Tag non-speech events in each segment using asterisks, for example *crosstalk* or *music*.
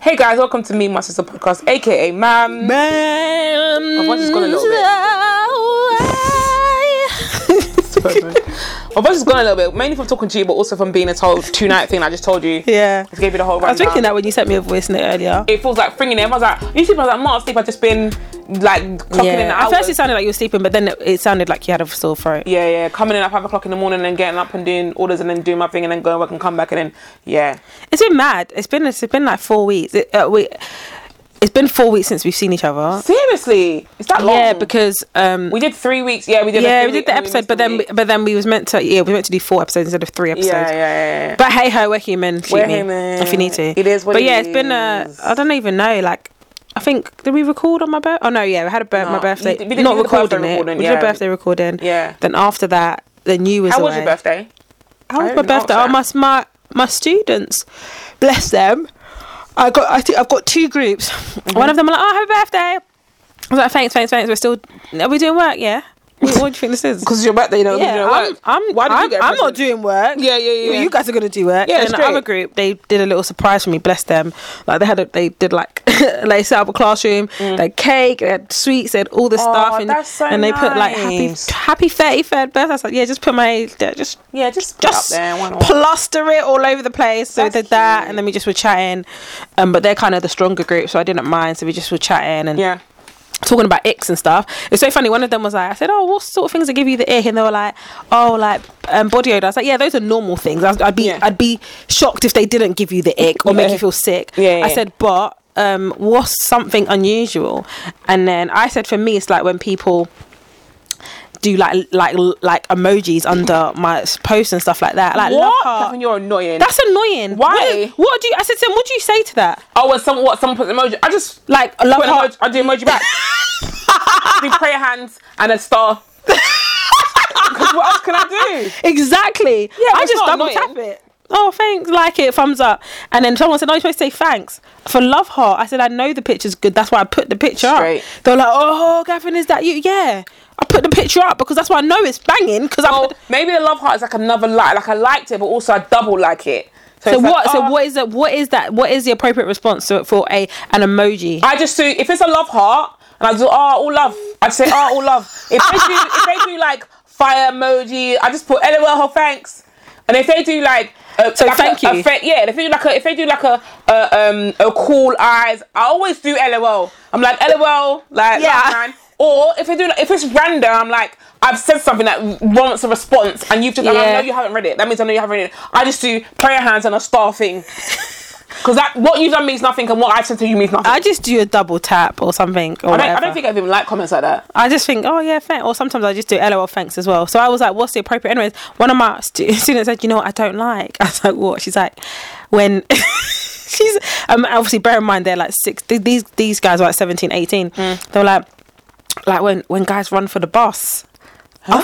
Hey guys, welcome to Me, My Sister Podcast, aka Mam. *laughs* Man. My voice has gone a little bit. My voice has gone a little bit, mainly from talking to you, but also from being a told two night thing I just told you. yeah. Just gave you the whole I was rundown. thinking that when you sent me a voice note earlier. It feels like fringing them. I was like, you sleep? I was like, I'm not asleep. I've just been like clocking in At hours. first it sounded like you were sleeping, but then it, it sounded like you had a sore throat. yeah, yeah, coming in at five o'clock in the morning and then getting up and doing orders and then doing my thing and then going to work and come back and then yeah, It's been mad. It's been it's been like four weeks. It, uh, we, it's been four weeks since we've seen each other. seriously, it's that long. Yeah, because um, we did three weeks. Yeah, we did. a yeah, three we did week the and episode, missed but a then we, week. but then we was meant to yeah we were meant to do four episodes instead of three episodes. yeah, yeah, yeah, yeah. But hey ho, we're human. Shoot We're me human. if you need to. It is what but it yeah, it's been uh, is. I don't even know. Like, I think did we record on my birthday? Oh no, yeah, we had a bir- No, my birthday. you did- we did- not we did a birthday recording it. recording, we yeah. did a birthday recording. Yeah. Then after that, then you was How away. was your birthday? How I was my didn't birthday? answer. Oh, my s- my my students, bless them. I got I think I've got two groups. Mm-hmm. One of them are like, oh, happy birthday. I was like, thanks, thanks, thanks. We're still are we doing work? Yeah. What, what do you think *laughs* this is? Because your birthday, you know, Yeah, I'm, I'm, Why did you I'm, get a I'm not present? doing work. Yeah, yeah, yeah, yeah. You guys are gonna do work. Yeah, and then the straight. other group, they did a little surprise for me. Bless them. Like they had, a, they did like *laughs* they set up a classroom. They had cake, they had sweets, they had all this Mm. Aw, stuff, and that's so and they put like nice. happy happy thirty third birthday. I was like, yeah, just put my age there, just Yeah, just put just up there. Why not? plaster it all over the place. So That's we did that, cute. and then we just were chatting. Um, but they're kind of the stronger group, so I didn't mind. So we just were chatting and yeah. talking about icks and stuff. It's so funny. One of them was like, I said, "Oh, what sort of things that give you the ick?" And they were like, "Oh, like um, body odor." I was like, "Yeah, those are normal things. I'd, I'd be Yeah. I'd be shocked if they didn't give you the ick or make Yeah. you feel sick." Yeah, yeah. I said, "But um, what's something unusual?" And then I said, "For me, it's like when people." Do like like like emojis under my posts and stuff like that. Like love what? heart. That's when you're annoying. That's annoying. Why? What, do- what do you? I said, Sam, what do you say to that? oh, when some what someone puts an emoji, I just Like a love put an heart. emoji. I do emoji *laughs* back. do prayer hands and a star. Because what else can I do? Exactly. Yeah, but I it's not just double annoying. tap it. Oh, thanks. Like it. Thumbs up. And then someone said, "No, you're supposed to say thanks for love heart." I said, "I know the picture's good. That's why I put the picture Straight. up." They're like, "Oh, Gavin, is that you?" Yeah, I put the picture up because that's why I know it's banging. Because I. Well, Put, maybe the love heart is like another like. Like I liked it, but also I double like it. so it's like, what? oh, so what is that? What is that? What is the appropriate response to, for a an emoji? I just do if it's a love heart and I do oh all love. I say oh all love. If they do if they do like fire emoji, I just put LOL oh, thanks. And if they do like a, so like thank a, you. A fa- yeah, if they do like a if they do like a, a um a cool eyes, I always do LOL. I'm like LOL like Yeah. yeah. man. Or if they do like, if it's random, I'm like I've said something that wants a response and you've just and I Yeah. know you haven't read it. That means I know you haven't read it. I just do prayer hands and a star thing. *laughs* Cause that what you've done means nothing and what I said to you means nothing. I just do a double tap or something. I don't, Or I whatever. don't think I've even liked comments like that. I just think, oh yeah, thanks. Or sometimes I just do LOL thanks as well. So I was like, what's the appropriate? Anyways, one of my stu- students said, you know what, I don't like. *laughs* I was like, what? She's like, when *laughs* she's um, obviously bear in mind they're like six. th- These these guys were like 17, 18. They were like, like when when guys run for the bus. *laughs* I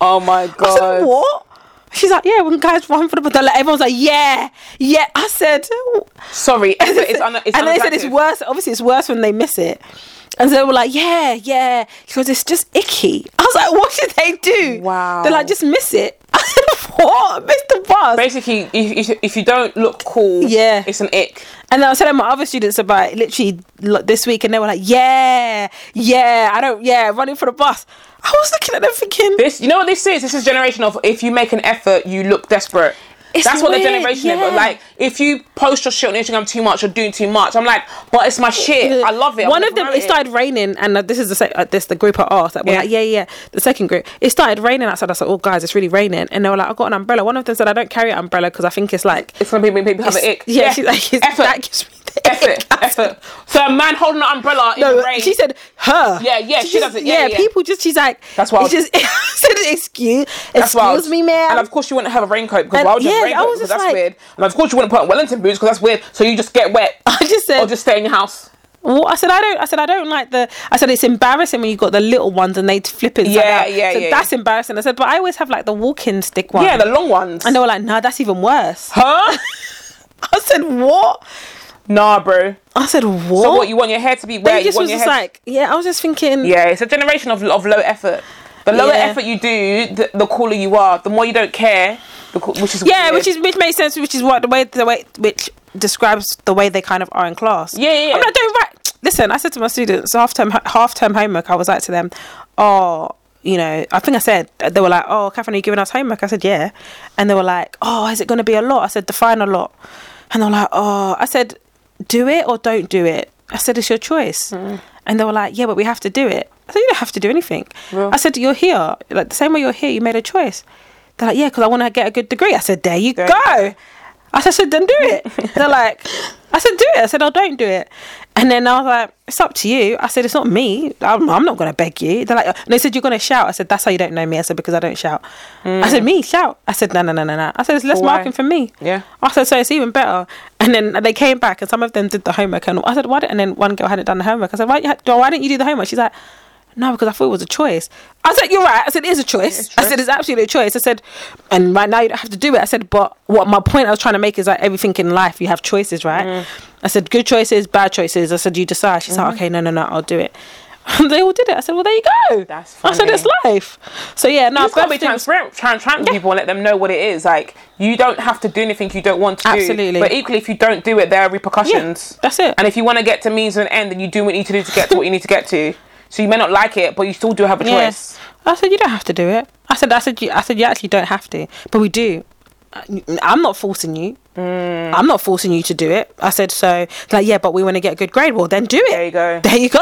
Oh *laughs* my was like, what? She's like, yeah, when guys run for the bus. They're Like, everyone's like, yeah, yeah. I said, *laughs* Sorry, it's, it's, un- it's and then they said it's unattractive. worse. Obviously, it's worse when they miss it. And so they were like, yeah, yeah, because it's just icky. I was like, what should they do? Wow. They're like, just miss it. *laughs* I said, what? Miss the bus? Basically, if, if, if you don't look cool, Yeah. it's an ick. And then I was telling my other students about it literally like, this week, and they were like, yeah, yeah, I don't, yeah, running for the bus. I was looking at them thinking, This, you know what this is? This is generation of if you make an effort, you look desperate. It's That's what the weird, generation is. But yeah. like, if you post your shit on Instagram too much, you're doing too much. I'm like, but it's my shit. I love it. I'm One gonna of them, promote it started raining, and uh, this is the sec- uh, this the group I asked. That were Yeah. like, yeah, yeah. The second group, it started raining outside. I was like, oh guys, it's really raining, and they were like, I got an umbrella. One of them said, I don't carry an umbrella because I think it's like, It's gonna be make people have an it's- ick. yeah, she's like, it's, effort, that gives me the effort, ick. I said, effort. So a man holding an umbrella in the No, rain. she said her. Yeah, yeah, she just- does it. Yeah, yeah. people just she's like That's wild. It's just *laughs* I said excuse, That's wild. excuse me, man. And of course, you wouldn't have a raincoat because And- why would you have a yeah, I raincoat? was because just that's like- weird. And of course, you wouldn't put on Wellington boots because that's weird. So you just get wet *laughs* *laughs* I just said or just stay in your house. Well, I said I don't. I said I don't like the. I said it's embarrassing when you got the little ones and they flip it. Yeah, yeah, I said, yeah. That's embarrassing. I said, but I always have like the walking stick one. Yeah, the long ones. and they were like, "No, that's even worse." *laughs* Huh? I said, "What?" nah, bro. I said, "What?" So what? You want your hair to be wet? they Oh. just you was want your just hair- like, "Yeah." I was just thinking, yeah, it's a generation of of low effort. The lower Yeah. effort you do, the, the cooler you are. The more you don't care, Because, which is yeah, weird. which is which makes sense, which is what the way the way which describes the way they kind of are in class. Yeah, yeah, yeah. I'm not doing right. Listen, I said to my students half term half term homework. I was like to them, oh. You know, I think I said they were like, "Oh, Catherine, are you giving us homework?" I said, "Yeah," and they were like, "Oh, is it going to be a lot?" I said, "Define a lot," and they were like, "Oh," I said, "Do it or don't do it." I said, "It's your choice," Hmm. and they were like, "Yeah, but we have to do it." I said, "You don't have to do anything." Real. I said, "You're here, like the same way you're here. You made a choice." They're like, yeah, because I want to get a good degree. I said, there you There you go. I said, so then do it. *laughs* They're like, I said, do it. I said, oh, don't do it. And then I was like, it's up to you. I said, it's not me. I'm, I'm not going to beg you. They're like, "Oh," and they said, you're going to shout. I said, that's how you don't know me. I said, because I don't shout. I said, me, shout. I said, no, no, no, no, no. I said, it's less Mm. Why? marking for me. Yeah. I said, so it's even better. And then they came back, and some of them did the homework. And I said, why? Didn't, and then one girl hadn't done the homework. I said, why, you had- why didn't you do the homework? She's like, no, because I thought it was a choice. I said, you're right. I said, it is a choice. I said, it's absolutely a choice. I said, and right now you don't have to do it. I said, but what my point I was trying to make is like everything in life, you have choices, right? Mm. I said, good choices, bad choices. I said, you decide. She's Mm-hmm. like, okay, no, no, no, I'll do it. *laughs* And they all did it. I said, well, there you go. That's I said, it's funny. life. So yeah, no, You just gotta be birthday was- transparent, transparent to Yeah. people and let them know what it is. Like you don't have to do anything you don't want to Absolutely. do. But equally, if you don't do it, there are repercussions. that's it. And if you want to get to means and end, then you do what you need to do to get to what you need to get to. So you may not like it, but you still do have a choice. Yes. I said you don't have to do it. I said I said you I said you actually don't have to, but we do. I- I'm not forcing you. Mm. I'm not forcing you to do it. I said so. Like yeah, but we want to get a good grade. Well, then do it. There you go. There you go.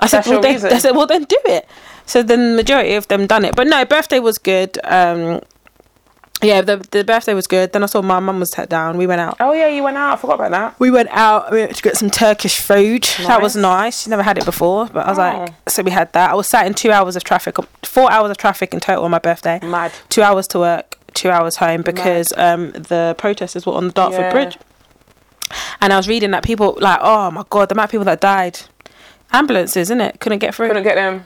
I said That's well, your then, reason. I said well then do it. So then the majority of them done it. But no, birthday was good. Um, yeah, the the birthday was good. Then I saw my mum was set down. We went out. Oh yeah, you went out. I forgot about that. We went out we went to get some Turkish food. That was Nice. nice. She never had it before, but I was like, Oh. so we had that. I was sat in two hours of traffic, four hours of traffic in total on my birthday. Mad. Two hours to work, two hours home because um, the protesters were on the Dartford Yeah. Bridge. And I was reading that people, like, oh my God, the amount of people that died. Ambulances, isn't it? Couldn't get through Couldn't get them.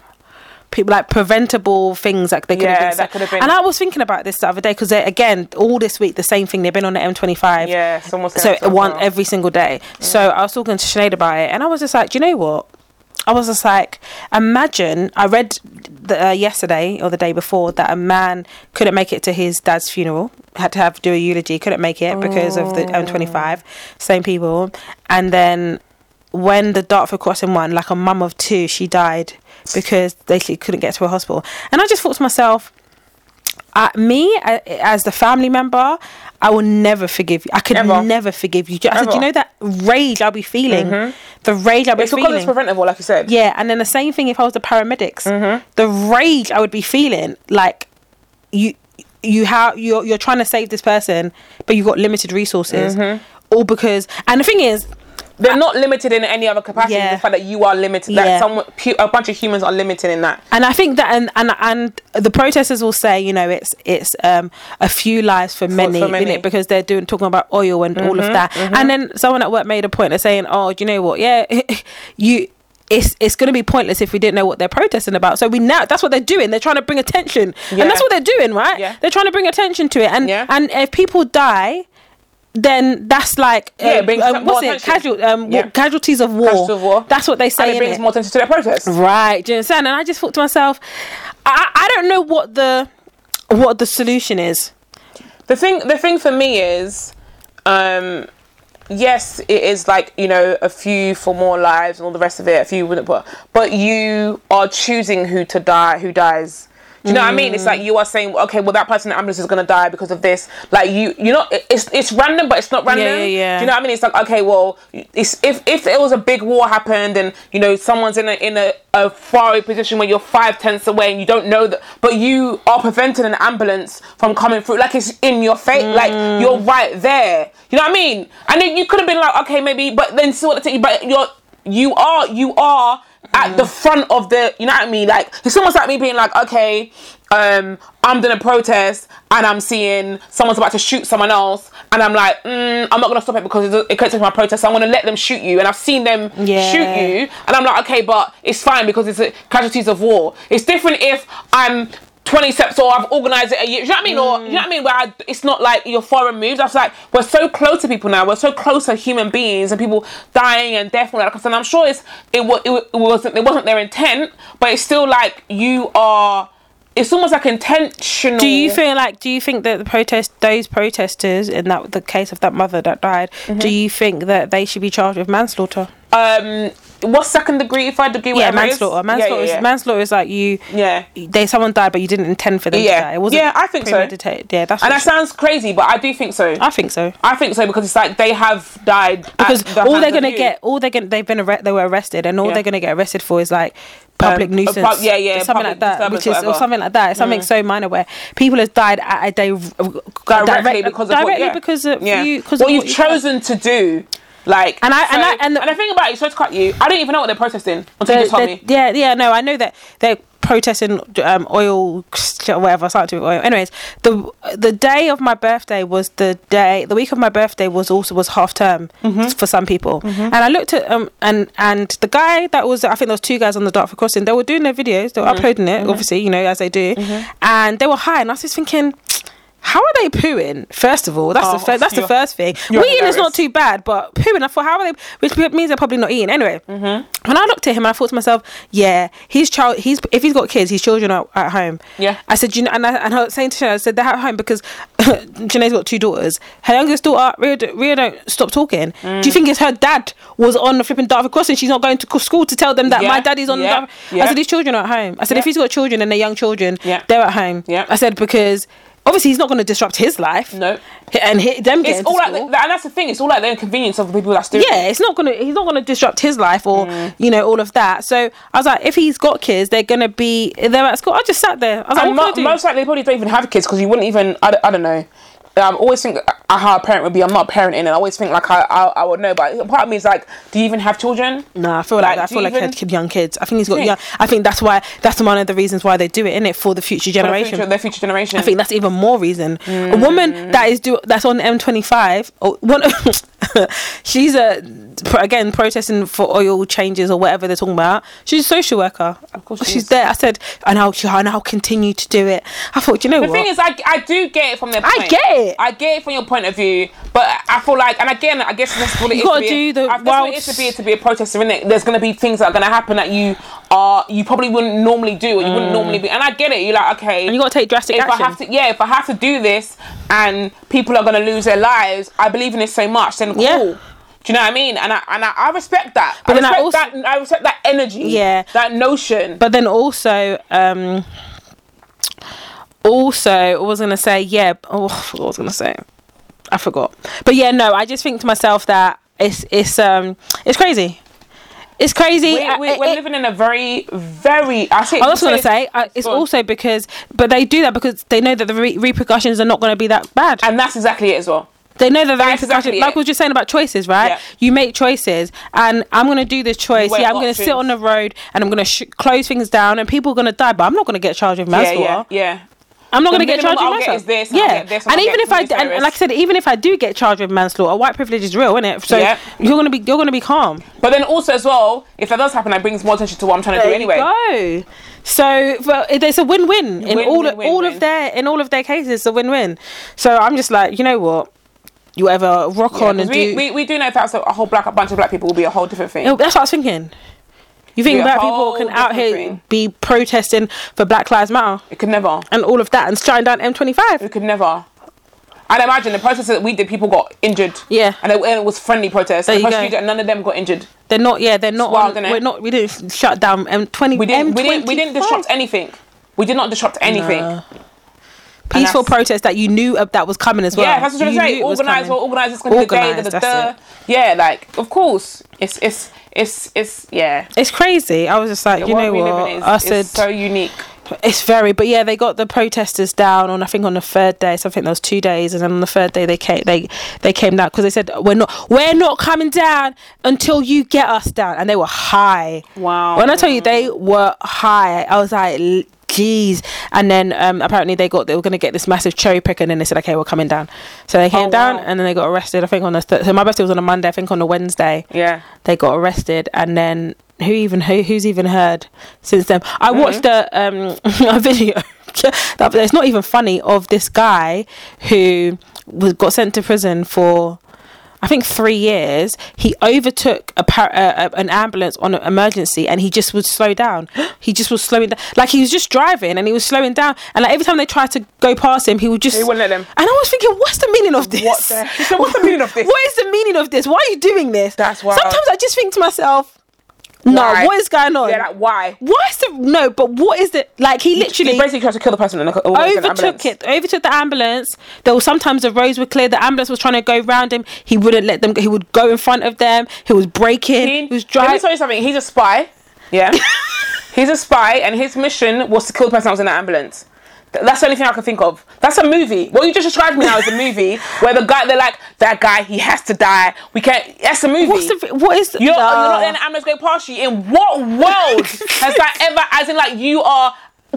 people like preventable things like they could Yeah, have been, that could have been- and i was thinking about this the other day because again all this week the same thing they've been on the m25 Yeah, someone said so that as one well. every single day so i was talking to Sinead about it and i was just like do you know what i was just like imagine i read the, uh, yesterday or the day before that a man couldn't make it to his dad's funeral had to have do a eulogy couldn't make it because of the m25 same people and then when the Dartford Crossing one, like a mum of two, she died because they she couldn't get to a hospital. And I just thought to myself, uh, me uh, as the family member, I will never forgive you. I could Ever. never forgive you. I said, Ever. you know that rage I'll be feeling, the rage I'll Mm-hmm. be It's because it's feeling. preventable, like you said. yeah, and then the same thing if I was the paramedics, Mm-hmm. the rage I would be feeling, like you you have you're you're trying to save this person, but you've got limited resources, Mm-hmm. all because. And the thing is, They're not limited in any other capacity. Yeah. The fact that you are limited, that Yeah. someone, pu- a bunch of humans are limited in that. and I think that and and and the protesters will say, you know, it's it's um a few lives for many, for many. Mm-hmm, innit? because they're doing talking about oil and all of that. And then someone at work made a point of saying, oh, do you know what? Yeah, *laughs* you. It's, it's going to be pointless if we didn't know what they're protesting about. So we now that's what they're doing. They're trying to bring attention, Yeah. and that's what they're doing, right? Yeah. They're trying to bring attention to it, and Yeah. and if people die, then that's like Yeah, it brings um, more what's it? attention. Casual um, Yeah. casualties of war. Casualties of war. That's what they say. And it brings innit? more attention to their protest. Right, do you understand? And I just thought to myself, I, I don't know what the what the solution is. The thing, the thing for me is, um, yes, it is like you know a few for more lives and all the rest of it. A few wouldn't, but but you are choosing who to die, who dies. Do you know what I mean? It's Mm. like you are saying, okay, well that person in the ambulance is gonna die because of this. Like you, you know, it's it's random, but it's not random. yeah, yeah. Do you know what I mean? It's like okay, well, it's if if it was a big war happened and you know someone's in a in a, a faraway position where you're five tenths away and you don't know that, but you are preventing an ambulance from coming through. Like it's in your face, like you're right there. You know what I mean? And then you could have been like, okay, maybe, but then see what they take you. But you're you are you are at the front of the you know what I mean like it's almost like me being like okay um I'm doing a protest and I'm seeing someone's about to shoot someone else and I'm like mm, I'm not gonna stop it because it, it could take my protest so I'm gonna let them shoot you and I've seen them Yeah. shoot you and I'm like okay but it's fine because it's uh, casualties of war it's different if I'm 20 steps or I've organised it a year. Do you know what I mean? Or you know what I mean? Where I, it's not like your foreign moves. I was like, we're so close to people now. We're so close to human beings and people dying and death and all that kind of stuff. And I'm sure it's it, wa- it, wa- it wasn't it wasn't their intent, but it's still like you are it's almost like intentional. Do you feel like do you think that the protest those protesters in that the case of that mother that died, Mm-hmm. do you think that they should be charged with manslaughter? um what's second degree? If I degree, Yeah, whatever it is? manslaughter. Manslaughter Yeah, is manslaughter is like you yeah. yeah. they someone died but you didn't intend for them Yeah. to die. It wasn't Yeah, I think so. premeditated. Yeah, that's And what that it should- sounds crazy, but I do think so. I think so. I think so because it's like they have died at because the all hands they're of gonna you. get, all they're gonna, they've been arre- they were arrested, and all Yeah. they're gonna get arrested for is like public Um, a nuisance, pub- yeah, yeah, something public like that, disturbance, which is or whatever. something like that, It's something so minor where people have died at a day directly directly because of directly what, yeah. because of yeah. you, because what of you've what you- chosen to do. Like And I- and I- and and, the- the thing about it, sorry to cut you. I don't even know what they're protesting until you they're- just told they're- me. Yeah, yeah, no, I know that they're protesting um, oil, whatever, something to do with oil. Anyways, the the day of my birthday was the day, the week of my birthday was also was half term Mm-hmm. for some people, and I looked at um and and the guy that was I think there was two guys on the Dartford crossing. They were doing their videos, they were Mm-hmm. uploading it, obviously, you know, as they do, and they were high, and I was just thinking. How are they pooing? First of all, that's the Oh, fir- that's the you're- first thing. you're Weeing hilarious. is not too bad, but pooing. I thought, how are they? Which means they're probably not eating anyway. Mm-hmm. When I looked at him, I thought to myself, yeah, his child, he's if he's got kids, his children are at home. Yeah. I said, you know, and I, and I was saying to Sinead, I said they're at home because *coughs* Janae's got two daughters. Her youngest daughter, Ria, d- Ria don't stop talking. Mm. Do you think it's her dad was on the flipping Dartford Cross and she's not going to co- school to tell them that Yeah, my daddy's on yeah, the Dartford? I yeah. said his children are at home. I said Yeah. if he's got children and they're young children, Yeah. they're at home. Yeah. I said because obviously he's not going to disrupt his life. No. and hit them. getting It's to all like, the, school. and that's the thing. It's all like the inconvenience of the people that's doing. it. Yeah, it's not gonna. He's not gonna disrupt his life or you know all of that. So I was like, if he's got kids, they're gonna be they're at school. I just sat there. I was like, And what can I mo- do? most likely, they probably don't even have kids because you wouldn't even. I, d- I don't know. I always think uh, how a parent would be. I'm not parenting, and I always think like I, I I would know. But part of me is like, do you even have children? Nah, I feel like, Like, that. I do feel you like even- kid, kid, young kids. I think he's got Think. young. I think that's why that's one of the reasons why they do it, in it for the For future the generation. future, Mm. their future generation. I think that's even more reason. A woman that is do that's on M twenty five. One, *laughs* she's a pro- again protesting for oil changes or whatever they're talking about. She's a social worker. Of course she she's is. there. I said, and I'll and I'll continue to do it. I thought, you know The what? thing is, I, I do get it from their. I Point. get it. I get it from your point of view, but I feel like, and again, I guess that's what it is. gotta to be do the I- that's what wild- it is to be to be a protester, is There's gonna be things that are gonna happen that you are you probably wouldn't normally do, or you wouldn't normally be. And I get it. You're like, okay, Mm. and you got to take drastic if action. I have to, yeah, if I have to do this and people are going to lose their lives, I believe in this so much. Then cool. Yeah. Do you know what I mean? And I and I, I respect that. But I then I respect also- that. I respect that energy. Yeah. That notion. but then also um also i was gonna say yeah oh I forgot what i was gonna say i forgot but yeah no i just think to myself that it's it's um it's crazy it's crazy we, I- we, it- we're it- living in a very, very. I say. I was going to say uh, it's Go on. also because, but they do that because they know that the re- repercussions are not going to be that bad. and that's exactly it as well. They know that that's That's exactly exactly like it. we were just saying about choices, right? Yeah. You make choices, and I'm gonna do this choice. weigh Yeah, I'm gonna sit options. on the road, and I'm gonna sh- close things down, and people are gonna die, but I'm not gonna get charged with Yeah, manslaughter. yeah, yeah. I'm not The going to get minimum charged with I'll get manslaughter. is this, and yeah, I'll get this, and and I'll even get if I police d- and, and arrest. like I said, even if I do get charged with manslaughter, white privilege is real, isn't it? So Yeah. you're going to be you're going to be calm. But then also as well, if that does happen, that brings more attention to what I'm trying to do anyway. Go. So well, it- it's a win-win in Win, all win, win, all of win. their in all of their cases. It's a win-win. So I'm just like, you know what? You ever rock Yeah, on 'cause and we, do. we, we do know if that's a, a whole black a bunch of black people will be a whole different thing. Yeah, Oh, that's what I was thinking. You think Yeah, black people whole can out here different thing. be protesting for Black Lives Matter It could never. and all of that and shutting down M25? We could never. I'd imagine the protests that we did, people got injured. Yeah. And it, and it was friendly protests. There The you protests go. you did, none of them got injured. They're not. Yeah, they're not. wild, on, innit? we're not. We didn't shut down M20. We didn't, we didn't, we didn't M25. disrupt anything. We did not disrupt anything. Nah. peaceful that's- protest that you knew of, that was coming as well. Yeah, that's what I'm You trying to knew say. it was Organize coming. or organize this going to be the day. Organised, Da, da, da. that's Yeah, like, of course. It's, it's, it's, it's, yeah. It's crazy. I was just like, you What know we live what? in is- I is said so unique. it's very, but yeah, they got the protesters down on. I think on the third day, so I think there was two days, and then on the third day they came, they they came down because they said we're not we're not coming down until you get us down, and they were high. Wow. When I tell you they were high, I was like, "L- geez. And then um, apparently they got they were gonna get this massive cherry pick, and then they said, okay, we're coming down. So they came Oh, down, wow. and then they got arrested. I think on the th- so my birthday was on a Monday. I think on a Wednesday Yeah. they got arrested, and then who even who who's even heard since then? I Mm-hmm. watched a um *laughs* a video. that it's not even funny of this guy who was got sent to prison for. I I think three years, he overtook a par- uh, an ambulance on an emergency, and he just would slow down. *gasps* He just was slowing down, like he was just driving, and he was slowing down. And like every time they tried to go past him, he would just He wouldn't let them. And I was thinking, what's the meaning of this? What the- *laughs* So what's the meaning *laughs* of this? What is the meaning of this? Why are you doing this? That's wild. Sometimes I just think to myself, no, Why? what is going on? Yeah, like why? Why is the no? But what is the like? He literally He basically tried to kill the person in the overtook it, overtook the ambulance. There was sometimes the roads were clear. The ambulance was trying to go round him. He wouldn't let them. go. He would go in front of them. He was braking. He, He, was Let me driving. tell you something. He's a spy. *laughs* Yeah. he's a spy, and his mission was to kill the person that was in the ambulance. Th- That's the only thing I can think of. That's a movie. What you just described me now is a *laughs* movie where the guy they're like that guy he has to die. We can't. That's a movie. What's the? What is? You're, no. you're not in ambulance going past you. In what world has *laughs* that ever? As in, like you are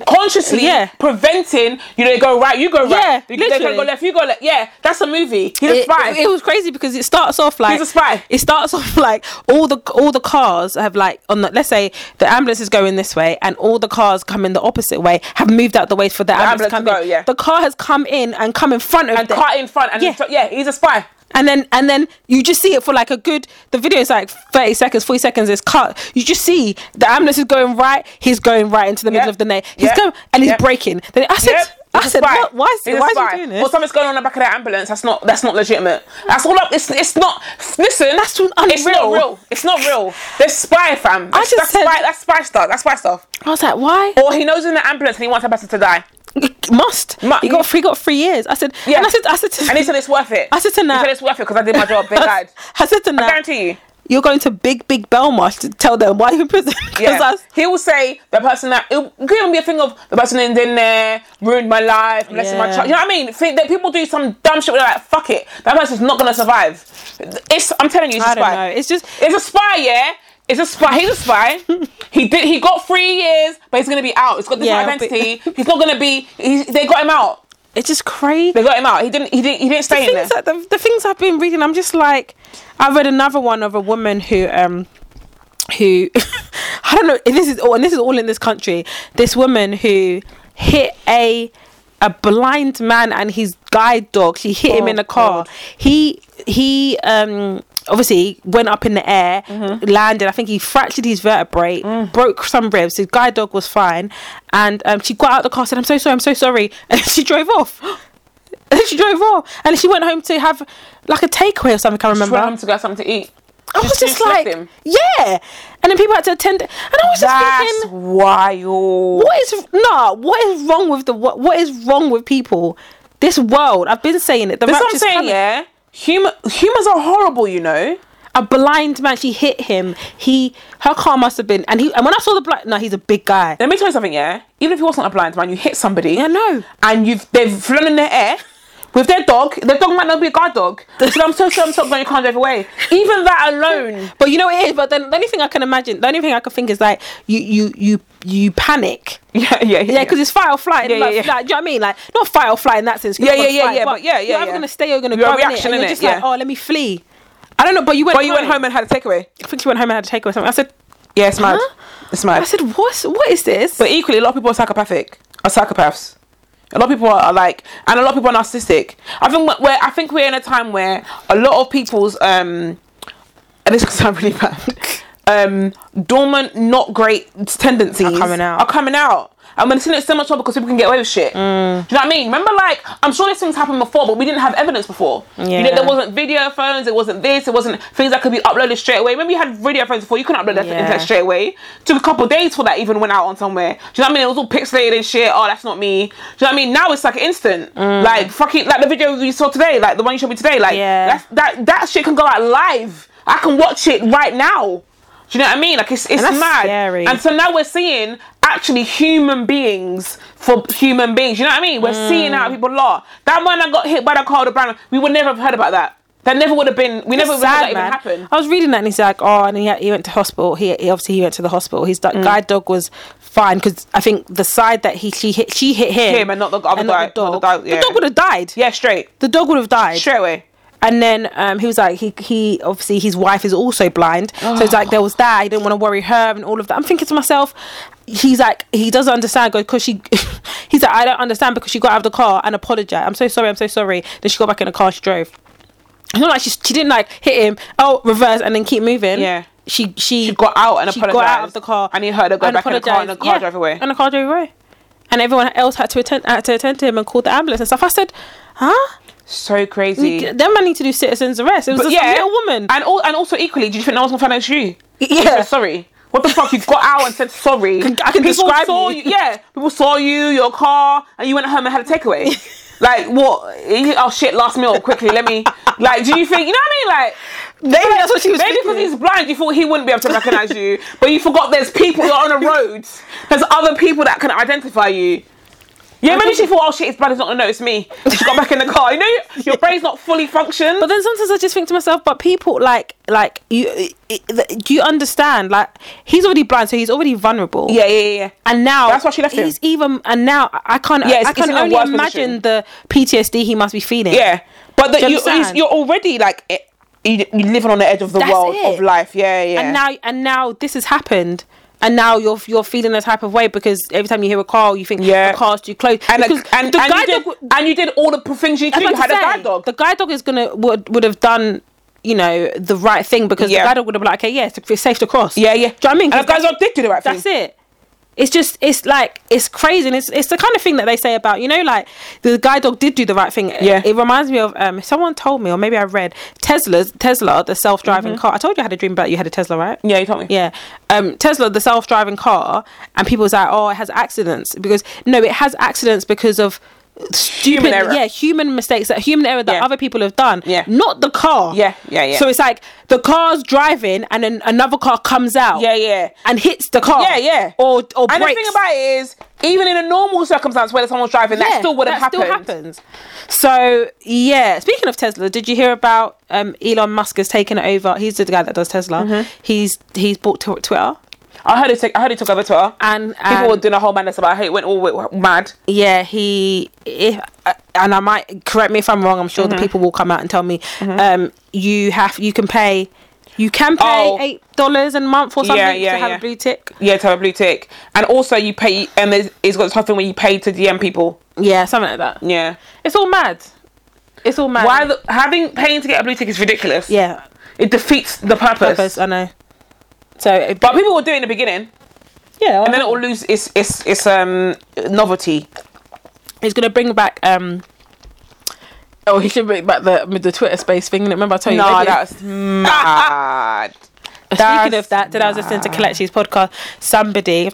consciously Yeah. preventing. You know, they go right, you go right. Yeah, they, they go literally. left, you go left. Yeah, that's a movie. He's a it, spy. it was crazy because it starts off like He's a spy. It starts off *laughs* like all the all the cars have like on the, let's say the ambulance is going this way and all the cars coming the opposite way have moved out the way for the, ambulance, ambulance to to go, come in. yeah. The car has come in and come in front of and the- cut in front, and Yeah. he's- yeah, he's a *laughs* spy. and then and then you just see it for like a good the video is like 30 seconds 40 seconds it's cut you just see the ambulance is going right he's going right into the Yeah. middle of the night he's Yeah. going and he's Yeah. breaking then I said Yep. I he's a said spy. what, why He's is, a why is spy. he doing this Or something's going on in the back of that ambulance. That's not. That's not legitimate. That's all up. It's. It's not. Listen. That's too It's not unreal. real. It's not real. They're spy fam. That's, just that's said- spy. That's spy stuff. That's spy stuff. I was like why Or he knows in the ambulance and he wants that person to die. must. Mu- he got three, got three years. I said, Yeah. yeah. And I said, I said, to, And he said it's worth it. I said to He Nat- said it's worth it because I did my job. They died. *laughs* I said to I Nat, guarantee you. you're going to big, big Belmarsh to tell them why you're in prison. *laughs* Yeah. Because I was- he will say the person that it could be a thing of the person in there ruined my life, and blessing my Yeah. child. You know what I mean? Think that people do some dumb shit. Where they're like, fuck it, that person's not gonna survive. It's I'm telling you, it's a I don't spy. know. It's just It's a spy, yeah. It's a spy. He's a *laughs* spy. he did. He got three years, but he's gonna be out. He's got this Yeah, but- identity. he's not gonna be. He's, they got him out. it's just crazy. They got him out. He didn't. He didn't. He didn't stay in there. things that the, the things I've been reading, I'm just like, I read another one of a woman who, um, who, *laughs* I don't know, and this is all, and this is all in this country. This woman who hit a a blind man and his guide dog. She hit him Oh, in a car. God. He he um. Obviously, went up in the air, Mm-hmm. landed. I think he fractured his vertebrae, Mm. broke some ribs. His guide dog was fine, and um, she got out the car. Said, "I'm so sorry, I'm so sorry," *laughs* and she drove off. And *laughs* she drove off, and she went home to have like a takeaway or something. I Just remember. went home to get something to eat. I was *laughs* just- just just left like, him. yeah. And then people had to attend, and I was just That's thinking, wild. what is nah? What is wrong with the what? What is wrong with people? This world. I've been saying it. The That's what I'm rapture's saying, coming. yeah. Human, humans are horrible, you know. A blind man. She hit him. He her car must have been. And he and when I saw the blind, no, he's a big guy. Let me tell you something, yeah. Even if he wasn't a blind man, you hit somebody. I know. And you've they've flown in the air with their dog. The dog might not be a guard dog. So I'm so sure I'm so glad you can't drive away. Even *laughs* that alone. But you know what it is. But then the only thing I can imagine, the only thing I can think is like you you you you panic. Yeah, yeah, Yeah, because it's fight or flight. Yeah, like, yeah, yeah. like, do you know what I mean? Like, not fight or flight in that sense. 'cause Yeah, yeah, you're gonna yeah, fight, yeah, but yeah, yeah, You're either yeah. going to stay or you're going to You're go. a innit? reaction, and innit? you're just like, Yeah. oh, let me flee. I don't know, but you went But you home. went home and had a takeaway. I think you went home and had a takeaway or something. I said, Yeah, it's mad. It's mad. I said, what's, what is this? Uh, But equally, a lot of people are psychopathic, are psychopaths. A lot of people are, are like, and a lot of people are narcissistic. I think we're- we're, I think we're in a time where a lot of people's, um, and this could sound *laughs* really bad, um, dormant, not great tendencies Are coming out. Are coming out. And we're seeing it so much more because people can get away with shit. Mm. Do you know what I mean? Remember, like, I'm sure these things happened before, but we didn't have evidence before. You know, Yeah. there wasn't video phones, it wasn't this, it wasn't things that could be uploaded straight away. Remember, you had video phones before, you couldn't upload that to the Yeah. internet straight away. Took a couple of days for that even went out on somewhere. Do you know what I mean? It was all pixelated and shit. Oh, that's not me. Do you know what I mean? Now it's like instant. Mm. Like fucking like the video you saw today, like the one you showed me today. Like Yeah. that's, that that shit can go out live. I can watch it right now. Do you know what I mean? Like it's it's And that's mad. scary. And so now we're seeing actually human beings for human beings. You know what I mean? We're Mm. seeing how people are. That man that got hit by the car, the brand, we would never have heard about that. That never would have been. We never would have sad, had that even man. happen. I was reading that and he's like, oh, and he, he went to hospital. He, he- obviously he went to the hospital. His Mm. do- guide dog was fine because I think the side that he she hit she hit him, Him and not the other guy- not the dog. dog, yeah. The dog would have died. Yeah, straight, The dog would have died. straight away. And then um, he was like, he, he obviously his wife is also blind, so it's Oh. like there was that. He didn't want to worry her and all of that. I'm thinking to myself, he's like, he doesn't understand because she, *laughs* he's like, I don't understand because she got out of the car and apologized. I'm so sorry, I'm so sorry. Then she got back in the car, she drove. It's not like she, she didn't like hit him, oh, reverse, and then keep moving. Yeah. She, she, She got out and she apologized. got out of the car. I need her to go and back in the car and the apologised. car Yeah, drive away. And the car drove away. And everyone else had to attend had to attend to him and called the ambulance and stuff. I said, huh? So crazy. Them man need to do citizens arrest. It was But just a little woman. And all, and also equally, do you think no one's gonna find out it's you? You Yeah. said sorry. What the fuck? You got out and said sorry. I can describe saw you. Yeah, people saw you, your car, and you went home and had a *laughs* takeaway. like what? You- Oh shit! Last meal quickly. Let *laughs* me. Like, do you think? You know what I mean? Like. Maybe that's what she was Maybe because he's blind, you thought he wouldn't be able to recognize you, but you forgot there's people you're on a road. There's other people that can identify you. Yeah, maybe she thought, oh shit, his blind, he's not gonna notice me. She got back in the car. You know, your brain's not fully functioned. But then sometimes I just think to myself, but people like like you i- i- do you understand? Like he's already blind, so he's already vulnerable. yeah, yeah, yeah, yeah. And now That's why she left him. He's even and now I- I can't. Yeah, Yeah, it's- I it's can in a only worse position. imagine the PTSD he must be feeling. Yeah, but the, Do you you you, understand? you're already like eh, you, you're living on the edge of the That's world it. of life. Yeah, yeah. And now and now this has happened. And now you're you're feeling a type of way because every time you hear a car, you think Yeah. the car's too close. and, because a, and, the and, guide you did, dog w- and you did all the p- things you could. You That's had what a I'm guide saying. dog. The guide dog is gonna would would have done you know the right thing because Yeah. the guide dog would have been like, okay, yeah, it's it's safe to cross. yeah, yeah. Do you know what I mean? And the 'Cause guide dog did do the right that's thing. it. It's just it's like it's crazy and it's it's the kind of thing that they say about you know like the guide dog did do the right thing. Yeah. It reminds me of um someone told me or maybe I read Tesla's Tesla the self driving car. I told you I had a dream about you had a Tesla right? Mm-hmm. Yeah, you told me. Yeah. Um, Tesla, the self driving car, and people was like, oh, it has accidents. Because, no, it has accidents because of stupid, Human error. yeah, human mistakes, that human error that Yeah. other people have done. Yeah. Not the car. Yeah, yeah, yeah. So it's like the car's driving and then another car comes out. Yeah, yeah. And hits the car. Yeah, yeah. Or, or And breaks. the thing about it is, even in a normal circumstance where someone's driving, that Yeah, still would have that happened. happens. So yeah, speaking of Tesla, did you hear about um, Elon Musk has taken over? He's the guy that does Tesla. Mm-hmm. He's he's bought Tw- Twitter, I heard it. Take, I heard it took over Twitter. and, People and were doing a whole madness about it. It went all wi- mad. yeah he if uh, and i might correct me if i'm wrong i'm sure Mm-hmm. the people will come out and tell me um you have you can pay you can pay Oh. eight dollars a month or Yeah, something yeah, to have yeah. a blue tick Yeah, to have a blue tick, and also you pay, and there's, it's got something where you pay to DM people. yeah something like that Yeah, it's all mad it's all mad why the, having paying to get a blue tick is ridiculous. Um, yeah It defeats the purpose. purpose i know so it- But people will do it in the beginning, yeah and then it will lose its its its um novelty. he's gonna bring back um Oh, he should bring back the with the Twitter space thing. innit? Remember, I told you. Nah, maybe- that's mad. *laughs* Speaking That's of that, did I was listening to Kalechi's podcast? Somebody,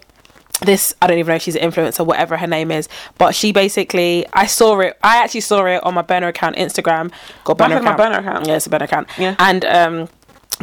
this I don't even know if she's an influencer, whatever her name is, but she basically, I saw it. I actually saw it on my burner account, Instagram. Got burner Mine's on my account. burner account. Yeah, it's a burner account. Yeah. and um,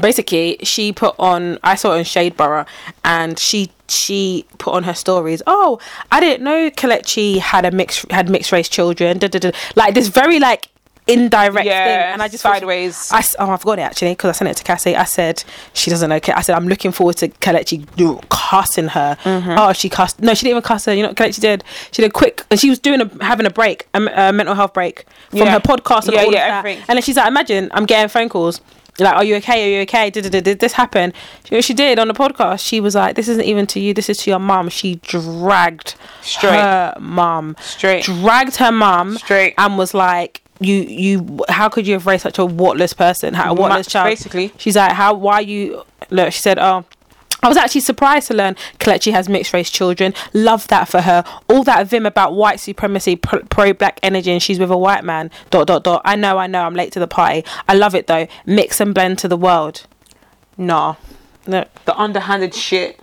basically she put on. I saw it on Shadeborough, and she she put on her stories. Oh, I didn't know Kalechi had a mixed had mixed race children. Da, da, da. Like this very like indirect Yeah, thing, and I just thought- sideways. I, s- oh, I've got it actually because I sent it to Cassie. I said she doesn't know. Ke- I said I'm looking forward to Kalechi do- cussing her. Mm-hmm. Oh, she cussed. No, she didn't even cuss her. You know what Kalechi did? She did a quick, and she was doing a having a break, a, m- a mental health break from Yeah. her podcast and Yeah, all yeah, of that. everything. And then she's like, imagine I'm getting phone calls. Like, are you okay? Are you okay? Did, did, did this happen? She, she did on the podcast. She was like, "This isn't even to you. This is to your mum." She dragged Straight. her mum, Straight. dragged her mum, Straight. and was like, "You, you, how could you have raised such a worthless person? How, a worthless child?" basically. she's like, "How? Why you?" Look, she said, "Oh." I was actually surprised to learn Kelechi has mixed race children. Love that for her. All that vim about white supremacy, pro black energy, and she's with a white man. Dot dot dot. I know, I know. I'm late to the party. I love it though. Mix and blend to the world. Nah, no. The underhanded shit.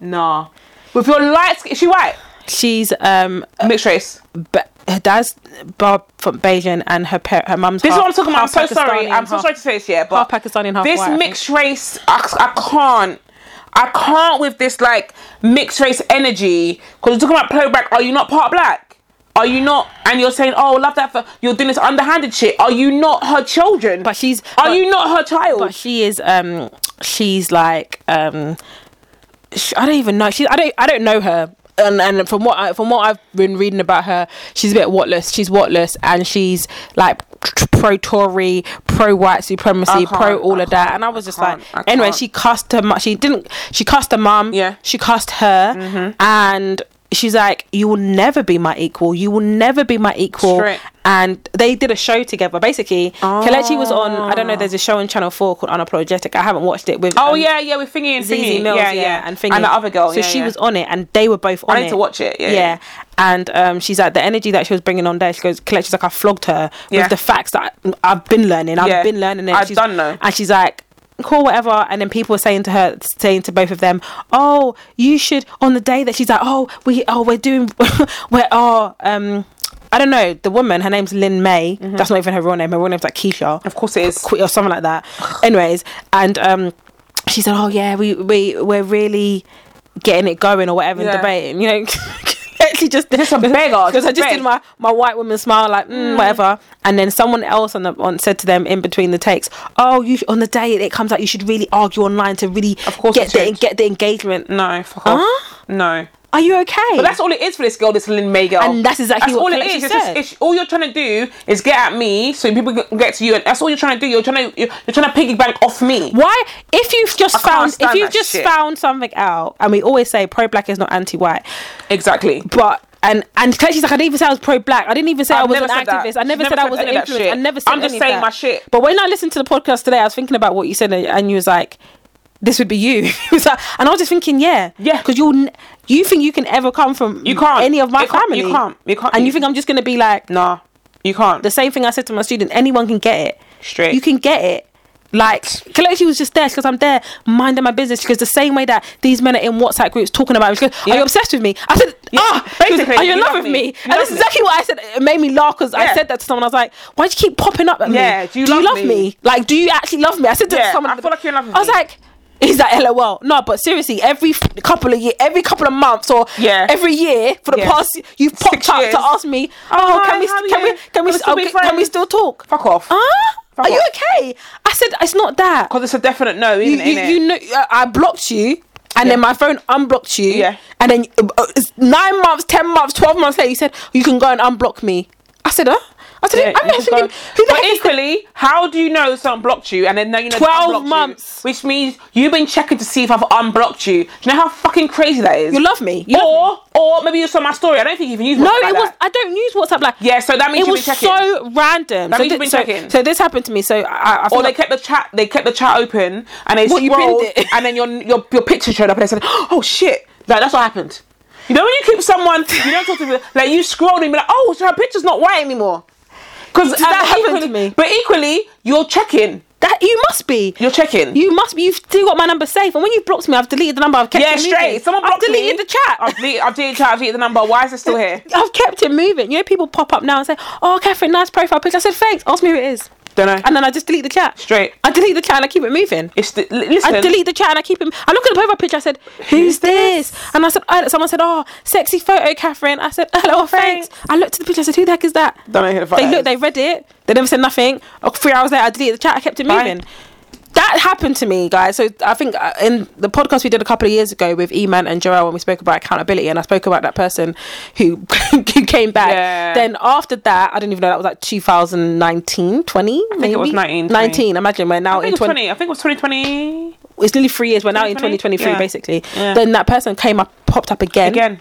Nah. With your light skin, is she white? She's um Mixed race. but her dad's Bob from Bayesian and her par- her mum's. This is half- what I'm talking about. I'm so half sorry. Pakistani I'm and so half- sorry to say this, yeah, but half Pakistani and half this white, I think. mixed race, I, I can't. I can't with this like mixed race energy because you're talking about pro black. Are you not part black? Are you not? And you're saying, oh, love that for you're doing this underhanded shit. Are you not her children? But she's- Are but- you not her child? But she is um she's like um sh I don't even know. She I don't I don't know her. And, and from what I, from what I've been reading about her, she's a bit whatless. She's whatless, and she's like pro Tory, pro white I supremacy, can't, pro all I of that. can't, And I was just I like, can't, I anyway, can't. she cussed her. mu- She didn't. She cussed her mum. Yeah. She cussed her, and she's like, "You will never be my equal. You will never be my equal." Strict. And they did a show together. Basically, Kelechi was on. I don't know. There's a show on Channel Four called Unapologetic. I haven't watched it with. Oh um, yeah, yeah, with Thingy and Zizi Thingy. Mills, yeah, yeah, yeah, and Thingy. and the other girl. So yeah, she yeah. was on it, and they were both on I it. need to watch it. Yeah, Yeah. yeah. and um, she's like the energy that she was bringing on there. She goes, "Collect." She's like, "I flogged her Yeah. with the facts that I- I've been learning. I've Yeah. been learning it. I've she's, done though. And she's like. Cool, whatever. And then people were saying to her, saying to both of them, "Oh, you should." On the day that she's like, "Oh, we, oh, we're doing, *laughs* we're, oh, um, I don't know." The woman, her name's Lynn May. Mm-hmm. That's not even her real name. Her real name's like Keisha Of course it is. quit or something like that. Anyways, and um, she said, "Oh yeah, we we we're really getting it going or whatever and Yeah. debating." You know, *laughs* actually just Just *laughs* a beggar, because I just just did beg. my my white woman smile like mm, whatever, and then someone else on the on said to them in between the takes, "Oh, you sh- on the day it comes out, you should really argue online to really Of course get it the should. get the engagement." No, fuck off. Huh? No. Are you okay? But that's all it is for this girl, this Lynn May girl. And that's exactly what all it Kelechi is. It's said. just, it's, all you're trying to do is get at me, so people can get to you. And that's all you're trying to do. You're trying to you're, you're trying to piggyback off me. Why, if you've just can't found if stand you've that just shit. found something out, and we always say pro-black is not anti-white, Exactly. but and and Kletchi's like I didn't even say I was pro black. I didn't even say i I've was an never said that. activist. I never She never said I said was an any of that influencer. I shit. never said I'm just any of saying that. my shit. But when I listened to the podcast today, I was thinking about what you said, and- and you was like, "This would be you." *laughs* It was like- and I was just thinking, yeah, Yeah. because you n- you think you can ever come from You can't. any of my You can't- family. you can't. You can't. And you think I'm just gonna be like Nah, you can't. the same thing I said to my student? Anyone can get it. Straight. You can get it. Like Kelechi was just there because I'm there minding my business because the same way that these men are in WhatsApp groups talking about, it, she goes, "Are Yeah. you obsessed with me?" I said, Yeah, "Ah, basically, she goes, are you in you love love with me?" me. You And love that's me. exactly what I said. It made me laugh because I Yeah. said that to someone. I was like, "Why do you keep popping up at me? Yeah, do you love me? Like, do you actually love me?" I said to Yeah, someone. I feel like you're in love with I was me. like. Is that LOL? No, but seriously, every f- couple of year, every couple of months, or Yeah. every year for the Yeah. past, you've popped up years. to ask me, "Oh, Oh, can hi, we, how are can you? we, can we, Can we still oh, be can- can we friends?" still talk?" Fuck off. Huh? Fuck Are you off. okay? I said it's not that. Because it's a definite no, You, isn't it? you, innit? you know, I- I blocked you, and then Yeah. my phone unblocked you. Yeah. And then uh, uh, it's nine months, ten months, twelve months later, you said you can go and unblock me. I said, huh? I said, Yeah, I'm you just messaging go- you. Who the but heck is that? equally, how do you know someone blocked you and then now you know they 12 unblocked you, months. which means you've been checking to see if I've unblocked you. Do you know how fucking crazy that is? You love me. You love or or maybe you saw my story. I don't think you even used No, WhatsApp like it was. that. I don't use WhatsApp like. Yeah, so that means it you've was been checking. so random. so means you've been so- checking. So, this happened to me. So I, I feel Or they like- kept the chat. They kept the chat open, and they What, you pinned scrolled, it? *laughs* and then your your your picture showed up, and they said, "Oh shit!" Like that's what happened. You know when you keep someone, you don't talk to them. Like you scroll and be like, "Oh, so her picture's not white anymore." Because that happen to me? But equally, you're checking. that you must be. You're checking. You must be. You've still got my number safe, and when you blocked me, I've deleted the number. I've kept yeah, it straight. moving. Someone I've blocked deleted me. the chat. I've deleted, I've deleted the chat. I've deleted the number. Why is it still here? I've kept it moving. You know, people pop up now and say, "Oh, Catherine, nice profile picture." I said, "Thanks." Ask me who it is, Don't know. and then I just delete the chat. Straight. I delete the chat and I keep it moving. It's the, li- listen. I delete the chat and I keep it. I look at the profile picture. I said, "Who's this?" And I said, oh, "Someone said, oh, sexy photo, Catherine." I said, "Hello, Oh, thanks." I looked at the picture. I said, "Who the heck is that?" Don't know who the fuck They that looked. is. They read it. They never said nothing. Oh, Three hours later, I deleted the chat. I kept it Bye. moving. That happened to me, guys. So I think uh, in the podcast we did a couple of years ago with Eman and Joel, when we spoke about accountability, and I spoke about that person who *laughs* who came back. Yeah. Then after that, I didn't even know that was like 2019, 20, I think it was 19, 20. 19. Imagine we're now I think in it was 20, 20. I think it was 2020 It's nearly three years. We're now in 2020? 2023, Yeah. basically. Yeah. Then that person came up, popped up again, again.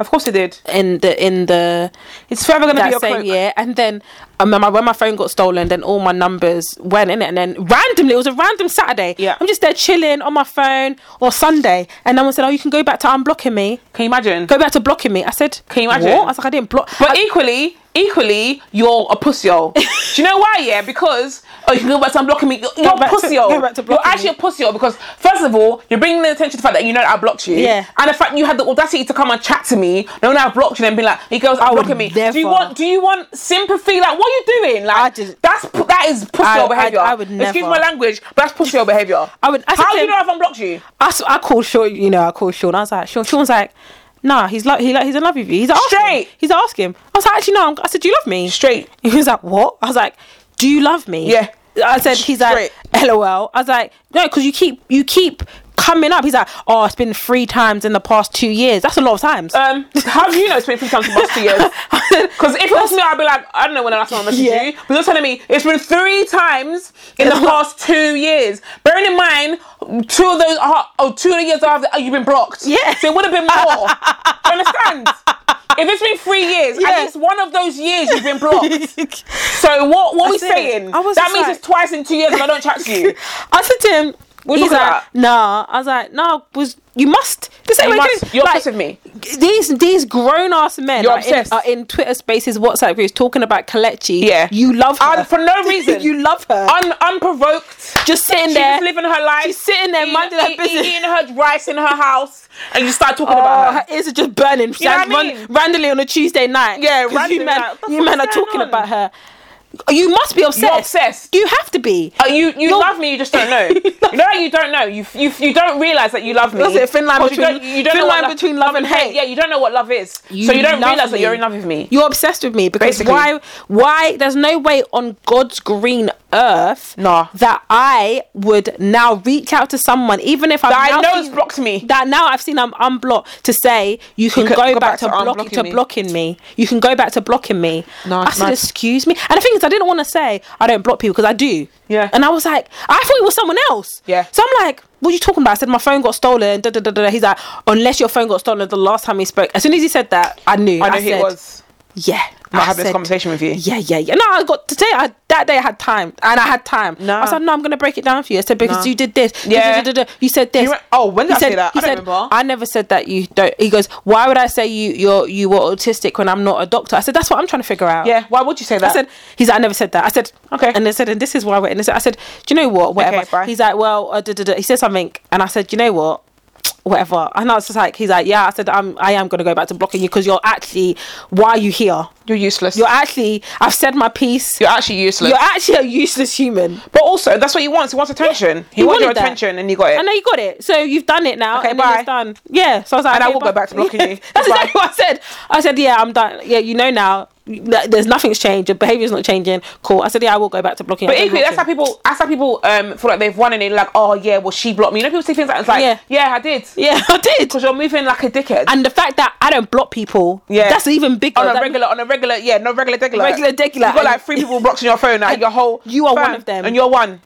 Of course it did. in the in the It's forever going to be that your same cloak. year. And then um, my, when my phone got stolen, then all my numbers went in it. And then randomly, it was a random Saturday. Yeah. I'm just there chilling on my phone or Sunday. And someone said, Oh, you can go back to unblocking me. Can you imagine? Go back to blocking me. I said, Can you imagine? What? I was like, I didn't block. But I- equally, equally, you're a pussy *laughs* hole. Do you know why? Yeah, because oh, you can go back to unblocking me. You're, you're a back to- pussy hole. go back to You're blocking actually a me. pussy hole because first of all, you're bringing the attention to the fact that you know that I blocked you. Yeah. And the fact you had the audacity to come and chat to me, knowing I blocked you, and be like, "You girls are blocking me." Do you never. want? Do you want sympathy? Like, what are you doing? Like, I just- that's pu- that is pussy I- hole I- behavior. I would Excuse never. my language, but that's pussy hole behavior. I would- I How do said- you know I've unblocked you? I, s- I called Sean, you know, I called Sean. I was like, Sean, Sean's like, Nah, he's like, he like, he's in love with you. He's like, ask him. Straight. He's like, ask him. I was like, actually, no. I'm, I said, do you love me? Straight. He was like, "What?" I was like, "Do you love me?" Yeah. I said, "He's like, LOL." I was like, "No, because you keep you keep coming up. He's like, oh, it's been three times in the past two years. That's a lot of times. Um, how do you know it's been three times in the past two *laughs* years? Because if it was me, I'd be like, I don't know when the last time I messaged Yeah. you. But you're telling me it's been three times in the past two years. Bearing in mind, two of those are, oh, two of the years after oh, you've been blocked. Yeah. So it would have been more. Do you *laughs* understand? If it's been three years, Yeah. at least one of those years you've *laughs* been blocked. So what, what are we That's it. saying? I was That just means like- it's twice in two years and I don't chat to you. *laughs* I said to him, We'll he's talk about like, nah. I was like, nah, was you must. This ain't You what must, do. you're Like, obsessed with me. These these grown ass men You're are in, obsessed. are in Twitter spaces, WhatsApp groups talking about Kalechi. Yeah. You love her. And for no reason. *laughs* you love her. Un- unprovoked. just sitting She's there. just living her life. She's sitting there eating- minding her eat- business. Eating her rice in her house, and you start talking Oh, about her her. ears are just burning. You know what I ran- mean? randomly on a Tuesday night. Yeah, 'Cause randomly, You men, like, that's you what's men are going talking on. about her. You must be obsessed. obsessed. You have to be. Uh, you you You're- love me, you just don't *laughs* know. you know that you don't know. You f- you, f- you don't realize that you love me. That's it, thin line 'Cause between- you don't, you don't thin know what line lo- between love and hate. Yeah, you don't know what love is, You so you don't love realize that me. you're in love with me. You're obsessed with me because Basically. why? Why? There's no way on God's green earth Nah. that I would now reach out to someone, even if I've that I now know it's seen- blocked me. that now I've seen I'm unblocked to say you can can go, back, to, block, unblocking to me. blocking me. You can go back to blocking me. No, I it's said, mad. excuse me. And the thing is, I didn't want to say I don't block people because I do. Yeah. And I was like, I thought it was someone else. Yeah. So I'm like, what are you talking about? I said my phone got stolen. Da, da, da, da. da." He's like, unless your phone got stolen the last time we spoke. As soon as he said that, I knew. I know who said, it was. Yeah. Not I having this said, conversation with you. yeah, yeah, yeah. No, I got today. I, that day I had time, and I had time. Nah. I said, no, I'm gonna break it down for you. I said because Nah. you did this. Yeah. da, da, da, da. You said this. You re- oh, when did He I say that? he I don't remember. I never said that. You don't. He goes, why would I say you you're you were autistic when I'm not a doctor? I said that's what I'm trying to figure out. Yeah. Why would you say that? I said, he's like, I never said that. I said, Okay. And they said, and this is why we're in this. I said, do you know what? Whatever. Okay, bye. he's like, well, uh, da, da, da. he said something, and I said, do you know what? Whatever. And I was just like, he's like, yeah. I said, I'm, I am gonna go back to blocking you because you're actually, why are you here? you're useless. You're actually, I've said my piece. You're actually useless. You're actually a useless human. but also, that's what he wants. He wants attention. he, wants your wanted that. attention, and you got it. I know you got it. So you've done it now. Okay, and then bye. It's done. Yeah. So I was like, And I okay, will go bye. back to blocking you. *laughs* That's Bye. exactly what I said. I said, yeah, I'm done. Yeah, you know now. Like, There's nothing's changed. Your behavior's not changing. Cool. I said, yeah, I will go back to blocking. But equally, that's how people. That's how people um, feel like they've won, and they're like, "Oh yeah, well she blocked me." You know, people say things like, it's like Yeah. "Yeah, yeah, I did," because Yeah, *laughs* I did. you're moving like a dickhead And the fact that I don't block people, Yeah. that's even bigger. on a That- regular, on a regular, yeah, no regular, regular, Regular, regular. You got like three *laughs* people blocks on your phone, like your whole. You are one of them. and you're one,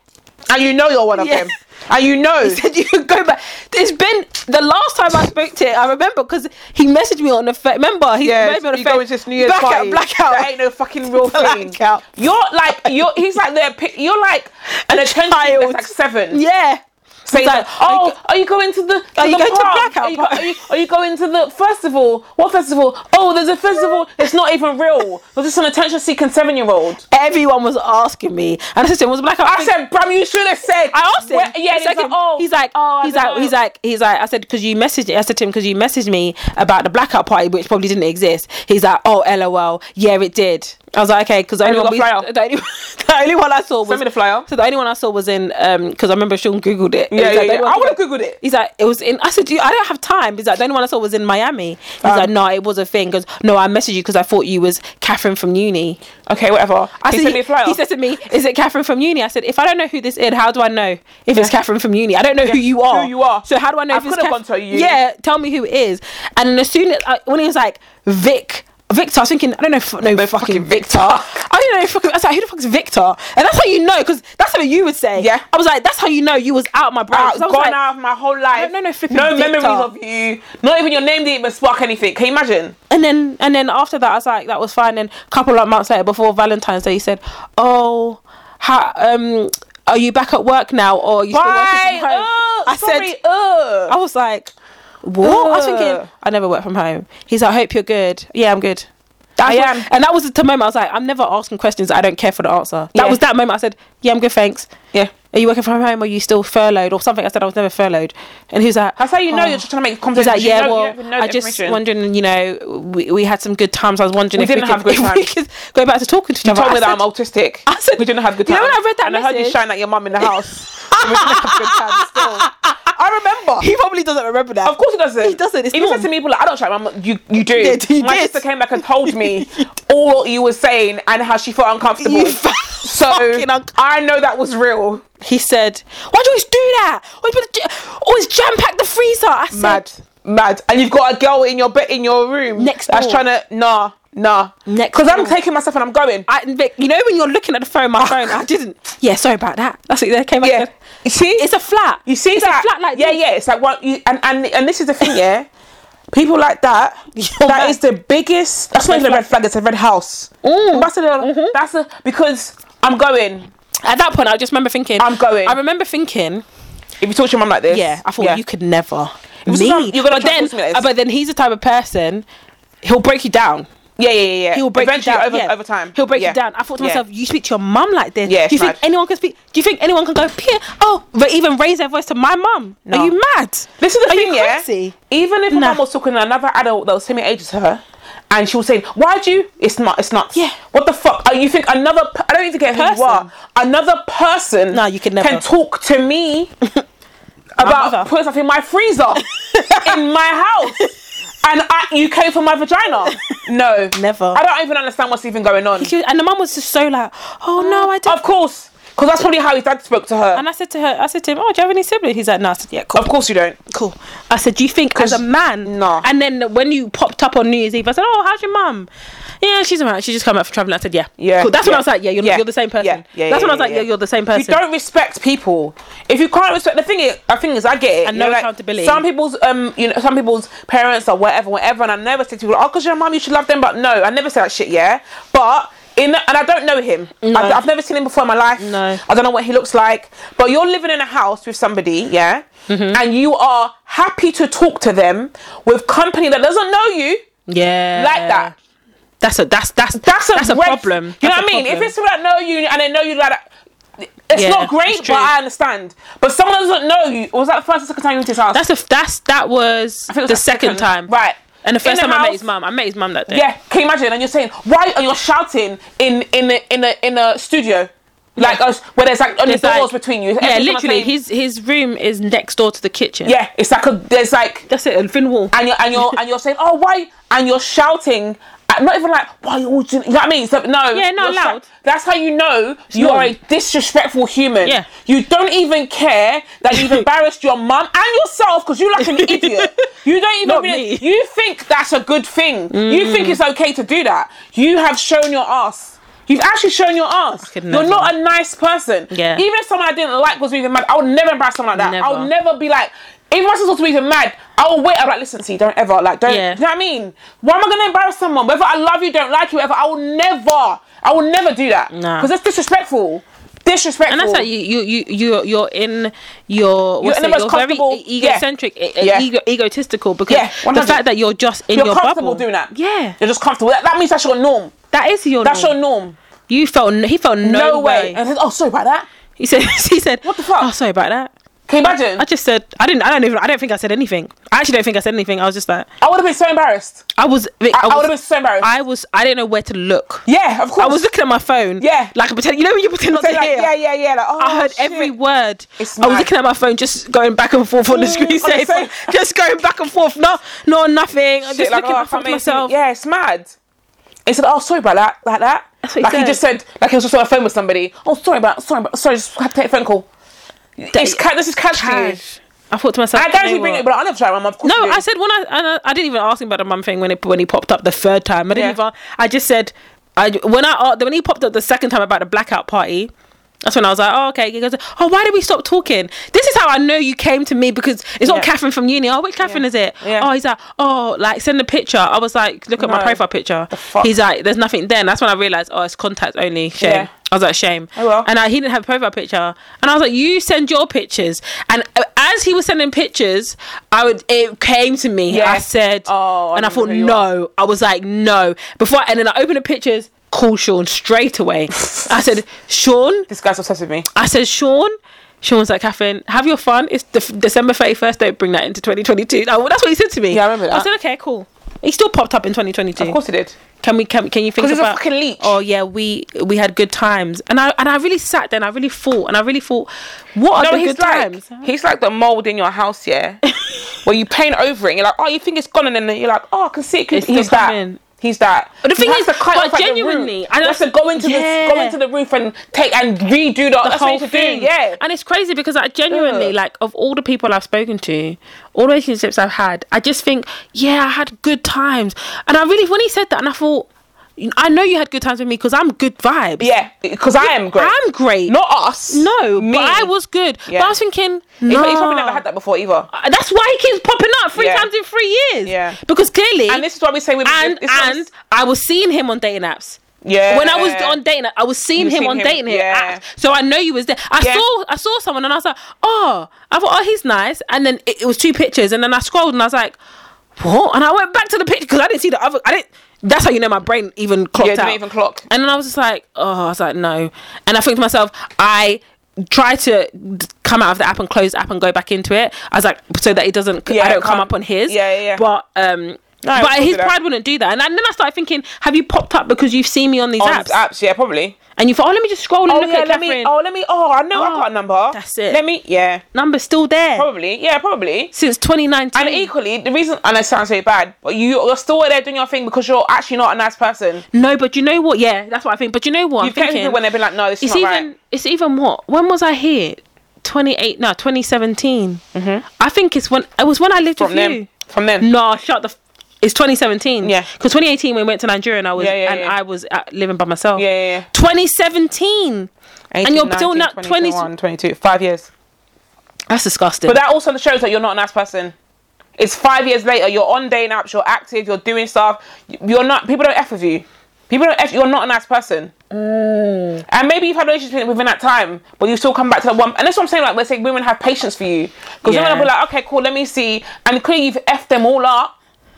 and you know you're one of Yeah. them, and you know. said *laughs* you could go back. It's been the last time I spoke to it. I remember because he messaged me on the fa- remember he Yeah, messaged me on the you fa- go into this New Year's blackout, party. Blackout, That ain't no fucking real thing. *laughs* Blackout. You're like you're. He's like the. epi- You're like an attention child. that's like seven. Yeah. Saying Like, like, are oh, you- are you going to the? To Are the you going to prom? Blackout Are you, go- Park? are, you, are you going to the festival? What festival? Oh, there's a *laughs* festival. It's not even real. You're just an attention-seeking seven-year-old. Everyone was asking me, and I said, to him, "Was blackout?" I said, Bram, you should have said. I asked him. Where- yeah, he's like, oh, he's like, oh, I he's like, don't he's know. like, he's like. I said because you messaged. I said to him because you messaged me about the blackout party, which probably didn't exist. He's like, oh, lol, yeah, it did. I was like, okay, because the, only you one we- got *laughs* the, only- the only one I saw was me the flyer. So the only one I saw was in um because I remember Sean googled it. He's Yeah, like, yeah, the only yeah. one I would have googled it. He's like, it was in. I said, you, I don't have time. He's like, the only one I saw was in Miami. He's Um, like, no, it was a thing. Because no, I messaged you because I thought you was Catherine from uni. Okay, whatever. I he said- sent me a flyer. He said to me, "Is it Catherine from uni?" I said, "If I don't know who this is, how do I know if it's Catherine from uni? I don't know who you are. who you are. So how do I know I if it's could have Cath- gone to uni. Yeah, tell me who it is." And then as soon as I, when he was like Vic, Victor, I was thinking, I don't know, f- no, fucking, fucking Victor. Victor. I don't know. Fucking, I was like, who the fuck's Victor? And that's how you know, because that's how you would say. Yeah. I was like, that's how you know you was out my brain. Out, 'Cause I was gone like, out of my whole life. don't know no flipping no Victor. memories of you. Not even your name didn't even spark anything. Can you imagine? and then and then after that, I was like, that was fine. And a couple of months later, before Valentine's Day, he said, "Oh, how, um, are you back at work now, or are you still Why? working from home?" Ugh, I sorry, uh. said, ugh. I was like, "What?" I was Ugh. thinking, "I never work from home." He's like, "I hope you're good." Yeah, I'm good. That's I what- am. and that was the moment I was like, "I'm never asking questions. that I don't care for the answer." That Yeah. was that moment. I said, "Yeah, I'm good, thanks." Yeah. Are you working from home? Or are you still furloughed or something? I said I was never furloughed, and he was like, That's how you know "Oh." you're just trying to make He's conversation. like, yeah, well, you I just wondering, you know, we, we had some good times. I was wondering We if, didn't we have could, good if we times. could go back *laughs* to talking to each You other. told I me that I'm said- autistic. I said- we didn't have good You times. know when I read that and I heard you message- shine at your mum in the house. *laughs* So we didn't have good times still. I remember. *laughs* He probably doesn't remember that. Of course he doesn't. He doesn't, it's Even norm. said to me, people like, I don't shine. Mum, you you do. did, he My did. *laughs* sister came back and told me all you were saying and how she felt uncomfortable. You fa- So Fucking unc- I know that was real. He said, "Why do you always do that? Always, put the j- always jam pack the freezer." I said, Mad, mad. And you've got a girl in your bed in your room Next that's door. trying to nah, nah. Next because I'm door. taking myself and I'm going. I, Vic, you know when you're looking at the phone, my phone. I *laughs* didn't. Yeah, sorry about that. That's what they came. yeah, Yeah. you see, It's a flat. you see it's that a flat like yeah, this. yeah. It's like what you and and and this is the thing, yeah. People like *laughs* that. You're that mad. is the biggest. Mm. Mm-hmm. That's not even a red flag. It's a red house. That's a, that's a because I'm going. At that point, I just remember thinking, I'm going. I remember thinking, If you talk to your mum like this, yeah, I thought you could never. was Me. some- you're gonna but try and then, force me like this. uh, but then he's the type of person. He'll break you down. Yeah, yeah, yeah. yeah. He'll break Eventually, you down over, yeah. over time. He'll break Yeah. you down. I thought to Yeah. myself, you speak to your mum like this. Yeah, do you it's think mad. anyone can speak? Do you think anyone can go? Pia, oh, but even raise their voice to my mum? No. Are you mad? This is the Are thing, you yeah. crazy? Even if my Nah. mum was talking to another adult that was same age as her, and she was saying, "Why do you?" It's not. It's not. Yeah. What the fuck? Oh, you think another? p- I don't even get who you Person. are. Another person. No, you could Can never. talk to *laughs* me mother. about putting something in my freezer *laughs* *laughs* in my house, and I, you came for my *laughs* vagina. No, Never. I don't even understand what's even going on. She was- and the mum was just so like, oh no, I don't. Of course, because that's probably how his dad spoke to her. and I said to her, I said to him, oh, do you have any siblings? He's like, no. I said, yeah, cool. of course, you don't. cool. I said, do you think as a man? Nah. And then when you popped up on New Year's Eve, I said, oh, how's your mum? Yeah, she's alright. She just come out from traveling. I said, yeah, Yeah. Cool. That's when yeah, I was like, yeah, you're, you're the same person. Yeah. yeah, That's yeah, when I was yeah, like, yeah. you're the same You person. don't respect people. If you can't respect the thing, is, I think is I get it. And you know, no like, accountability. Some people's um, you know, some people's parents or whatever, whatever. And I never said to people, oh, because your mum, you should love them. But no, I never said that shit. Yeah, but. In and I don't know him. I've, I've never seen him before in my life. No. I don't know what he looks like. But you're living in a house with somebody, yeah, Mm-hmm. and you are happy to talk to them with company that doesn't know you yeah. like that That's a that's that's that's a, red- problem. You know That's what I a mean? If problem. it's people that know you and they know you like that, it's Yeah, not great, it's true. but I understand. But someone that doesn't know you, was that the first or second time you went to his house? that's a that's that was, think it was the the second. second, time, Right. And the first In the time I met house. his mum, I met his mum that day. yeah, can you imagine? And you're saying, why are you shouting in in a, in a in a studio, like Yeah. us, where there's like only It's doors like- between you? Yeah, Every time I literally, say- his his room is next door to the kitchen. yeah, it's like a there's like that's it, a thin wall. and you're and you're and you're saying, oh why? And you're shouting. at- Not even like why are you all doing? You know what I mean? So, no. Yeah, not you're shou- loud. That's how you know you not. are a disrespectful human. Yeah. You don't even care that *laughs* you've embarrassed your mum and yourself because you're like an idiot. You don't even. Not really- me. You think that's a good thing. You think it's okay to do that. You have shown your ass. You've actually shown your ass. could You're never. not a nice person. Yeah. Even if someone I didn't like was even mad, I would never embarrass someone like that. I would Never. never be like, if my sister was even mad, I would wait. I'm like, listen, see, don't ever like, don't. Yeah. You know what I mean? Why am I gonna embarrass someone? Whether I love you, don't like you, whatever, I will never, I will never do that. Nah. Because that's disrespectful. Disrespectful. And that's like you, you, you, you, you're in your, what's in the it, most you're very comfortable- e- egocentric, e- e- Yeah. ego, egotistical because Yeah, 100. the fact that you're just in You're your comfortable bubble. doing that. Yeah, You're just comfortable. That, that means that's your norm. that is your. That's norm. your norm. You felt he felt no, No, way. And I said, oh, sorry about that. He said *laughs* he said what the fuck? Oh, sorry about that. Can you imagine? I I, just said I didn't. I don't even. I don't think I said anything. I actually don't think I said anything. I was just like would have been so embarrassed. I was. I, I, was, would have been so embarrassed. I was. I didn't know where to look. yeah, of course. I *laughs* was looking at my phone. Yeah. Like I pretend. You know when you pretend not So to *laughs* like, hear. yeah, yeah, yeah. Like, oh, I heard shit. every word. It's I was mad. looking at my phone, just going back and forth on the Mm, screensaver, on the same- *laughs* just going back and forth. No, no, nothing. I'm Shit, just looking oh, I back can't at make myself. it. Yeah, it's mad. He said, "Oh, sorry about that, like that." That's what he like he said. just said, like he was just on the phone with somebody. Oh, sorry about, sorry about, sorry, just had to take a phone call. It's ca- this is cash, To you. Cash. I thought to myself. I you guarantee know you bring what? it, but I'll never try my mum. Of course No, you do. I said when I and I, I didn't even ask him about the mum thing when it when he popped up the third time. I didn't Yeah. even. I just said, I when I uh, when he popped up the second time about the blackout party. That's when I was like, oh, okay. He goes, oh, why did we stop talking? This is how I know you came to me because it's not Yeah. Catherine from uni. Oh, which Catherine is it? Yeah. Oh, he's like, oh, like send a picture. I was like, look at my No. profile picture. fuck? He's like, there's nothing there. And that's when I realized, oh, it's contact only. Shame. Yeah. I was like, shame. Oh, well. And I, he didn't have a profile picture. And I was like, you send your pictures. And uh, as he was sending pictures, I would it came to me. Yeah. I said, Oh, I and I remember thought who you no. I was like no. Before I, and then I opened the pictures. Call Sean *laughs* straight away. I said, Sean. this guy's obsessed with me. I said, Sean. Sean was like, Catherine, have your fun. It's def- December thirty first. Don't bring that into twenty twenty two. That's what he said to me. Yeah, I remember that. I said, okay, cool. He still popped up in twenty twenty two Of course he did. can we can, can you think 'Cause he's a about fucking leech. oh yeah we we had good times and i and i really sat there and i really thought and i really thought what are No, the he's good like times he's like the mold in your house, *laughs* yeah, where you paint over it. and You're like, oh, you think it's gone, and then you're like, oh, I can see it. Can, It's he's still that. coming. He's that. But the He thing has is, to cut off but at the root. genuinely, I he has to don't- go into the go Yeah. into the roof and take and redo the, the that's whole what you thing. Do. Yeah, And it's crazy because I genuinely Ugh. like of all the people I've spoken to, all the relationships I've had, I just think, yeah, I had good times. And I really when he said that and I thought I know you had good times with me because I'm good vibes. yeah, because I am great. I'm great. Not us. no, me. but I was good. Yeah. But I was thinking, He's, no. he's probably never had that before either. That's why he keeps popping up three Yeah. times in three years. Yeah. Because clearly And this is what we say. We and, this is- and I was seeing him on dating apps. yeah, When I was on dating, I was seeing You've him seen on him, dating him. yeah. apps. So I know you was there. I Yeah. saw I saw someone and I was like, oh, I thought, oh, he's nice. And then it, it was two pictures, and then I scrolled and I was like, what? And I went back to the picture because I didn't see the other. I didn't. That's how you know my brain even clocked Yeah, didn't out. even clock. And then I was just like, oh, I was like, no. And I think to myself, I try to d- come out of the app and close the app and go back into it. I was like, so that it doesn't, Yeah, I don't come come- up on his. yeah, yeah, yeah. But um, I but wouldn't his do that. pride wouldn't do that. And, I- and then I started thinking, have you popped up because you've seen me on these on apps? apps. Yeah, probably. And you thought, oh, let me just scroll and Oh look yeah, at let Catherine. me. Oh let me. Oh, I know I Oh, got a number. that's it. Let me. Yeah, Number's still there probably. Yeah, probably. since 2019. And equally, the reason, and it sounds really bad, but you, you're still there doing your thing because you're actually not a nice person. no, but you know what? Yeah, that's what I think. But you know what? You've kept people when they've been like, no, this is it's not even right. it's even what when was i here 28 no 2017 mm-hmm. i think it's when it was when i lived From with them. you From them. no shut the f- it's 2017 Yeah. because 2018 when we went to nigeria and i was Yeah, yeah, and yeah. i was uh, living by myself Yeah, yeah, yeah. 2017 and you're still not 20 21, 22, five years. that's disgusting But that also shows that you're not a nice person. It's five years later, you're on dating apps, you're active, you're doing stuff. You're not, people don't F with you. People don't F, you're not a nice person. Mm. And maybe you've had relationships within that time, but you still come back to that one. And that's what I'm saying, like, we're saying women have patience for you. Because Yeah. women will be like, okay, cool, let me see. And clearly you've F'd them all up.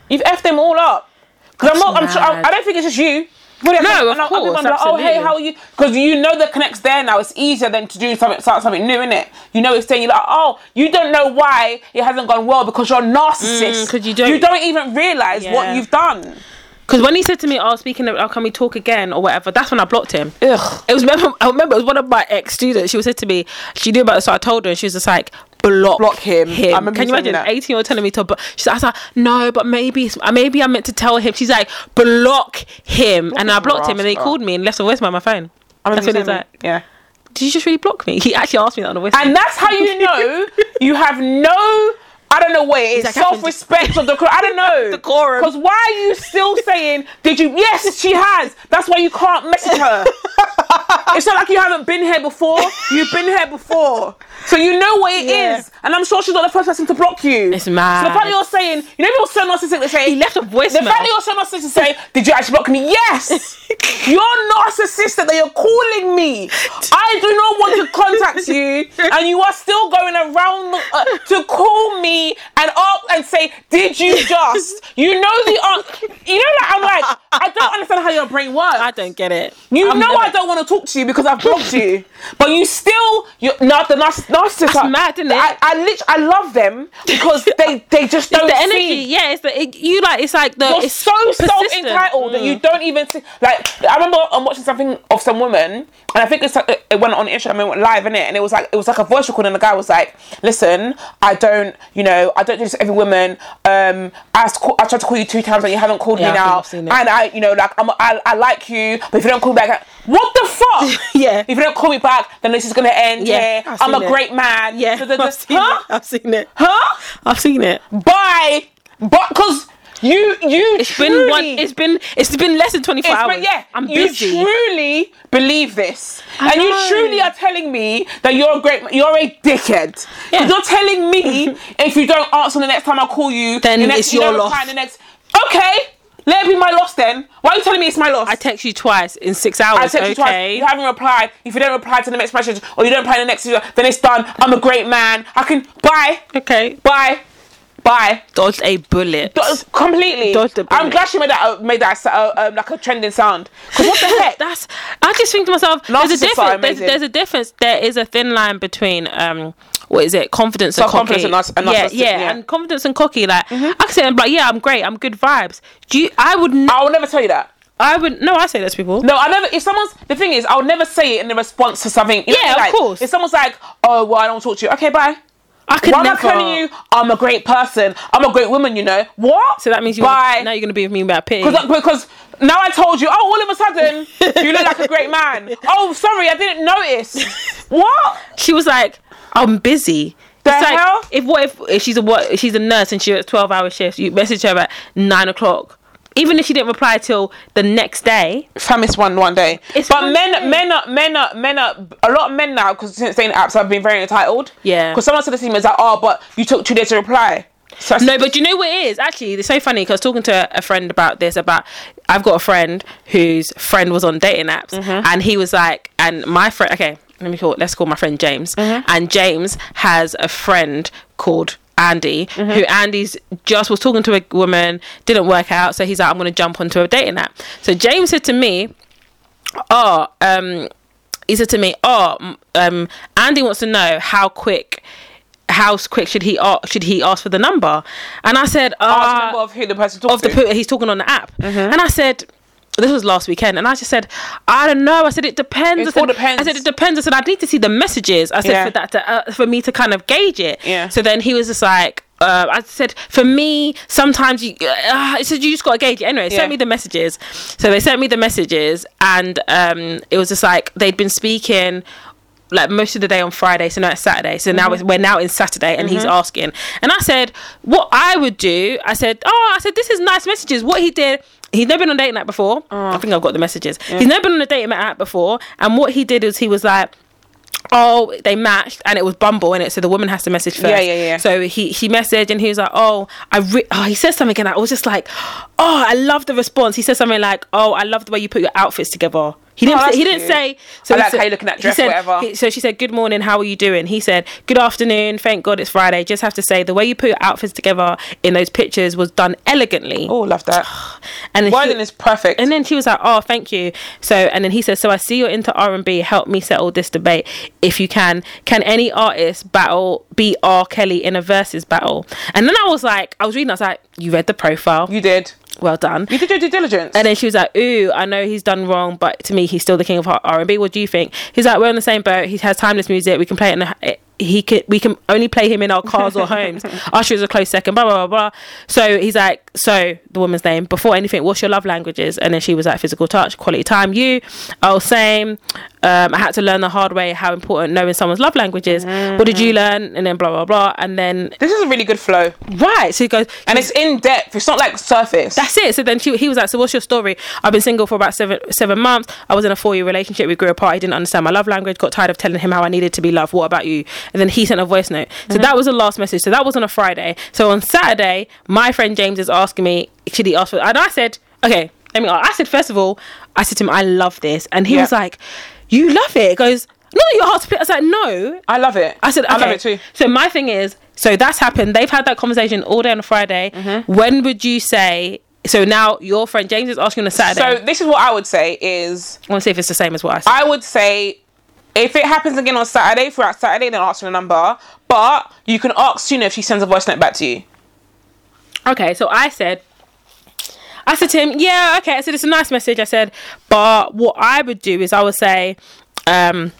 You've F'd them all up. Because I'm not, I'm sure, I, mad. I don't think it's just you. Really, I No, think- of and I- I think course, I'm like, oh, hey, absolutely. how are you? Because you know the connect's there now. It's easier than to do something, start something new, innit? You know it's there. You're like, oh, you don't know why it hasn't gone well because you're a narcissist. Mm, 'cause you don't- You don't even realize Yeah. what you've done. because when he said to me oh speaking of oh, can we talk again or whatever that's when i blocked him Ugh. It was *laughs* remember I remember it was one of my ex students. She was said to me, she knew about it, so I told her, and she was just like, block, Block him. I remember Can you you saying imagine that. eighteen year old telling me to? But she's I was like, no, but maybe it's- uh, maybe I meant to tell him. She's like, block him, and I him, blocked him, and he rascal. called me and left a voicemail on my phone. I remember you That's when he was saying like, that. Yeah. did you just really block me? *laughs* He actually asked me that on the voicemail. And that's how you *laughs* know you have no. I don't know what it is. like, I can- Self respect or decorum. I don't know. Decorum. Because why are you still saying, did you? Yes, she has. That's why you can't message *laughs* her. it's not like you haven't been here before. You've been here before. So you know what it is. Yeah. And I'm sure she's not the first person to block you. It's mad. So the fact that you're saying, you know, people so narcissistic to say, he left a the fact that voicemail. you're so narcissistic to say, did you actually block me? *laughs* Yes! you're narcissistic that you're calling me. I do not want to contact you, and you are still going around the, uh, to call me and up and say, did you *laughs* just? You know the answer. You know, like, I'm like, I don't understand how your brain works. I don't get it. You I'm know never- I don't want to talk to you because I've blocked *laughs* you, but you still you're not the narciss- narcissist. That's mad, isn't it? I, I lit- I love them *laughs* because they they just don't The energy, see yeah, it's the it, you like. It's like the you're it's so persistent. Mm. self entitled that you don't even see. Like I remember I'm watching something of some woman, and I think it's like, it went on Instagram, it went live in it, and it was like it was like a voice recording. And the guy was like, "Listen, I don't, you know, I don't do this to every woman. Um, I, s- call- I tried to call you two times, and you haven't called Yeah, I me think now. I've seen And it. I, you know, like I'm, I, I like you, but if you don't call me back, I- what the fuck? *laughs* Yeah. if you don't call me back, then this is gonna end. Yeah, Yeah, I've I'm a seen it. great man. Yeah, *laughs* Da, da, da. I've *laughs* seen huh? it. I've seen it. Huh? I've seen it. Bye. But because you, you, It's been one. It's been it's been less than twenty four It's hours. been- yeah, I'm you busy. truly believe this, I and know. you truly are telling me that you're a great, you're a dickhead. Yeah. You're telling *laughs* me if you don't answer the next time I call you, Then the next, it's you your don't loss. reply The next, okay, let it be my loss then. Why are you telling me it's my loss? I text you twice in six hours. I text you twice. okay. You haven't replied. If you don't reply to the next message, or you don't reply to the next, video, then it's done. I'm a great man. I can bye, okay. bye, bye. Dodged a bullet. Do- completely. Dodged the bullet. I'm glad she made that uh, made that s- uh, um, like a trending sound. 'Cause *laughs* what the heck? That's. I just think to myself. There's Narcissists a are difference. There's, amazing. there's a difference. There is a thin line between um. What is it? Confidence and cocky. Self-confidence and narciss- and yeah, narcissistic, yeah, yeah. Mm-hmm. and confidence and cocky. Like I can say, I'm like, yeah, I'm great. I'm good vibes. Do you? I would. N- I will never tell you that. I would. No, I say that to people. No, I never. If someone's the thing is, I'll never say it in the response to something. you know Yeah, what I mean? of Like, course. If someone's like, "Oh, well, I don't talk to you," okay, bye. I could Why am I never. telling you I'm a great person? I'm a great woman, you know. What? So that means you. Bye. Now you're gonna be with me about pity. Because, because now I told you, oh, all of a sudden, you look like a great *laughs* man. Oh, sorry, I didn't notice. What? she was like, "I'm busy." The it's like, hell? if what if, if she's a what if she's a nurse and she works twelve hour shifts, you message her at nine o'clock. Even if she didn't reply till the next day, Fam, it's one one day. It's but one men, day. men are, men are, men are. A lot of men now, because since saying apps, I've been very entitled. Yeah. Because someone said this to me, it's like, oh, but you took two days to reply. So I No, said, but you know what it is? Actually, it's so funny because talking to a friend about this, about I've got a friend whose friend was on dating apps, and he was like, and my friend, okay, let me call, let's call my friend James, and James has a friend called. Andy, who Andy's just was talking to a woman, didn't work out, so he's like, I'm gonna jump onto a dating app. So James said to me, Oh, um, he said to me, "Oh, m- um, Andy wants to know how quick, how quick should he a- should he ask for the number?" And I said, I was a "Ah, member of Mm-hmm. who the person talked of the to. put he's talking on the app." And I said. This was last weekend, and I just said, I don't know. I said it depends. It I said, all depends. I said it depends. I said I need to see the messages. I said Yeah. for that to, uh, for me to kind of gauge it. Yeah. So then he was just like, uh, I said for me sometimes you. Uh, I said you just got to gauge it anyway. Yeah. Send me the messages. So they sent me the messages, and um, it was just like they'd been speaking like most of the day on Friday, so now it's Saturday. So now it's, we're now in Saturday, and he's asking. And I said, what I would do, I said, oh, I said this is nice messages. What he did. He'd never been on a dating app before. I think I've got the messages. He's never been on a dating app before. And what he did is he was like, oh, they matched, and it was Bumble in it, so the woman has to message first. Yeah, yeah, yeah. So he he messaged, and he was like, oh, I re- oh, he says something, and I was just like, oh, I love the response. He said something like, oh, I love the way you put your outfits together. He didn't. Oh, say, he that's didn't cute. say. So I he like said- how you're looking at he dress, said- whatever. he- so she said, "Good morning. How are you doing?" He said, "Good afternoon. Thank God it's Friday. Just have to say the way you put your outfits together in those pictures was done elegantly." Oh, love *sighs* that. and he- Wording is perfect. and then she was like, "Oh, thank you." So, and then he says, "So I see you're into R and B. Help me settle this debate, if you can. Can any artist battle beat R Kelly in a versus battle?" And then I was like, I was reading, I was like, "You read the profile. you did. Well done." You did your due diligence. And then she was like, "Ooh, I know he's done wrong, but to me, he's still the king of R and B. What do you think?" He's like, "We're on the same boat. He has timeless music. We can play it in the." He could. We can only play him in our cars *laughs* or homes. Usher is a close second. Blah blah blah blah. So he's like, so the woman's name before anything. What's your love languages? And then she was like, physical touch, quality time. You, oh same. Um, I had to learn the hard way how important knowing someone's love languages. What did Mm. you learn? And then blah blah blah. And then this is a really good flow. right. So he goes, And it's in depth. It's not like surface. that's it. So then she, he was like, "So what's your story? I've been single for about seven seven months. I was in a four year relationship. We grew apart. I didn't understand my love language. Got tired of telling him how I needed to be loved. What about you?" And then he sent a voice note. So that was the last message. So that was on a Friday. So on Saturday, my friend James is asking me, "Should he ask for?" And I said, "Okay." I mean, I said first of all, I said to him, "I love this," and he Yeah. was like, "You love it?" He goes, "No, your heart's split." I was like, "No, I love it. I said, okay. I love it too. So my thing is, so that's happened. They've had that conversation all day on a Friday. Mm-hmm. When would you say? So now your friend James is asking on a Saturday. So this is what I would say is I want to see if it's the same as what I said. I would say if it happens again on Saturday, throughout Saturday, then ask for the number. But you can ask sooner if she sends a voice note back to you. okay, so I said, I said to him, yeah, okay. I said it's a nice message. I said, but what I would do is I would say, um.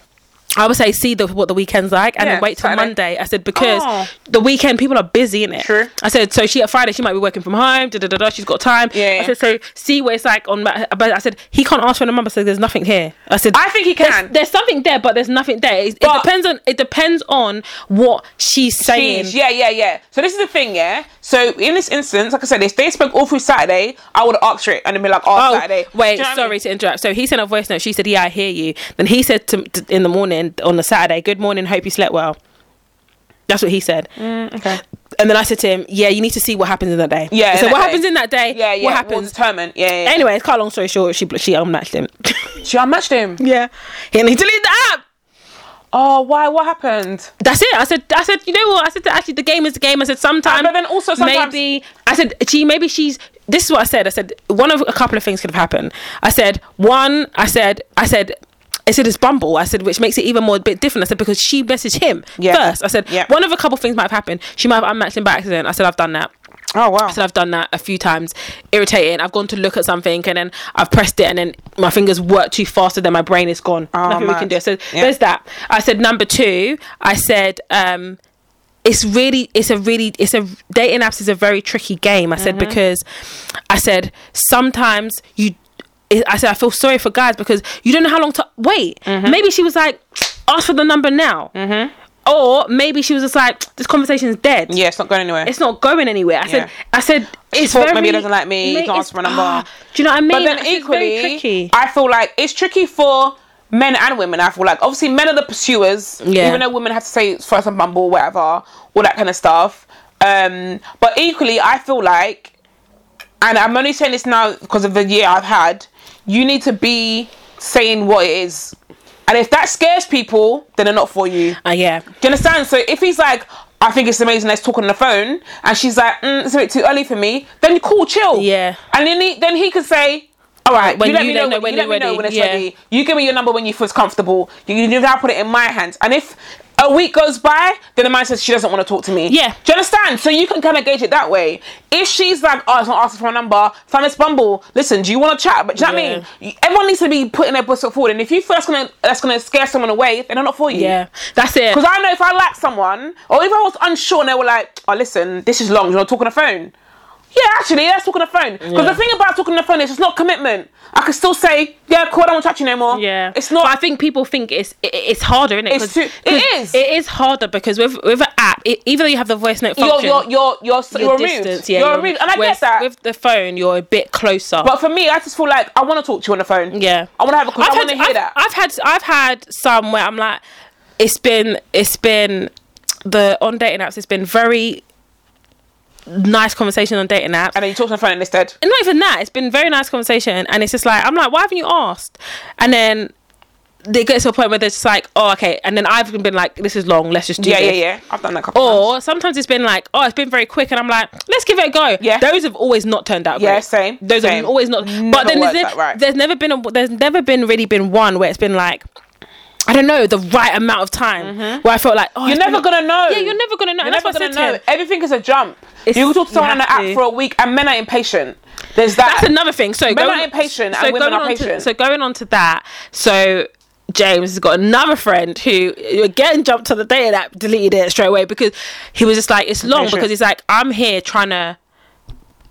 I would say see the, what the weekend's like and Yeah, then wait till Saturday. Monday. I said because Oh. the weekend people are busy in it. True. I said so she at Friday she might be working from home. Da da da da. She's got time. Yeah, I said so see what it's like on. Ma- But I said he can't ask for a number. So there's nothing here. I said I think he there's- can. There's, something there, but there's nothing there. It, it But- depends on it depends on what she's saying. Jeez, yeah, yeah, yeah. So this is the thing, yeah. So in this instance, like I said, if they spoke all through Saturday, I would ask for it and then be like, oh, Oh, Saturday. Do you wait, know what I sorry mean? to interrupt. So he sent a voice note. She said, "Yeah, I hear you." Then he said to, t- in the morning on the Saturday, "Good morning. Hope you slept well." That's what he said. okay. And then I said to him, "Yeah, you need to see what happens in that day." Yeah, So in what that day. happens in that day? Yeah, yeah. What We'll happens? determine. Yeah, yeah. yeah. Anyway, it's quite a long story short. She she unmatched him. She unmatched him. *laughs* yeah, he need to leave the app. Oh, why? What happened? That's it. I said. I said. You know what? I said. Actually, the game is the game. I said. Sometimes. but then also sometimes- maybe. I said. Gee, maybe she's. This is what I said. I said one of a couple of things could have happened. I said one. I said. I said. I said it's Bumble. I said, which makes it even more a bit different. I said because she messaged him Yeah. first. I said Yeah. one of a couple of things might have happened. She might have unmatched him by accident. I said I've done that. Oh wow. So I've done that a few times. Irritating. I've gone to look at something and then I've pressed it and then my fingers work too fast and then my brain is gone. Nothing we mad. can do. So Yeah. there's that. I said number two. I said um, it's really it's a really it's a dating apps is a very tricky game. I said because I said sometimes you it- I said I feel sorry for guys because you don't know how long to wait. Maybe she was like, ask for the number now, or maybe she was just like, this conversation's dead. Yeah, it's not going anywhere. It's not going anywhere. I said, Yeah. I said, it's thought very, maybe he doesn't like me, he mate, can't ask it's- for my number. ah, do you know what I mean? but then I said, it's very equally, tricky. I feel like it's tricky for men and women. I feel like obviously men are the pursuers, Yeah. even though women have to say first on Bumble, whatever, all that kind of stuff. Um, but equally, I feel like, and I'm only saying this now because of the year I've had. You need to be saying what it is, and if that scares people, then they're not for you. Ah, yeah, Do you understand? So if he's like, I think it's amazing, let's talk on the phone, and she's like, mm, it's a bit too early for me, then cool, chill. Yeah. And then he, then he could say, all right, When you let you me don't know know when, when you let you're me know ready, when it's yeah. ready. You give me your number when you feel comfortable. You, you now put it in my hands. And if a week goes by, then the man says she doesn't want to talk to me. Yeah. Do you understand? So you can kind of gauge it that way. If she's like, oh, it's not asking for my number, fam, it's Bumble. Listen, do you want to chat? But do you know Yeah. what I mean? Everyone needs to be putting their best foot forward. And if you feel that's gonna that's gonna scare someone away, then they're not for you. yeah, that's it. Because I know if I like someone, or if I was unsure and they were like, oh, listen, this is long, do you want to talk on the phone? Yeah, actually, let's talk on the phone. Because Yeah. the thing about talking on the phone is it's not commitment. I could still say, yeah, cool, I don't want to touch you no more. Yeah, It's not. But I think people think it's it, it's harder, isn't it? It's 'Cause- too- it 'cause is. It is harder because with with an app, it, even though you have the voice note you're, function, you're, you're, you're, so- the you're distance, removed. yeah, you're, removed. And I whereas get that. With the phone, you're a bit closer. but for me, I just feel like I want to talk to you on the phone. yeah, I want to have a call. I I've want to had- hear I've- that. I've had I've had some where I'm like, it's been it's been the on dating apps. It's been very nice conversation on dating apps. and then you talk on the phone and instead. And not even that. It's been very nice conversation, and it's just like I'm like, why haven't you asked? And then they get to a point where they're just like, oh, okay. And then I've been like, this is long. Let's just do Yeah, yeah, this. yeah. I've done that a couple times. Or sometimes it's been like, oh, it's been very quick, and I'm like, let's give it a go. Yeah. those have always not turned out. Yeah, great. same, Those same. have always not. Never but then worked there's, out right. there's never been a, there's never been really been one where it's been like, I don't know, the right amount of time where I felt like, oh, Mm-hmm. You're it's never been- going to know. Yeah, you're never gonna know. You're And that's never what I going to said to know. him. Everything is a jump. You can talk to you someone on the have app to. for a week, and men are impatient. There's that. that's another thing. So Men going are impatient and women going are on to, patient. so going on to that, so James has got another friend who again jumped to the day and that deleted it straight away because he was just like it's long Impatient. because he's like I'm here trying to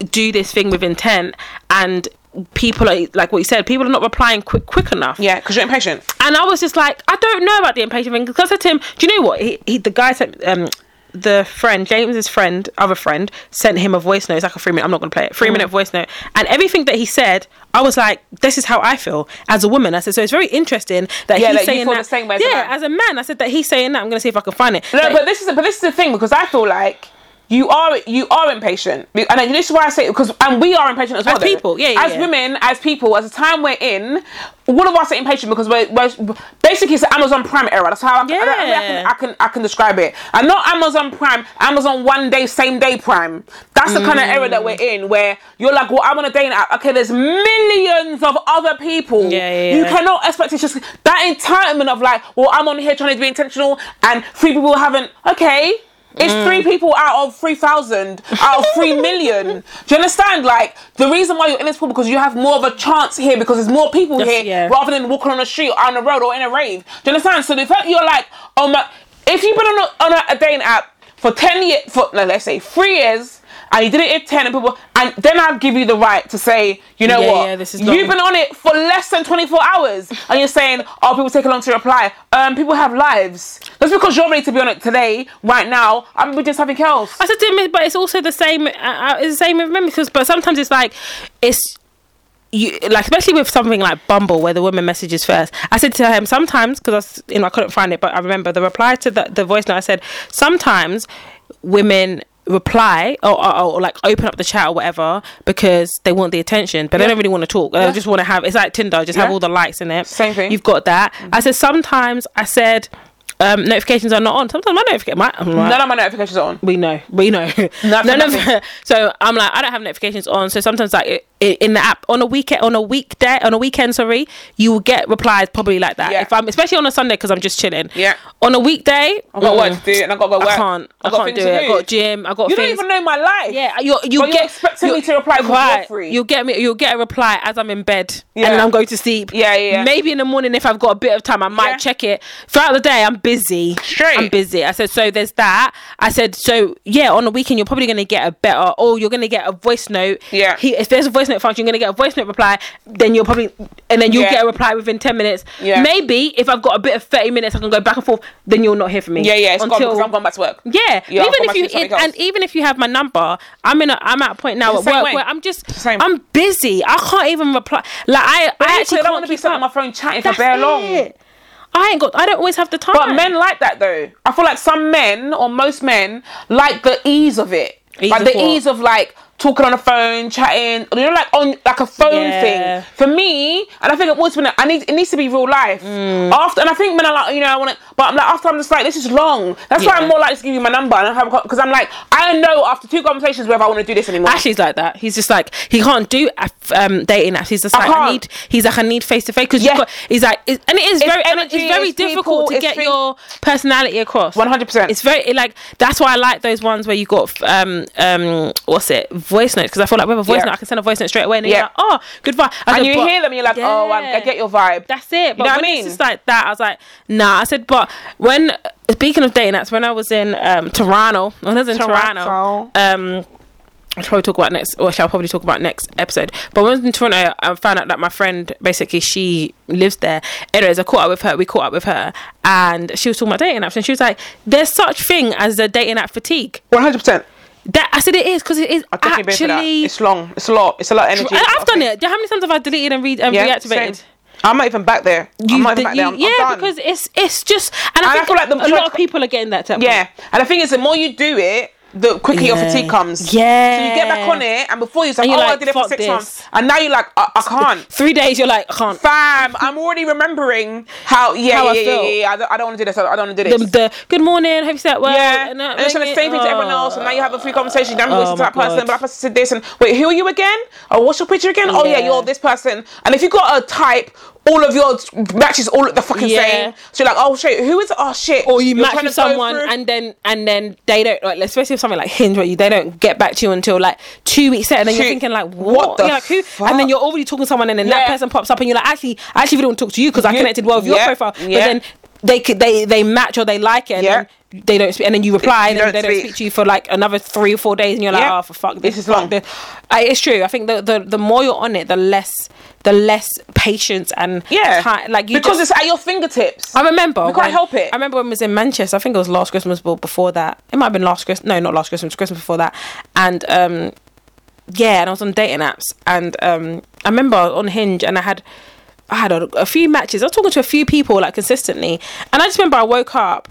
do this thing with intent and people are like what you said people are not replying quick quick enough Yeah, because you're impatient. and I was just like, I don't know about the impatient thing because I said to him, do you know what? He, he the guy sent um the friend James's friend, other friend, sent him a voice note. It's like a three minute. I'm not gonna play it. 3 minute Mm. voice note, and everything that he said, I was like, this is how I feel as a woman. I said, so it's very interesting that Yeah, he's that you saying feel that. the same way as a yeah, man. as a man, I said that he's saying that. I'm gonna see if I can find it. No, Like, but this is but this is the thing because I feel like you are you are impatient, Be- and this is why I say because and we are impatient as well. though. people, yeah, yeah, as yeah. women, as people, as the time we're in, all of us are impatient because we're, we're basically it's the Amazon Prime era. That's how I, can- I- I mean, I can, Yeah. I can I can describe it. And not Amazon Prime, Amazon one day, same day Prime. That's the kind of era that we're in where you're like, well, I'm on a dating app. Okay, there's millions of other people. Yeah, yeah, You yeah. cannot expect it's just that entitlement of like, well, I'm on here trying to be intentional, and three people haven't. Okay. It's Mm. three people out of 3,000, out of 3 *laughs* million. Do you understand? Like, the reason why you're in this pool because you have more of a chance here because there's more people here That's- yeah. rather than walking on the street, on the road, or in a rave. Do you understand? So the fact you're like, oh my, if you've been on a, on a, a dating app for 10 years, for, no, let's say three years, and you did it in 10 and people, and then I'd give you the right to say, you know Yeah, what? yeah, this is You've long. been on it for less than 24 hours and you're saying, oh, people take long to reply. Um, people have lives. That's because you're ready to be on it today, right now. I'm gonna be doing something else. I said to him, but it's also the same. Uh, uh, it's the same with men because, but sometimes it's like, it's you like especially with something like Bumble where the woman messages first. I said to him sometimes because I was, you know I couldn't find it, but I remember the reply to the, the voice note. I said sometimes women reply or, or, or like open up the chat or whatever because they want the attention but they don't really want to talk they Yeah. just want to have it's like tinder just have Yeah. all the likes in it Same thing. you've got that i said sometimes i said um notifications are not on sometimes my notification my, I'm like, None of my notifications are on. we know we know Not for *laughs* none of nothing. so i'm like i don't have notifications on so sometimes like i- i- in the app on a weekend on a weekday on a weekend sorry you will get replies probably like that Yeah. if i'm especially on a sunday because i'm just chilling Yeah. on a weekday mm, I've got work to do and I've got to go work. i can't i I've got can't things do to it i got gym i got You don't things even know my life. yeah you're, you'll But you're get expecting me to reply 'cause you're right. free. you'll get me you'll get a reply as i'm in bed Yeah. and i'm going to sleep Yeah, yeah, yeah. maybe in the morning if i've got a bit of time i might Yeah. check it throughout the day i'm busy busy. Straight. I'm busy. I said, so there's that. I said, so yeah, on the weekend you're probably gonna get a better or you're gonna get a voice note. Yeah. He, if there's a voice note function, you're gonna get a voice note reply, then you'll probably and then you'll Yeah. get a reply within ten minutes. Yeah. Maybe if I've got a bit of thirty minutes I can go back and forth, then you'll not hear from me. Yeah, yeah, it's gone until because I'm going back to work. yeah, Yeah, I've got even my if you sister, it, something and else. even if you have my number, I'm in a I'm at a point now It's at the same work way. where I'm just the same. I'm busy. I can't even reply. Like I, I actually, actually I don't can't want to be keep sat up. on my phone chatting That's for very long. it. I ain't got. I don't always have the time. But men like that though. I feel like some men or most men like the ease of it, Ease like of the what? ease of like talking on the phone, chatting. You know, like on like a phone Yeah. thing. For me, and I think I've always been. I need it needs to be real life. Mm. After and I think men are like you know I want to, but I'm like after I'm just like this is long. That's why Yeah. I'm more likely to give you my number and I have because I'm like I know after two conversations whether I want to do this anymore. Ashley's like that. He's just like he can't do uh, f- um, dating apps. He's just I like I, can't. need. He's like I need face to face because Yeah. got. He's like, it's, and it is very. and energy, it's very it's people, difficult to it's get thing- your personality across. 100%. It's very it, like that's why I like those ones where you got um um what's it voice notes because I feel like with a voice Yeah. note I can send a voice note straight away and then Yeah. you're like oh good vibe and you hear them, and you're like, oh, I, I get your vibe. That's it. But know what I when mean? it's just like that, I was like, nah. I said, but when speaking of dating apps, when I was in um, Toronto, when I was in Toronto, Toronto. um, I'll probably talk about next, or shall I probably talk about next episode. But when I was in Toronto, I found out that my friend basically she lives there. Anyways, I caught up with her. We caught up with her, and she was talking about dating apps, and she was like, "There's such thing as a dating app fatigue." 100. percent That I said it is because it is I take it that. actually. It's long. It's a lot. It's a lot of energy. I- I've done it. How many times have I deleted and, re- and Yeah, reactivated? same. I'm not even back there. I'm You- not even that back there. you- I'm, yeah, I'm done. because it's it's just, and And I I think feel like the- a lot of people are getting that. To that yeah, and the thing is, the more you do it, the quicker your Yeah. fatigue comes. Yeah. So you get back on it, and before you say, And "Oh, you're I like, did it "Fuck for six this." months," and now you're like, "I, I can't." point. Three days, you're like, I can't. Fam, I'm already remembering how. Yeah, How I yeah, yeah, feel. yeah, yeah. I don't, I don't want to do this. I don't want to do The, this. the good morning, hope you slept well. yeah, and and, that it's make the it- same thing to everyone oh. else, and now you have a free conversation. Now I'm Oh wasting my to that person, God. but that person said this, and wait, who are you again? Oh, what's your picture again? Oh yeah, Yeah. you're this person. And if you got a type, all of your matches all look the fucking Yeah. same. So you're like, oh shit, who is? Oh shit. Or you You're match trying with to go someone through- and then and then they don't like especially if something like Hinge where you they don't get back to you until like two weeks later and then you're Two- thinking like what, what the You're like, who? and then fuck? you're already talking to someone and then that Yeah. person pops up and you're like actually I actually really want to talk to you because I You- connected well with your yeah, profile but yeah. then they could they they match or they like it and Yeah. then they don't speak and then you reply and You then don't they don't speak. speak to you for like another three or four days and you're like Yeah. oh for fuck this, This is fuck long. this. I, it's true I think the, the the more you're on it the less the less patience and yeah, time, like you because just- it's at your fingertips. I remember. We can't when- help it. I remember when I was in Manchester. I think it was last Christmas, but before that, it might have been last Christmas. No, not last Christmas. Christmas before that, and um, yeah, and I was on dating apps, and um, I remember I was on Hinge, and I had. I had a, a few matches. I was talking to a few people like consistently, and I just remember I woke up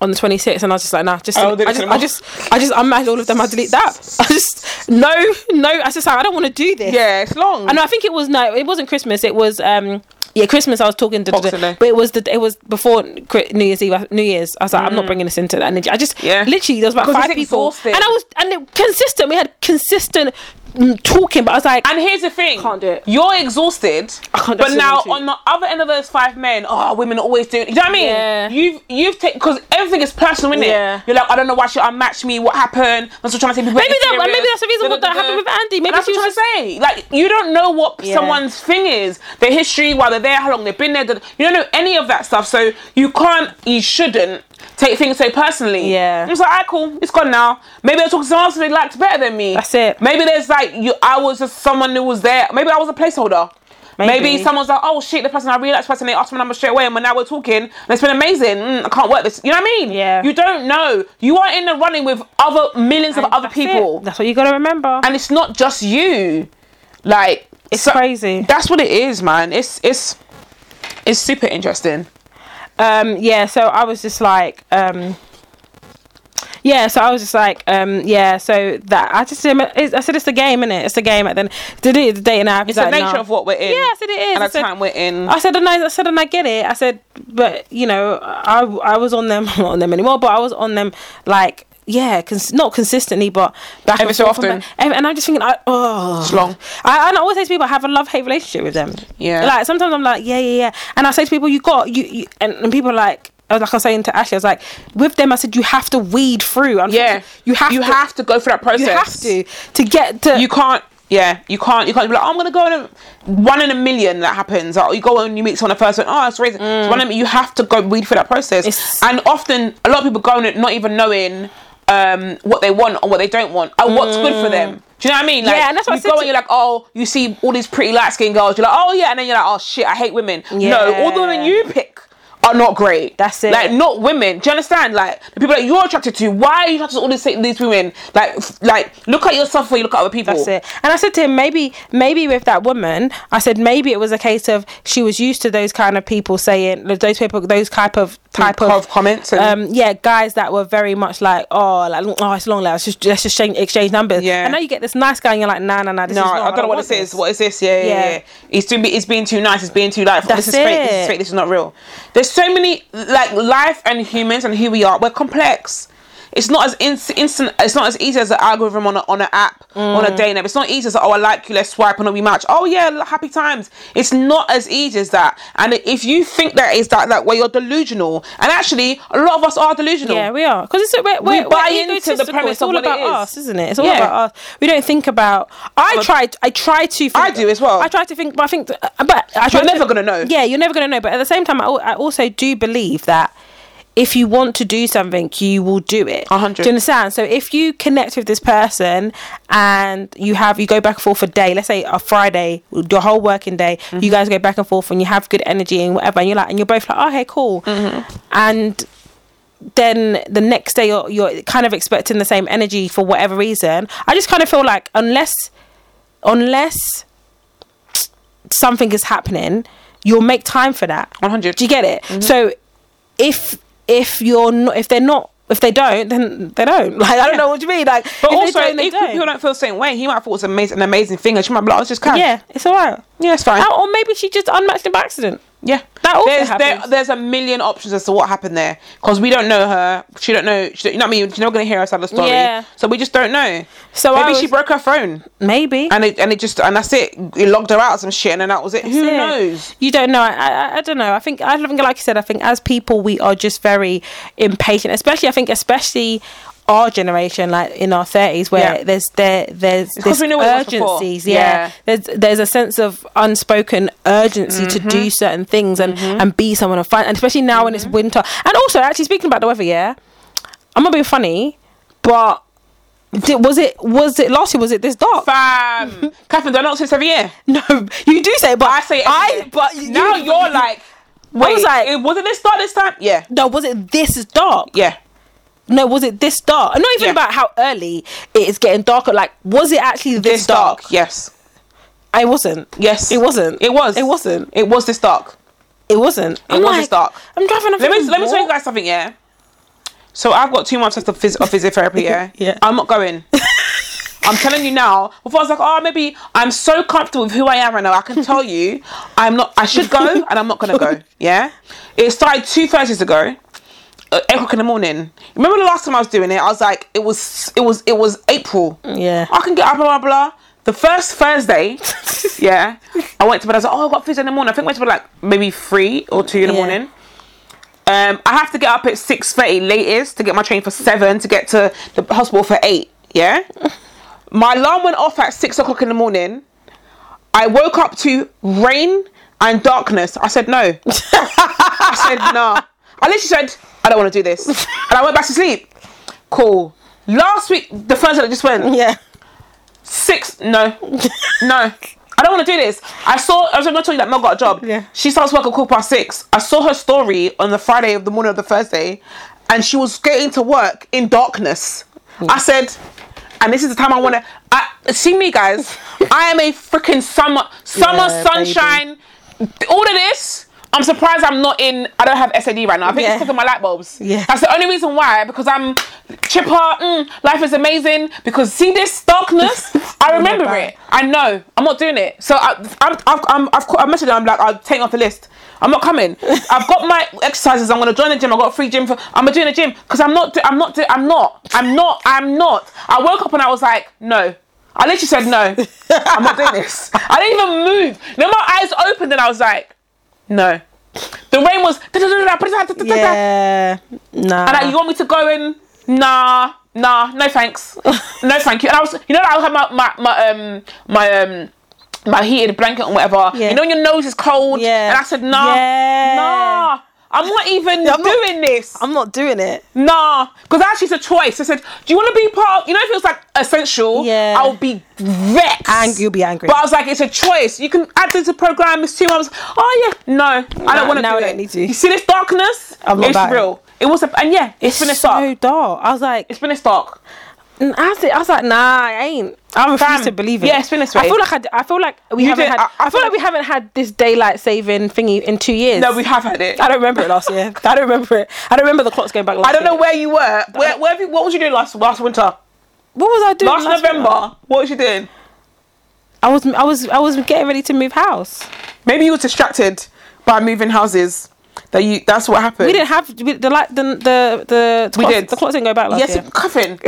on the 26th, and I was just like, nah, just Oh, I, did it just, anymore. I just I just unmatched all of them. I delete that. *laughs* I just no no. I was just like I don't want to do this. yeah, it's long. I know. I think it was no. It wasn't Christmas. It was um. Yeah, Christmas. I was talking to, Boxing Day. but it was the it was before Chri- New Year's Eve. I- New Year's. I was like, I'm not bringing this into that energy. I just Mm. Yeah. literally there was about Because five it's people, exhausting. and I was and it, consistent. We had consistent mm, talking, but I was like, And here's the thing. Can't do it. You're exhausted. I can't do But it. now Too. on the other end of those five men, oh, women always do. You know what I mean? Yeah. You've you've taken because everything is personal, isn't Yeah. it? You're like, I don't know why she unmatched me. What happened? I'm still trying to say people. Maybe that- that. maybe that's the reason what that happened with Andy. Maybe that's she what I'm was trying to say. Like you don't know what Yeah. someone's thing is, their history, why they're there, how long they've been there. that- You don't know any of that stuff, so you can't, you shouldn't take things so personally. Yeah. I'm just like, alright, cool, it's gone now. Maybe I talked to someone else they liked better than me. That's it. Maybe there's like you. I was just someone who was there. Maybe I was a placeholder. Maybe, Maybe. someone's like, oh shit, the person I really like, the person they asked my number straight away, and when now we're talking, and it's been amazing. Mm, I can't work this. You know what I mean? Yeah. You don't know. You are in the running with other millions of other That's it. people, That's what you got to remember. and it's not just you. Like It's so- crazy. That's what it is, man. It's it's it's super interesting. um yeah so i was just like um yeah so i was just like um yeah so that i just remem- it's- i said it's a game innit? it's a game and then did it the dating app It's the nature of what we're in. yeah i said it is Oh, And I the said- time we're in. I said, and I, I said, and I get it. I said, but you know, I I was on them, *laughs* I'm not on them anymore, but I was on them like yeah, cons- not consistently, but back Every and so forth and often. back- And, and I'm just thinking, I, oh, it's long. I, and I always say to people, I have a love hate relationship with them. Yeah. like sometimes I'm like, yeah, yeah, yeah, and I say to people, you got you, you and, and people are like. I was like I was saying to Ashley, I was like, with them, I said you have to weed through. Unfortunately, yeah. you have you to, have to go through that process. you have to to get to You can't Yeah, you can't. You can't be like, oh, I'm gonna go on a one in a million that happens. Or you go and you meet someone the first one, oh, it's raising. It's one of you have to go read through that process. Mm. It's- and often, a lot of people go in it not even knowing um, what they want or what they don't want and what's good for them. Do you know what I mean? Like, Mm. Yeah, and that's what I you said go to- and you're like, oh, you see all these pretty light skinned girls. You're like, oh yeah, and then you're like, oh shit, I hate women. No, all the women Yeah. you pick are not great. That's it. Like not women. Do you understand? Like the people that you're attracted to. Why are you attracted to all these these women? Like f- like look at yourself before you look at other people. That's it. And I said to him, maybe, maybe with that woman, I said maybe it was a case of she was used to those kind of people saying those people, those type of type Of of comments and- Um, yeah, guys that were very much like, oh, like oh, it's long, like, let's just let's just change, exchange numbers. Yeah. And now you get this nice guy, and you're like, nah, nah, nah. This No, is not, I don't know what want this is. What is this? Yeah, yeah, Yeah. yeah. He's doing. He's being too nice. He's being too light. That's This is fake. This it. is fake. This is not real. There's so many like life and humans and who we are. We're complex. It's not as in- instant. It's not as easy as an algorithm on a, on an app on Mm. a dating app. It's not easy as oh I like you. Let's swipe and we match. Oh yeah, l- happy times. It's not as easy as that. And if you think that is that that way, you're delusional. And actually, a lot of us are delusional. Yeah, we are because it's we're, we're, we buy into the premise It's of all what it about is. us, isn't it? It's all Yeah. about us. We don't think about. I tried. I tried to. Think, I do as well. I tried to think, but I think, but I You're tried to- never gonna know. Yeah, you're never gonna know. But at the same time, I, al- I also do believe that. If you want to do something, you will do it. A hundred. Do you understand? So if you connect with this person and you have you go back and forth for a day, let's say a Friday, your whole working day, Mm-hmm. you guys go back and forth and you have good energy and whatever, and you're like, and you're both like, oh, hey, cool, Mm-hmm. and then the next day you're, you're kind of expecting the same energy for whatever reason. I just kind of feel like unless unless something is happening, you'll make time for that. 100. Do you get it? Mm-hmm. So if if you're not if they're not if they don't then they don't. *laughs* Like I don't know what you mean. Like But if also, they don't, if people don't feel the same way, he might have thought it was amazing, an amazing thing, and she might be like, "Oh, it's just kind." yeah, it's all right. yeah, it's fine. Or or maybe she just unmatched it by accident. Yeah, That also there's, there, happens. there's a million options as to what happened there because we don't know her. She don't know. She don't, you know what I mean? She's not gonna hear us side of the story. Yeah. So we just don't know. So maybe I was- she broke her phone Maybe. and it and it just and that's it. It logged her out of some shit and then that was it. Who That's it. knows? You don't know. I, I, I don't know. I think I think like I said, I think as people we are just very impatient. Especially I think especially our generation, like in our thirties, where Yeah. there's there there's 'cause this we knew what it was before. urgencies. Yeah. Yeah. there's there's a sense of unspoken urgency to Mm-hmm. do certain things and and be someone and find, and especially now when it's winter. And also, actually speaking about the weather, yeah, I'm not being funny, but. Did, was it was it last year? Was it this dark? Bam, Catherine, do I not say this every year? *laughs* No, you do say, it, but I say it. Every I. year. But you- now you- you're like, wait, was like- it wasn't this dark this time? Yeah, No, was it this dark? yeah. No, was it this dark? Not even Yeah. about how early it is getting darker. Like, was it actually this, This dark? dark. Yes, It wasn't. yes. It wasn't. It was. It wasn't. It was this dark. It wasn't. It was this dark. I'm driving. I'm let me thinking, let me tell you what? guys something. Yeah. So I've got two months left of, phys- of physiotherapy. Yeah. Yeah. I'm not going. I'm telling you now. Before I was like, oh, maybe I'm so comfortable with who I am right now. I can tell you, I'm not. I should go, and I'm not gonna go. Yeah. It started two Thursdays ago. uh, Eight o'clock in the morning. Remember the last time I was doing it? I was like, it was, it was, it was April. Yeah. I can get up, blah, blah, blah. The first Thursday, yeah, I went to bed. I was like, oh, I got physio in the morning. I think I went to bed like maybe three or two in the Yeah. morning. Um, I have to get up at six thirty latest to get my train for seven to get to the hospital for eight. Yeah, my alarm went off at six o'clock in the morning. I woke up to rain and darkness. I said no. I said nah. I literally said I don't want to do this, and I went back to sleep. Cool. Last week, the first that just went Yeah. six. *laughs* No, no. I don't want to do this. I saw. I was going to tell you that Mel got a job. Yeah. She starts work at quarter past six. I saw her story on the Friday of the morning of the Thursday, and she was getting to work in darkness. I said, and this is the time I want to. I see me, *laughs* guys. I am a freaking summer, summer Yeah, baby. sunshine. All of this. I'm surprised I'm not in. I don't have SAD right now. I think Yeah. it's because of my light bulbs. Yeah. That's the only reason why, because I'm chipper, mm, life is amazing. Because see this *laughs* darkness, I remember buy it. it. I know. I'm not doing it. So I, I'm, I've, I'm, I've, i messaged her. I'm like, I'll take it off the list. I'm not *laughs* coming. I've got my exercises. I'm gonna join the gym. I've got a free gym. For, I'm gonna join the gym because I'm not. do- I'm not. do- I'm not. I'm not. I'm not. I woke up and I was like, no. I literally said no. I'm not doing *laughs* this. I didn't even move. Then my eyes opened and I was like, no. The rain was. Yeah. Nah. And like, you want me to go in? Nah, nah, no *laughs* thanks, no thank you. And I was, you know, like I had my my, my um my um my heated blanket and whatever. Yeah. You know, when your nose is cold. Yeah. And I said, nah, Yeah. nah. I'm not even *laughs* I'm not- doing this. I'm not doing it. Nah, because actually it's a choice. I said, do you want to be part? Of, you know, if it was like essential, Yeah. I'll be vexed. Ang- you'll be angry. But I was like, it's a choice. You can add this to the program. It's two hours. Oh yeah, no, I don't want to. now do I don't it. need to. You see this darkness? I'm not it's about it. real. It was, a, and yeah, it's, been a so dark. dark. I was like, It's been a dark. And I was, I was like, nah, I ain't. I refuse Fam, to believe it. yeah, it's been this I way. feel like I, d- I feel like we You haven't did- had. I- I, I feel like we haven't had this daylight saving thingy in two years. No, we have had it. I don't remember it last year. I don't remember it. I don't remember the clocks going back. Last I don't know year. where you were. Where, where have you, what was you doing last last winter? what was I doing Last, November. What was you doing? I was I was I was getting ready to move house. Maybe you were distracted by moving houses. That you. That's what happened. We didn't have we, the like the the the We clocks, did. the clocks didn't go back last Yes, year. it- *laughs* coughing.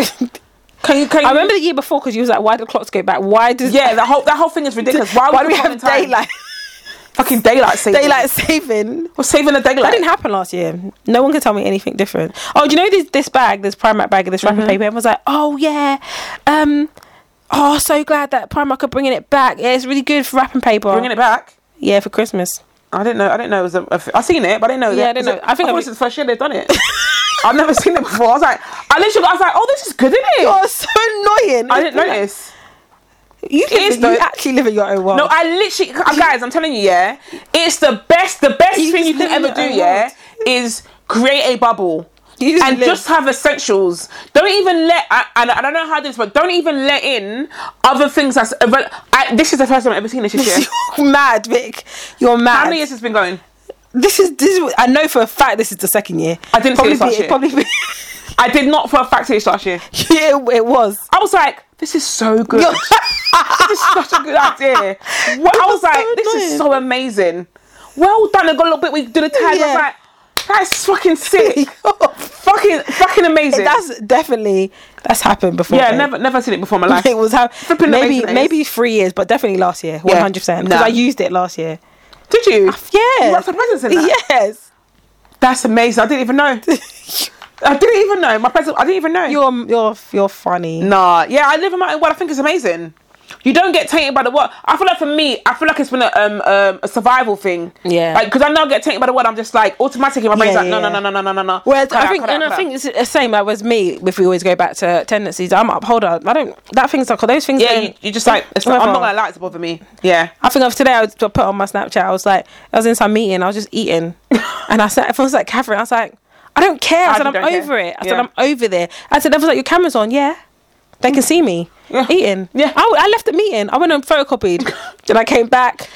Can you? Can you I remember the year before because you was like, why do the clocks go back? Why does Yeah, that whole that whole thing is ridiculous. Why, why would do we have time? *laughs* daylight Fucking daylight saving. daylight saving? We're saving the daylight. That didn't happen last year. No one can tell me anything different. Oh, do you know this this bag, this Primark bag, and this wrapping paper? Everyone was like, oh yeah, um, oh so glad that Primark are bringing it back. Yeah, it's really good for wrapping paper. Bringing it back. Yeah, for Christmas. I didn't know. I didn't know it was a. a f- I seen it, but I didn't know. Yeah, that- I didn't was know. it- I think I I've- thought it was the first year they've done *laughs* it. I've never seen it before. I was like, I literally, I was like, oh, this is good, isn't it? so annoying. I didn't notice. You, It is live, you though. actually live in your own world. No, I literally, uh, guys, I'm telling you, yeah, it's the best, the best You thing you just can live in ever do, your own yeah, world. is create a bubble. You just and live. just have essentials. Don't even let. I, and I don't know how this, but don't even let in other things. That's. irre- I, this is the first time I've ever seen this *laughs* this year. You're mad, Vic. You're mad. How many years has been going? This is this. Is, I know for a fact this is the second year. I didn't see probably this last be, year. probably be, *laughs* I did not for a fact see this last year. yeah, *laughs* it was. I was like, this is so good. *laughs* *laughs* this is such a good idea. Well, I was so like, this is annoying. so amazing. Well done. I got a little bit. We do the tag. I Yeah. was like, that's fucking *laughs* sick. fucking, fucking amazing. that's definitely that's happened before. yeah, babe. never, never seen it before in my life. *laughs* It was how Flipping maybe amazing it is. maybe three years, but definitely last year, one Yeah. hundred percent. Nah. Because I used it last year. Did you? Yeah. You wrapped the presents in that? *laughs* Yes. That's amazing. I didn't even *laughs* know. I didn't even know. My present. I didn't even know. You're you're you're funny. Nah, yeah, I live in my own world. I think it's amazing. You don't get tainted by the world. I feel like for me, I feel like it's been a, um, um, a survival thing. Yeah. Like, because I now get tainted by the world, I'm just like automatically my brain's Yeah, like, no, yeah, no, no, no, no, no, no, no. Whereas Cut it I out, think, cut it and out, I cut it think it's the same like with me. If we always go back to tendencies, I'm an upholder. I don't that thing's like those things. out. yeah, don't- you, you just like, it's not, I'm not gonna lie, it's bother me. Yeah. I think of today I was- I put on my Snapchat. I was like, I was in some meeting. I was just *laughs* eating, and I said, everyone was like, Catherine. I was like, I don't care. I I said, I'm don't care. over it. I said, Yeah. I'm over there. I said, everyone's like, your camera's on. Yeah, they can see me Yeah. eating. Yeah. I, I left the meeting. I went and *laughs* photocopied. then I came back,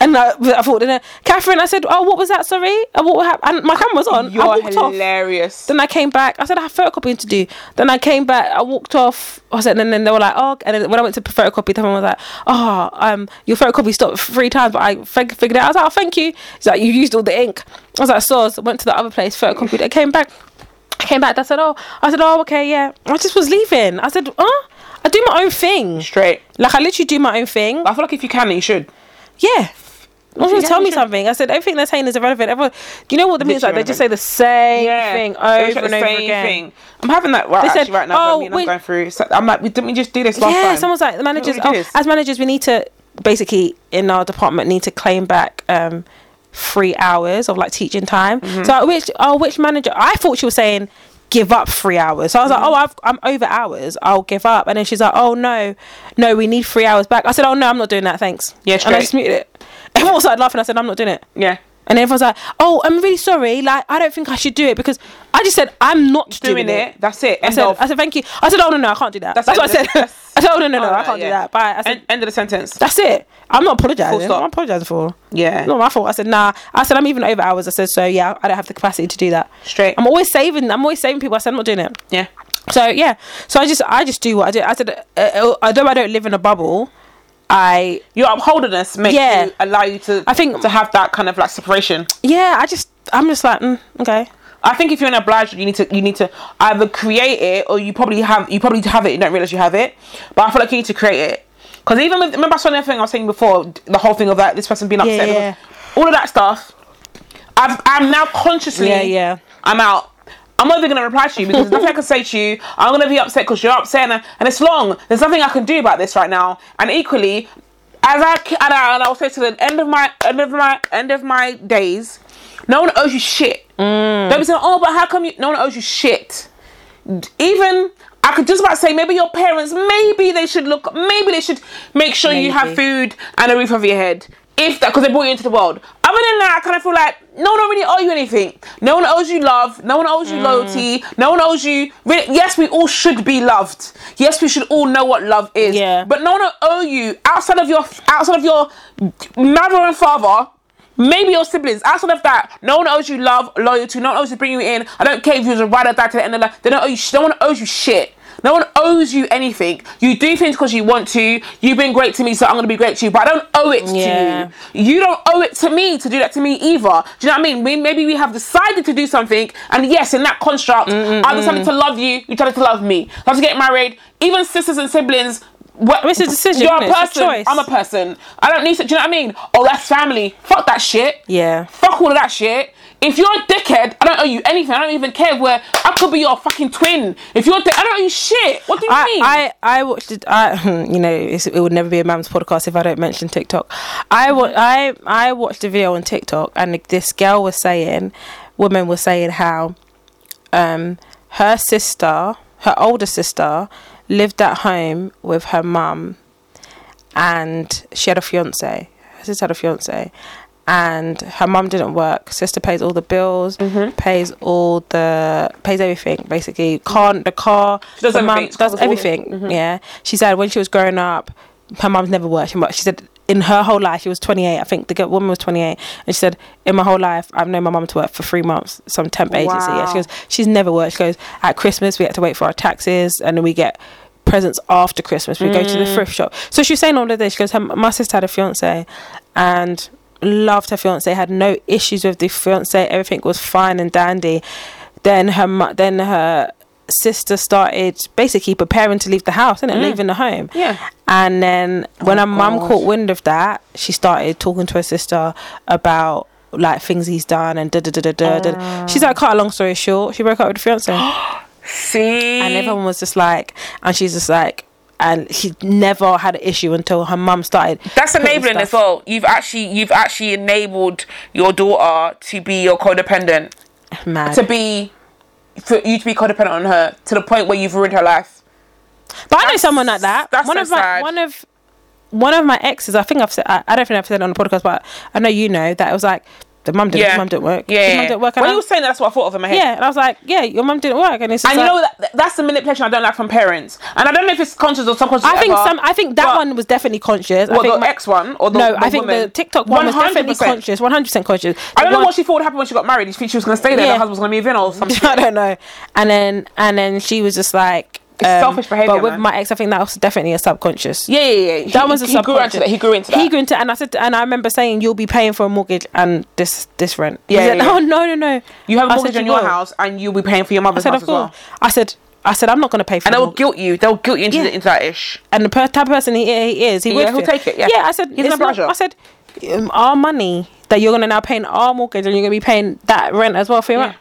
and I, I thought, then, uh, Catherine. I said, oh, what was that? Sorry, uh, what happened? And my camera was on. I You're walked off. hilarious. Then I came back. I said I have photocopying to do. Then I came back. I walked off. I said, and then they were like, oh. And then when I went to photocopy, someone was like, oh, um, your photocopy stopped three times, but I fig- figured it out. I was like, oh, thank you. He's like, you used all the ink. I was like, source. Went to the other place, photocopied. I came back. I came back. I said, oh. I said, oh, okay, yeah. I just was leaving. I said, huh? I do my own thing. Straight. Like I literally do my own thing. I feel like if you can, then you should. Yeah. I you was going get to tell me insurance- something. I said everything they're saying is irrelevant. Everyone, do you know what the means like? They Literally just say the same thing It's over like and the over same again. thing. I'm having that right, They said, actually, right now. "Oh, I mean, we- I'm going through. So I'm like, we didn't we just do this last yeah, time? someone's like the Didn't we managers. do Oh, this? as managers, we need to basically in our department need to claim back um three hours of like teaching time. Mm-hmm. So I- which oh which manager? I thought she was saying give up three hours. So I was Mm-hmm. like, oh, I've, I'm over hours. I'll give up. And then she's like, oh no, no, we need three hours back. I said, oh no, I'm not doing that. Thanks. Yeah, and I straight. just muted it. *laughs* Everyone started laughing. I said, I'm not doing it. yeah. And everyone's like, "Oh, I'm really sorry. Like, I don't think I should do it because I just said I'm not doing, Doing it. it. That's it. I End said, of. I said, thank you. I said, oh no, no, I can't do that. That's, That's what I said. it. That's- I said, oh no, no, no, Oh, I can't do yeah. that. Bye. I said, End, end of the sentence. that's it. I'm not apologizing. Full stop. I'm apologizing for. Yeah. Not my fault. I said, nah. I said, I'm even over hours. I said, so yeah, I don't have the capacity to do that. Straight. I'm always saving. I'm always saving people. I said, I'm not doing it. Yeah. So yeah. So I just, I just do what I do. I said, uh, uh, although I don't live in a bubble, I Your upholderness makes Yeah. you allow you to I think- to have that kind of like separation. yeah, I just, I'm just like, mm, okay. I think if you're in a obliged, you need to you need to either create it or you probably have you probably have it. You don't realize you have it, but I feel like you need to create it because even with, remember I saw another thing I was saying before the whole thing of that this person being upset, yeah. because all of that stuff. I've, I'm now consciously Yeah, yeah. I'm out. I'm not even gonna reply to you because there's nothing I can say to you. I'm gonna be upset because you're upset, and, and it's long. There's nothing I can do about this right now. And equally, as I c- and I, and I will say to the end of my end of my end of my days, no one owes you shit. Mm. Don't be saying, oh, but how come you? No one owes you shit. D- Even I could just about say maybe your parents, maybe they should look, maybe they should make sure you have Maybe. food and a roof over your head. If that, because they brought you into the world. Other than that, I kind of feel like no one really owe you anything. No one owes you love. No one owes you loyalty. No one owes you. Re- yes, we all should be loved. Yes, we should all know what love is. Yeah. But no one will owe you outside of your outside of your mother and father. Maybe your siblings. Outside of that, no one owes you love, loyalty. No one owes you to bring you in. I don't care if you was a ride or die to the end of life. They don't owe you. sh- No one owes you shit. No one owes you anything. You do things because you want to. You've been great to me, so I'm gonna be great to you. But I don't owe it Yeah. to you. You don't owe it to me to do that to me either. Do you know what I mean? We, maybe we have decided to do something, and yes, in that construct, Mm, I decided to love you. You decided to love me. I was getting married. Even sisters and siblings. What, It's a decision, You're a isn't it? It's a person. choice. I'm a person. I don't need to. Do you know what I mean? Oh, that's family. Fuck that shit. Yeah. Fuck all of that shit. If you're a dickhead, I don't owe you anything. I don't even care where I could be your fucking twin. If you're, a dick, I don't owe you shit. What do you mean? I, I, I watched it. I, *laughs* you know, it's, it would never be a man's podcast if I don't mention TikTok. I, wa- I, Mm-hmm. I watched a video on TikTok, and this girl was saying, women were saying how, um, her sister, her older sister, lived at home with her mum, and she had a fiance. Her sister had a fiance, and her mum didn't work. Sister pays all the bills, Mm-hmm. pays all the pays everything basically. Can't the car? She does her everything. Mm-hmm. mum She Does covers all of it. everything. Yeah, she said when she was growing up, her mum's never worked. She mu- She said in her whole life, she was 28. I think the girl- woman was 28, and she said in my whole life, I've known my mum to work for three months, some temp agency. Yeah, Wow. she goes, she's never worked. She goes at Christmas, we had to wait for our taxes, and then we get presents after Christmas. We go to the thrift shop. So she was saying all of this. She goes, her, my sister had a fiance, and loved her fiance, had no issues with the fiance. Everything was fine and dandy. Then her mu- then her sister started basically preparing to leave the house and leaving the home. Yeah. And then when her mum gosh. caught wind of that, she started talking to her sister about like things he's done and da da da da da. da. She's like, cut a long story short, she broke up with the fiance, *gasps* and see. everyone was just like, and she's just like, and she never had an issue until her mum started. That's putting enabling stuff- as well. You've actually you've actually enabled your daughter to be your codependent, Mad. to be for you to be codependent on her to the point where you've ruined her life. But I know someone like that. that's one so of my sad. one of one of my exes. I think I've said. I, I don't think I've said it on the podcast, but I know you know that it was like the mum didn't. Yeah, mum didn't work. Yeah, the yeah. mum didn't work. And When I- you were saying that, that's what I thought of in my head. yeah, and I was like, yeah, your mum didn't work, and it's just And you like- know that that's the manipulation I don't like from parents. And I don't know if it's conscious or subconscious. I think whatever, some. I think that but- one was definitely conscious. I What, think the my- ex one or the no, the I think woman? the TikTok one was definitely 100%. conscious, one hundred percent conscious. I don't The know one- what she thought would happen when she got married. She, she was going to stay there. Yeah. Her husband was going to move in or something. *laughs* I don't know. And then and then she was just like um, It's selfish behaviour, But with man. my ex, I think that was definitely a subconscious. yeah, yeah, yeah. that he, was a he grew into subconscious. that. He grew into that. He grew into, and I said, and I remember saying, "You'll be paying for a mortgage and this this rent." He Yeah, said, yeah, yeah. Oh *laughs* no, no, no. you have a I said, mortgage "You on your will." house and you'll be paying for your I mother's said, house as "Of course." well. I said, "I said I'm not going to pay for." And the they'll mortgage. guilt you. They'll guilt you into, Yeah. the, into that ish. and the per- type of person he, he is, he Yeah, would he'll feel- take it, yeah. yeah. I said, He's it's under not- pressure. I said, um, our money that you're going to now pay in our mortgage, and you're going to be paying that rent as well for your Yeah. rent.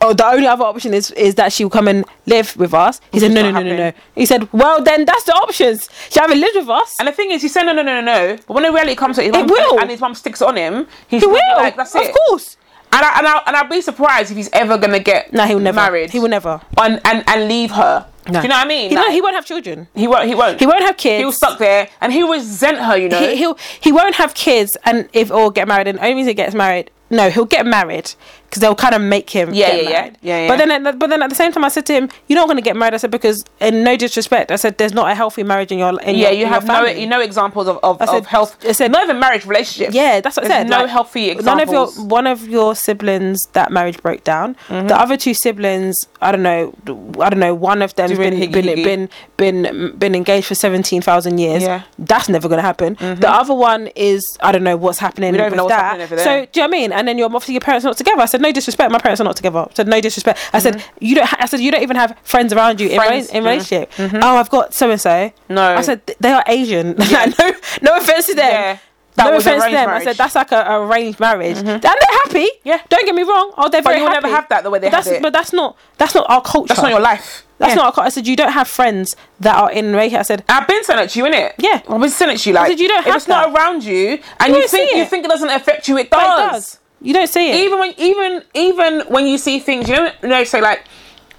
Oh, the only other option is is that she will come and live with us. He said, is no, no, not no, no, no. happening. He said, well, then that's the options. She haven't lived with us. And the thing is, he said no, no, no, no, no. But when the reality comes to it, his It mum- will. and his mum sticks on him. He's He will. Like, That's of it. course. And I and I and I'd be surprised if he's ever gonna get No, he will never. married. He will never. and and, and leave her. No. Do you know what I mean? He, Like, no, he won't have children. he won't. He won't. He won't have kids. He'll stuck there, and he'll resent her. You know. he, he'll he won't have kids and if or get married and only reason he gets married no he'll get married because they'll kind of make him Yeah, get yeah, yeah. married. Yeah, yeah. but then at, but then at the same time I said to him you're not going to get married I said because in no disrespect I said there's not a healthy marriage in your in yeah, your, you in have your no, family. you know, examples of, of, said- of health. I said- not even marriage relationships. yeah, that's what I There's said. No like, healthy examples. Mm-hmm. None of your one of your siblings that marriage broke down. The other two siblings, I don't know, I don't know. One of them's Doing been, higgy been, higgy. been been been engaged for seventeen thousand years. Yeah. Mm-hmm. that's never gonna happen. The other one is I don't know what's happening. We don't with even know what's that. happening over there. So do you know what I mean? And then your obviously your parents are not together. I said no disrespect. My parents are not together. I said no disrespect. I said you don't. ha- I said you don't even have friends around you in, Mm-hmm. Friends. Mm-hmm. rela- in relationship. Oh, I've got so and so. No. *laughs* I said they are Asian. no, no offense to them. Yeah. That no was offense to arranged them. I marriage. Mm-hmm. said that's like a, a arranged marriage, and they're happy. Yeah. don't get me wrong. Oh, they're But very you will happy. never have that the way they But that's have it. but that's not that's not our culture. That's not your life. That's Yeah. not our culture. I said you don't have friends that are in relationship. I said I've been saying it to you, innit? Yeah. I've been saying it to you. Like, said, you don't if have it's not that. around you, and You you, don't think see you it. think it doesn't affect you, it "Oh, does. it does. You don't see it. Even when, even, even when you see things, you know, you know, say like.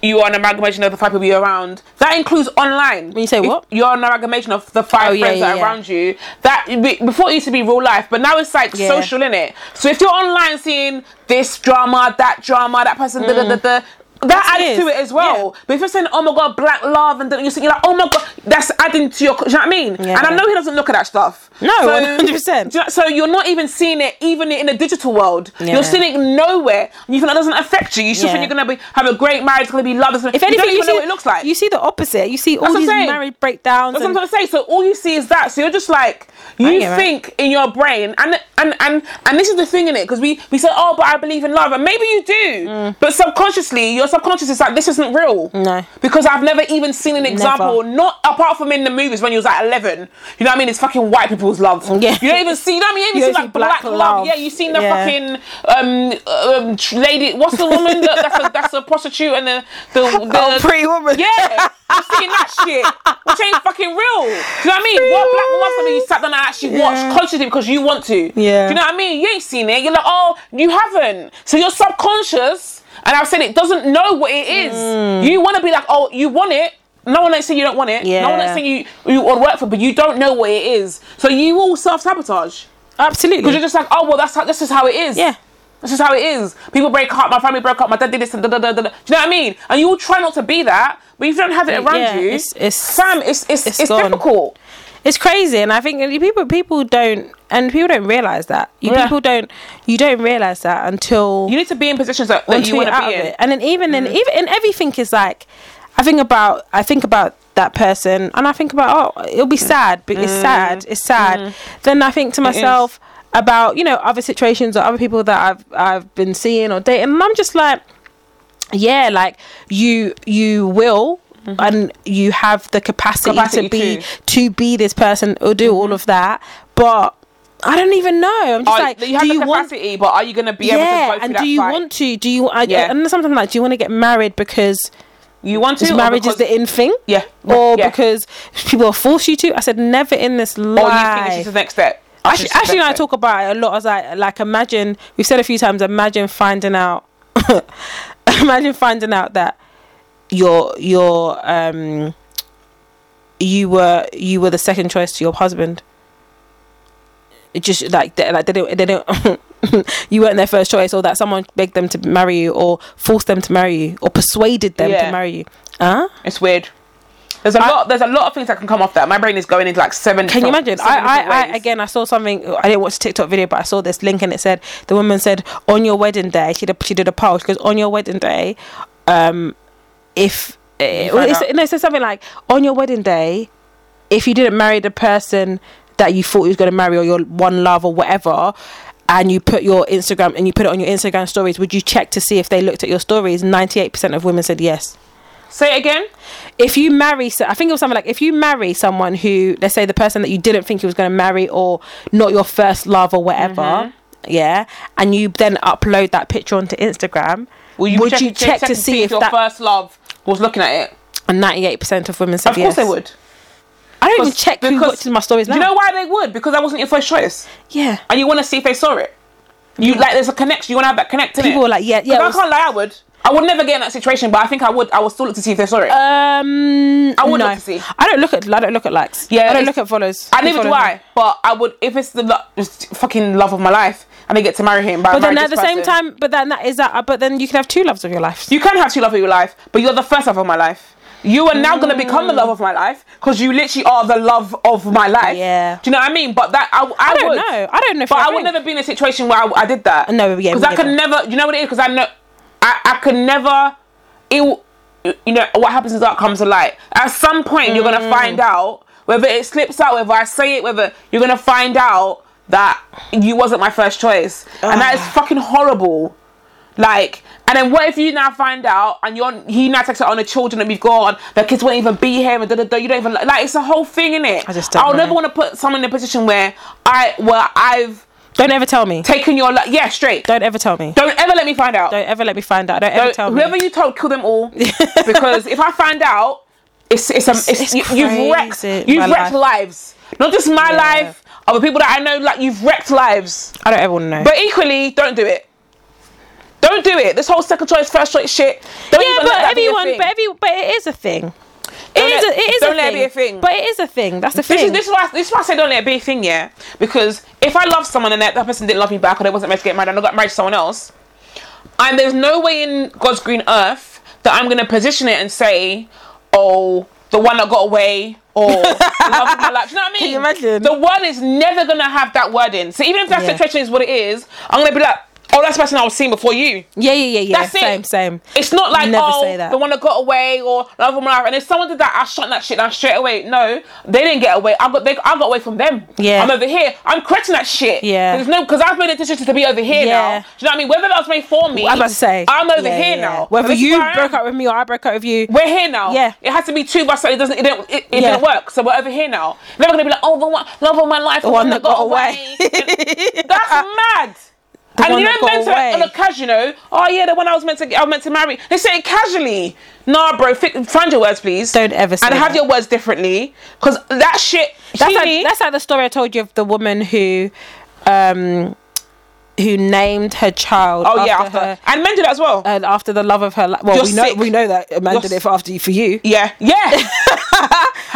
You are an amalgamation of the five people you're around. That includes online. When you say what? You're an amalgamation of the five Oh, yeah, friends that yeah, are yeah. around you. That be- before it used to be real life, but now it's like Yeah. social in it. So if you're online seeing this drama, that drama, that person, da, da, da, da, that It adds is. to it as well. Mm. Yeah. But if you're saying, oh my god, black love, and then you're saying, like, oh my god, that's adding to your. Do you know what I mean? Yeah. And I know he doesn't look at that stuff. No, So- *laughs* 100%. do you know- So you're not even seeing it, even in the digital world. Yeah. You're seeing it nowhere. You think that doesn't affect you. You still Yeah. think you're gonna be have a great marriage, it's gonna be love. It's gonna, if anything, you don't even see know what it looks like. You see the opposite. You see all what I'm these saying. marriage breakdowns. That's what I'm and- trying to say. So all you see is that. So you're just like you get it. think in your brain, and and and and this is the thing in it because we we said, oh, but I believe in love, and maybe you do, but subconsciously, your subconscious is like, this isn't real. Mm. No. because I've never even seen an example, not apart from in the movies when you was like 11. You know what I mean? It's fucking white people's love. *laughs* Yeah. you don't even see. You know what I mean? You, see You don't like see black, black love. love. Yeah, you seen the Yeah. fucking um, um tr- lady. What's the woman that, that's, a, that's a prostitute and the the, the *laughs* Oh, pretty woman. yeah, I'm seeing that shit, which ain't fucking real. Do you know what I mean? What black woman something you sat down and actually Yeah. watched consciously because you want to? Yeah. Do you know what I mean? You ain't seen it. You're like, oh, you haven't. So your subconscious, and I've said it, doesn't know what it is. Mm. You want to be like, oh, you want it. No one ain't saying you don't want it. No one Yeah. ain't saying you you want to work for, it, but you don't know what it is. So you will self sabotage. Absolutely. You're just like, oh well, that's how, this is how it is. yeah. This is how it is. People break up. My family broke up. My dad did this and da da da da. da. Do you know what I mean? And you all try not to be that, but if you don't have it around Yeah, you, it's- it's- Sam, it's it's it's it's, gone. difficult. It's crazy, and I think people people don't and people don't realize that. You Yeah. people don't you don't realize that until You need to be in positions that, that until you you're want to out be of in. Mm. it. And then even in even in everything is like I think about I think about that person and I think about oh it'll be Mm. sad but it's sad it's sad. Then I think to myself about you know other situations or other people that I've I've been seeing or dating and I'm just like yeah like you you will and you have the capacity, Mm-hmm. Capacity to be to. Mm-hmm. to be this person or do all of that but I don't even know I'm just Are- like Oh, you have do the you want capacity, but are you going to be able to go through and that do you fight? want to? Do you? I, Yeah. And sometimes I'm like, do you want to get married because you want to? or marriage is because- the in thing? Yeah. Or Yeah. because people will force you to? I said never in this Or you think this is life. the next step? Actually, This is the actually, when next I step. talk about it a lot, I was like, like imagine we've said a few times. Imagine finding out. *laughs* imagine finding out that your your um you were you were the second choice to your husband. It just like they, like they don't they don't *laughs* you weren't their first choice, or that someone begged them to marry you, or forced them to marry you, or persuaded them to Yeah. marry you. Huh? It's weird. There's a lot. There's a lot of things that can come off that. My brain is going into like seven. Can you different- imagine? seven I, different I, I ways. again, I saw something. I didn't watch the TikTok video, but I saw this link, and it said the woman said on your wedding day. She did, she did a poll. She goes on your wedding day, um, if eh, well, find it's, out. no, it said something like on your wedding day, if you didn't marry the person that you thought you was going to marry or your one love or whatever. And you put your Instagram and you put it on your Instagram stories. Would you check to see if they looked at your stories? Ninety-eight percent of women said yes Say it again. if you marry, so I think it was something like if you marry someone who, let's say, the person that you didn't think you was going to marry, or not your first love, or whatever, Mm-hmm. yeah, and you then upload that picture onto Instagram, Will you would check, you check, to see if your that? first love was looking at it? And ninety-eight percent of women said Of yes. course they would. I don't even Because- check who because- watches my stories now. Do you know why they would? Because that wasn't your first choice. yeah. and you want to see if they saw it. You like there's a connection. You want to have that connection. People were like, yeah, yeah, it was- I can't lie, I would. I would never get in that situation, but I think I would. I would still look to see if they saw it. Uh, Um, I would no. look to see. I don't look at. I don't look at likes. Yeah, I don't it's- look at follows. I never do follow me. I, but I would if it's the lo- it's fucking love of my life and I get to marry him. But then at the same time, but then that is that. But then you can have two loves of your life. you can have two love of your life, but you're the first love of my life. You are now gonna become the love of my life because you literally are the love of my life. Yeah. Do you know what I mean? But that I, I, I don't would. know. I don't know. If But I I agree. would never be in a situation where I, I did that. No, yeah, because me I could neither. never. You know what it is? Because I know, I I could never. It, will- you know what happens is that comes to light. At some point, you're Mm. gonna find out whether it slips out, whether I say it, whether you're gonna Ah. find out that you wasn't my first choice, and that is fucking horrible. Like, and then what if you now find out and you're he now texts out on the children that we've got and the kids won't even be here and da da da. You don't even like it's a whole thing in it. I just don't I'll know. never want to put someone in a position where I where I've Don't ever tell me. taken your li- yeah straight. Don't, Don't ever tell me. ever let me find out. Don't ever let me find out. Don't ever Don't- tell me. whoever you told, kill them *laughs* all because if I find out, it's it's, um, it's, it's you, you've wrecked crazy, you've my wrecked life. lives. Not just my Yeah. life, other people that I know. Like you've wrecked lives. I don't ever want to know. But equally, don't do it. Don't do it. This whole second choice, first choice shit. Don't yeah, even let but that be a everyone, thing. but every, but it is a thing. It Don't let- is. a, it is don't a let it thing. be a thing. But it is a thing. That's the This is thing. this is why this is why I say don't let it be a thing, yeah. Because if I love someone and that, that person didn't love me back, or they wasn't meant to get married, and I got married to someone else, and there's no way in God's green earth that I'm gonna position it and say, oh, the one that got away. *laughs* Or the love of my life. Do you know what I mean? Can you imagine? The one is never gonna have that wording. So even if that Yeah. situation is what it is, I'm gonna be like, oh, that's the person I was seeing before you. yeah, yeah, yeah, yeah. That's it. same, same. It's not like Never oh, say that. the one that got away or love of my life. And if someone did that, I shot that shit down straight away. No, they didn't get away. I got they, I got away from them. Yeah. I'm over here. I'm crediting that shit. Yeah. There's no because I've made a decision to be over here Yeah. now. Do you know what I mean? Whether that was made for me, I was about to say. I'm over Yeah, here yeah. now. Whether This is you where I am. broke up with me or I broke up with you, We're here now. Yeah. It has to be two of us, so it doesn't. It didn't. It, it Yeah. didn't work. So we're over here now. Never gonna be like, oh, the one, love of my life, the one that got away. And *laughs* That's mad. and one you that ain't got meant away. to on a casual. You know, oh yeah, the one I was meant to. get- I was meant to marry. They say it casually. Nah, bro. Fi- find your words, please. Don't ever say And have that. your words differently, because that shit. that's she- like, that's like the story I told you of the woman who, um, who named her child. oh yeah, after after. her, Uh, and men do that as well. and after the love of her life. Well, You're we know sick. we know that Amanda You're did s- it for after you for you. yeah, *laughs* yeah. *laughs*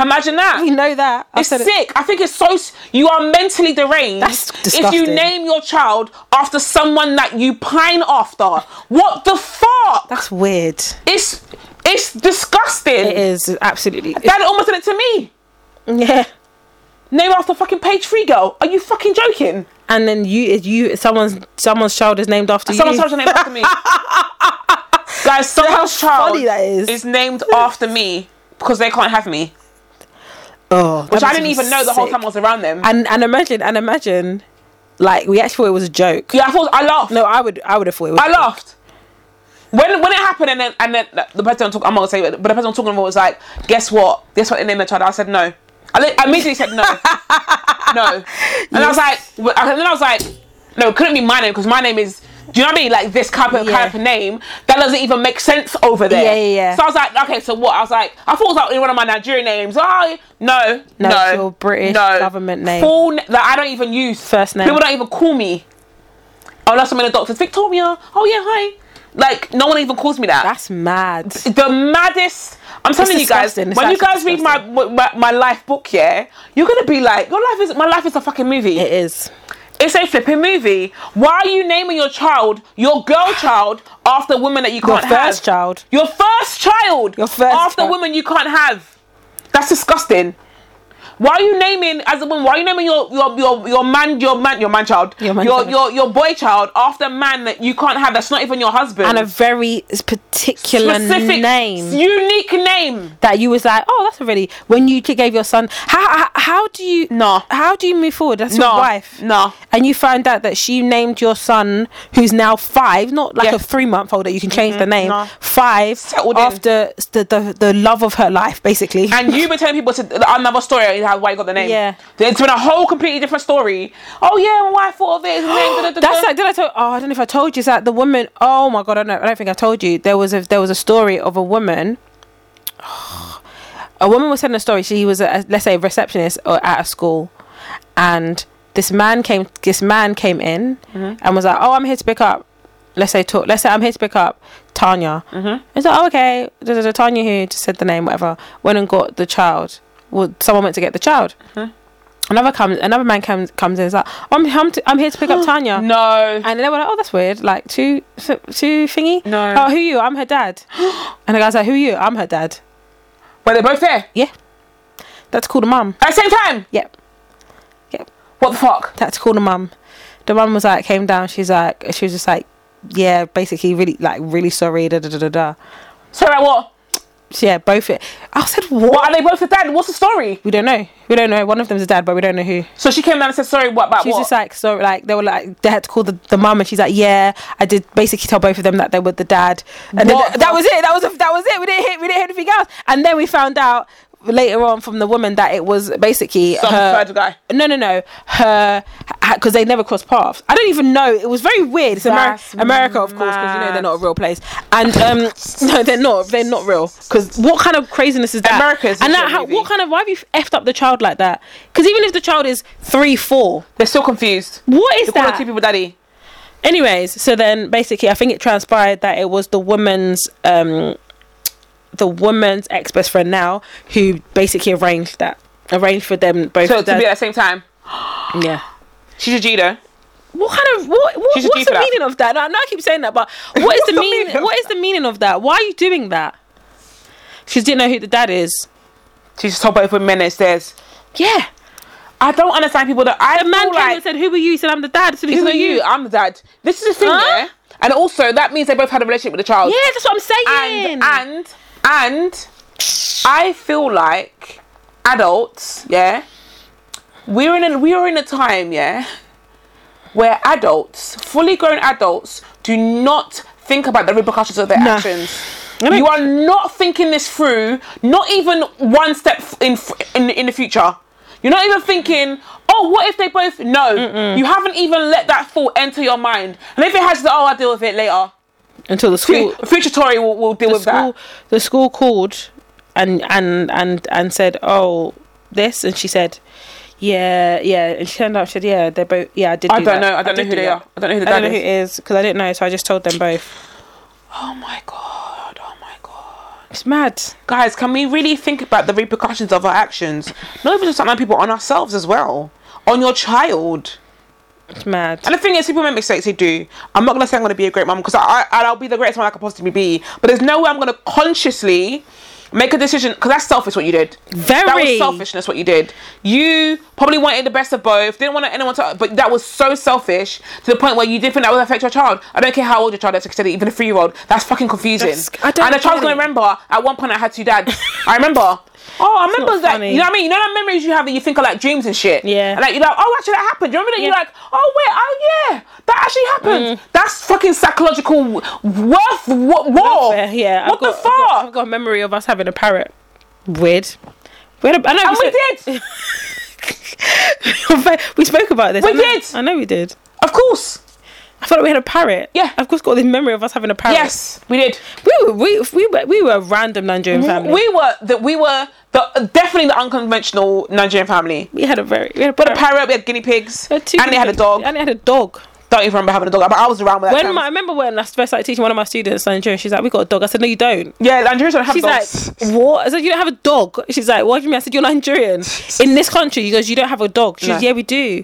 Imagine that. We know that. I It's said it- sick. I think it's so. s- You are mentally deranged. That's If you disgusting. name your child after someone that you pine after, what the fuck? That's weird. it's it's disgusting. It is absolutely. Dad almost did it to me. yeah. Name after fucking page three girl. Are you fucking joking? And then you, if you, someone's someone's child is named after Someone's you. child is named *laughs* after me. Guys, someone's child funny that is. is named after me because they can't have me, oh, that which I must didn't be even know the whole sick. time I was around them. And and imagine and imagine, like we actually thought it was a joke. yeah, I thought I laughed. No, I would I would have thought it was. I laughed. When when it happened, and then and then the person I'm talking, I'm not gonna say, it, but the person I'm talking about was like, "Guess what? Guess what?" And then the child, I said no. I, li- I immediately said *laughs* no, no, and I was like, w- and then I was like, no, it couldn't be my name because my name is. Do you know what I mean? Like this kind of, Yeah. kind of name that doesn't even make sense over there. Yeah, yeah, yeah. So I was like, okay, so what? I was like, I thought it was like one of my Nigerian names. Oh, no, no, No, it's your British government name. Full na- that I don't even use. First name. People don't even call me unless I'm in a doctor's. Victoria. Oh yeah, hi. Like no one even calls me that. That's mad. the maddest. I'm telling you guys, disgusting. It's when you actually guys read my, my my life book, yeah, you're gonna be like, your life is my life is a fucking movie. It is. It's a flipping movie. Why are you naming your child, your girl child, after a woman that you Your can't have? first child. Your first child. Your first after child. women you can't have. That's disgusting. Why are you naming as a woman? Why are you naming your your your, your man your man your man child Your man your, child. your your boy child after a man that you can't have? That's not even your husband. And a very particular name unique name. that you was like, oh, that's already when you gave your son. How how, how do you No. How do you move forward? That's No, your wife. no. And you find out that she named your son, who's now five, not like Yeah. Mm-hmm. a three month old that you can change the name. no. Five Settled in. after the, the the love of her life, basically. And you've been telling people to another story of how why you got the name. Yeah. it's been a whole completely different story. Oh yeah, my wife thought of this. name, da, da, da, *laughs* That's da. like did I tell? Oh, I don't know if I told you. It's like the woman. Oh my god, I don't. know- I don't think I told you. There was a there was a story of a woman. *sighs* A woman was telling a story. She was a, a- let's say a receptionist or at a school, and this man came. This man came in Mm-hmm. and was like, "Oh, I'm here to pick up." Let's say talk. Let's say I'm here to pick up Tanya. Mm-hmm. It's like, oh, okay. Da, da, da, Tanya who just said the name, whatever. Went and got the child. Well, someone went to get the child. Uh-huh. Another comes. Another man comes comes in. Is like, I'm I'm, to, I'm here to *gasps* pick up Tanya. no. And they were like, "Oh, that's weird. Like two, so- two thingy. No. Oh, who you? I'm her dad." *gasps* And the guy's like, "Who you? I'm her dad." But they're both there Yeah, that's called a mum. at the same time. Yep, yep, What the fuck? that's called a mum. The mum was like, came down. She's like, she was just like, yeah, basically, really, like, really sorry. Da da da da da. Sorry, about what? yeah, both. It. I said what? What are they both the dad? What's the story? We don't know. We don't know. One of them's a dad, but we don't know who. So she came down and said, "Sorry, what about She was what?" just uh, like, so like they were like they had to call the, the mum, and she's like, yeah, I did basically tell both of them that they were the dad, and then What th- that was it. That was that was it. We didn't hit we didn't hit anything else, and then we found out later on from the woman that it was basically Some her, third guy. No, no, no, her because they never crossed paths. I don't even know. It was very weird. It's That's Ameri- America, of course, because you know mad. they're not a real place, and um, *laughs* no, they're not. They're not real. Because what kind of craziness is that? America is such a and that, how, movie. what kind of why have you effed up the child like that? Because even if the child is three, four. They're still confused. What is They call her that? two people daddy. Anyways, so then basically, I think it transpired that it was the woman's, um, the woman's ex best friend now who basically arranged that, arranged for them both. So to their- be at the same time, yeah. she's a G though. What kind of what, what She's a G what's for the that. meaning of that? No, I know I keep saying that, but *laughs* what is What's the the meaning? meaning of What is the meaning of that? Why are you doing that? She didn't know who the dad is. She just told both women downstairs. Yeah, I don't understand people that I the man feel came like and said, "Who were you?" He said, "I'm the dad." So It's not you. I'm the dad. This is the thing, Huh? yeah. And also, that means they both had a relationship with the child. Yeah, that's what I'm saying. And and and I feel like adults, yeah. We're in a we're in a time, yeah, where adults, fully grown adults, do not think about the repercussions of their No. actions. mean- You are not thinking this through, not even one step f- in f- in, in the future. You're not even thinking, oh, what if they both? No, you haven't even let that thought enter your mind. And if it has, oh, I'll deal with it later. until the Fu- school. Future Tory will, will deal the with school that. the school called and and and and said oh this and she said yeah yeah and she turned up she said yeah they're both yeah i did I do don't that. know. I don't know did who do they that." are. I don't know who the I don't dad know who is. it is because I didn't know, so I just told them both. Oh my god. Oh my god. It's mad. Guys, can we really think about the repercussions of our actions? Not even just on other people, on ourselves as well. On your child. It's mad. And the thing is, people make mistakes. They do. I'm not gonna say I'm gonna be a great mom because I, I I'll be the greatest mom I could possibly be. But there's no way I'm gonna consciously make a decision because that's selfish. What you did. Very. That was selfishness. What you did. You probably wanted the best of both. Didn't want anyone to. But that was so selfish to the point where you didn't think that would affect your child. I don't care how old your child is. like I said, Even a three year old. That's fucking confusing. That's- I don't and the child's get gonna it. remember. At one point, I had two *laughs* dads. I remember. Oh, I remember not that. funny. You know what I mean? You know that memories you have that you think are like dreams and shit. Yeah. And like you're like, oh, actually, that happened. Do you remember that? You're Yeah. Mm. like, oh wait, oh yeah, that actually happened. That's fucking psychological w- worth what war. Fair, yeah. What I've the got- I've got, fuck? I've got a memory of us having a parrot. Weird. We had a, I know and we said- did, *laughs* we spoke about this. We I know- did. I know we did. of course. I thought we had a parrot. Yeah. I've just got this memory of us having a parrot. Yes, we did. We were we we were, we were a random Nigerian family. We were the we were the definitely the unconventional Nigerian family. we had a very we had a, But a parrot, we had guinea pigs, We had two and they had a guinea- dog. and they had a dog. Don't even remember having a dog, but I was around with that. When time. my, I remember when I first started teaching one of my students Nigerian, she's like, "We got a dog." I said, "No, you don't." yeah, Nigerians don't have She's dogs. like, "What?" I said, "You don't have a dog." She's like, "What do you mean?" I said, *laughs* "You're Nigerian in this country." She goes, "You don't have a dog." She No. goes, "Yeah, we do."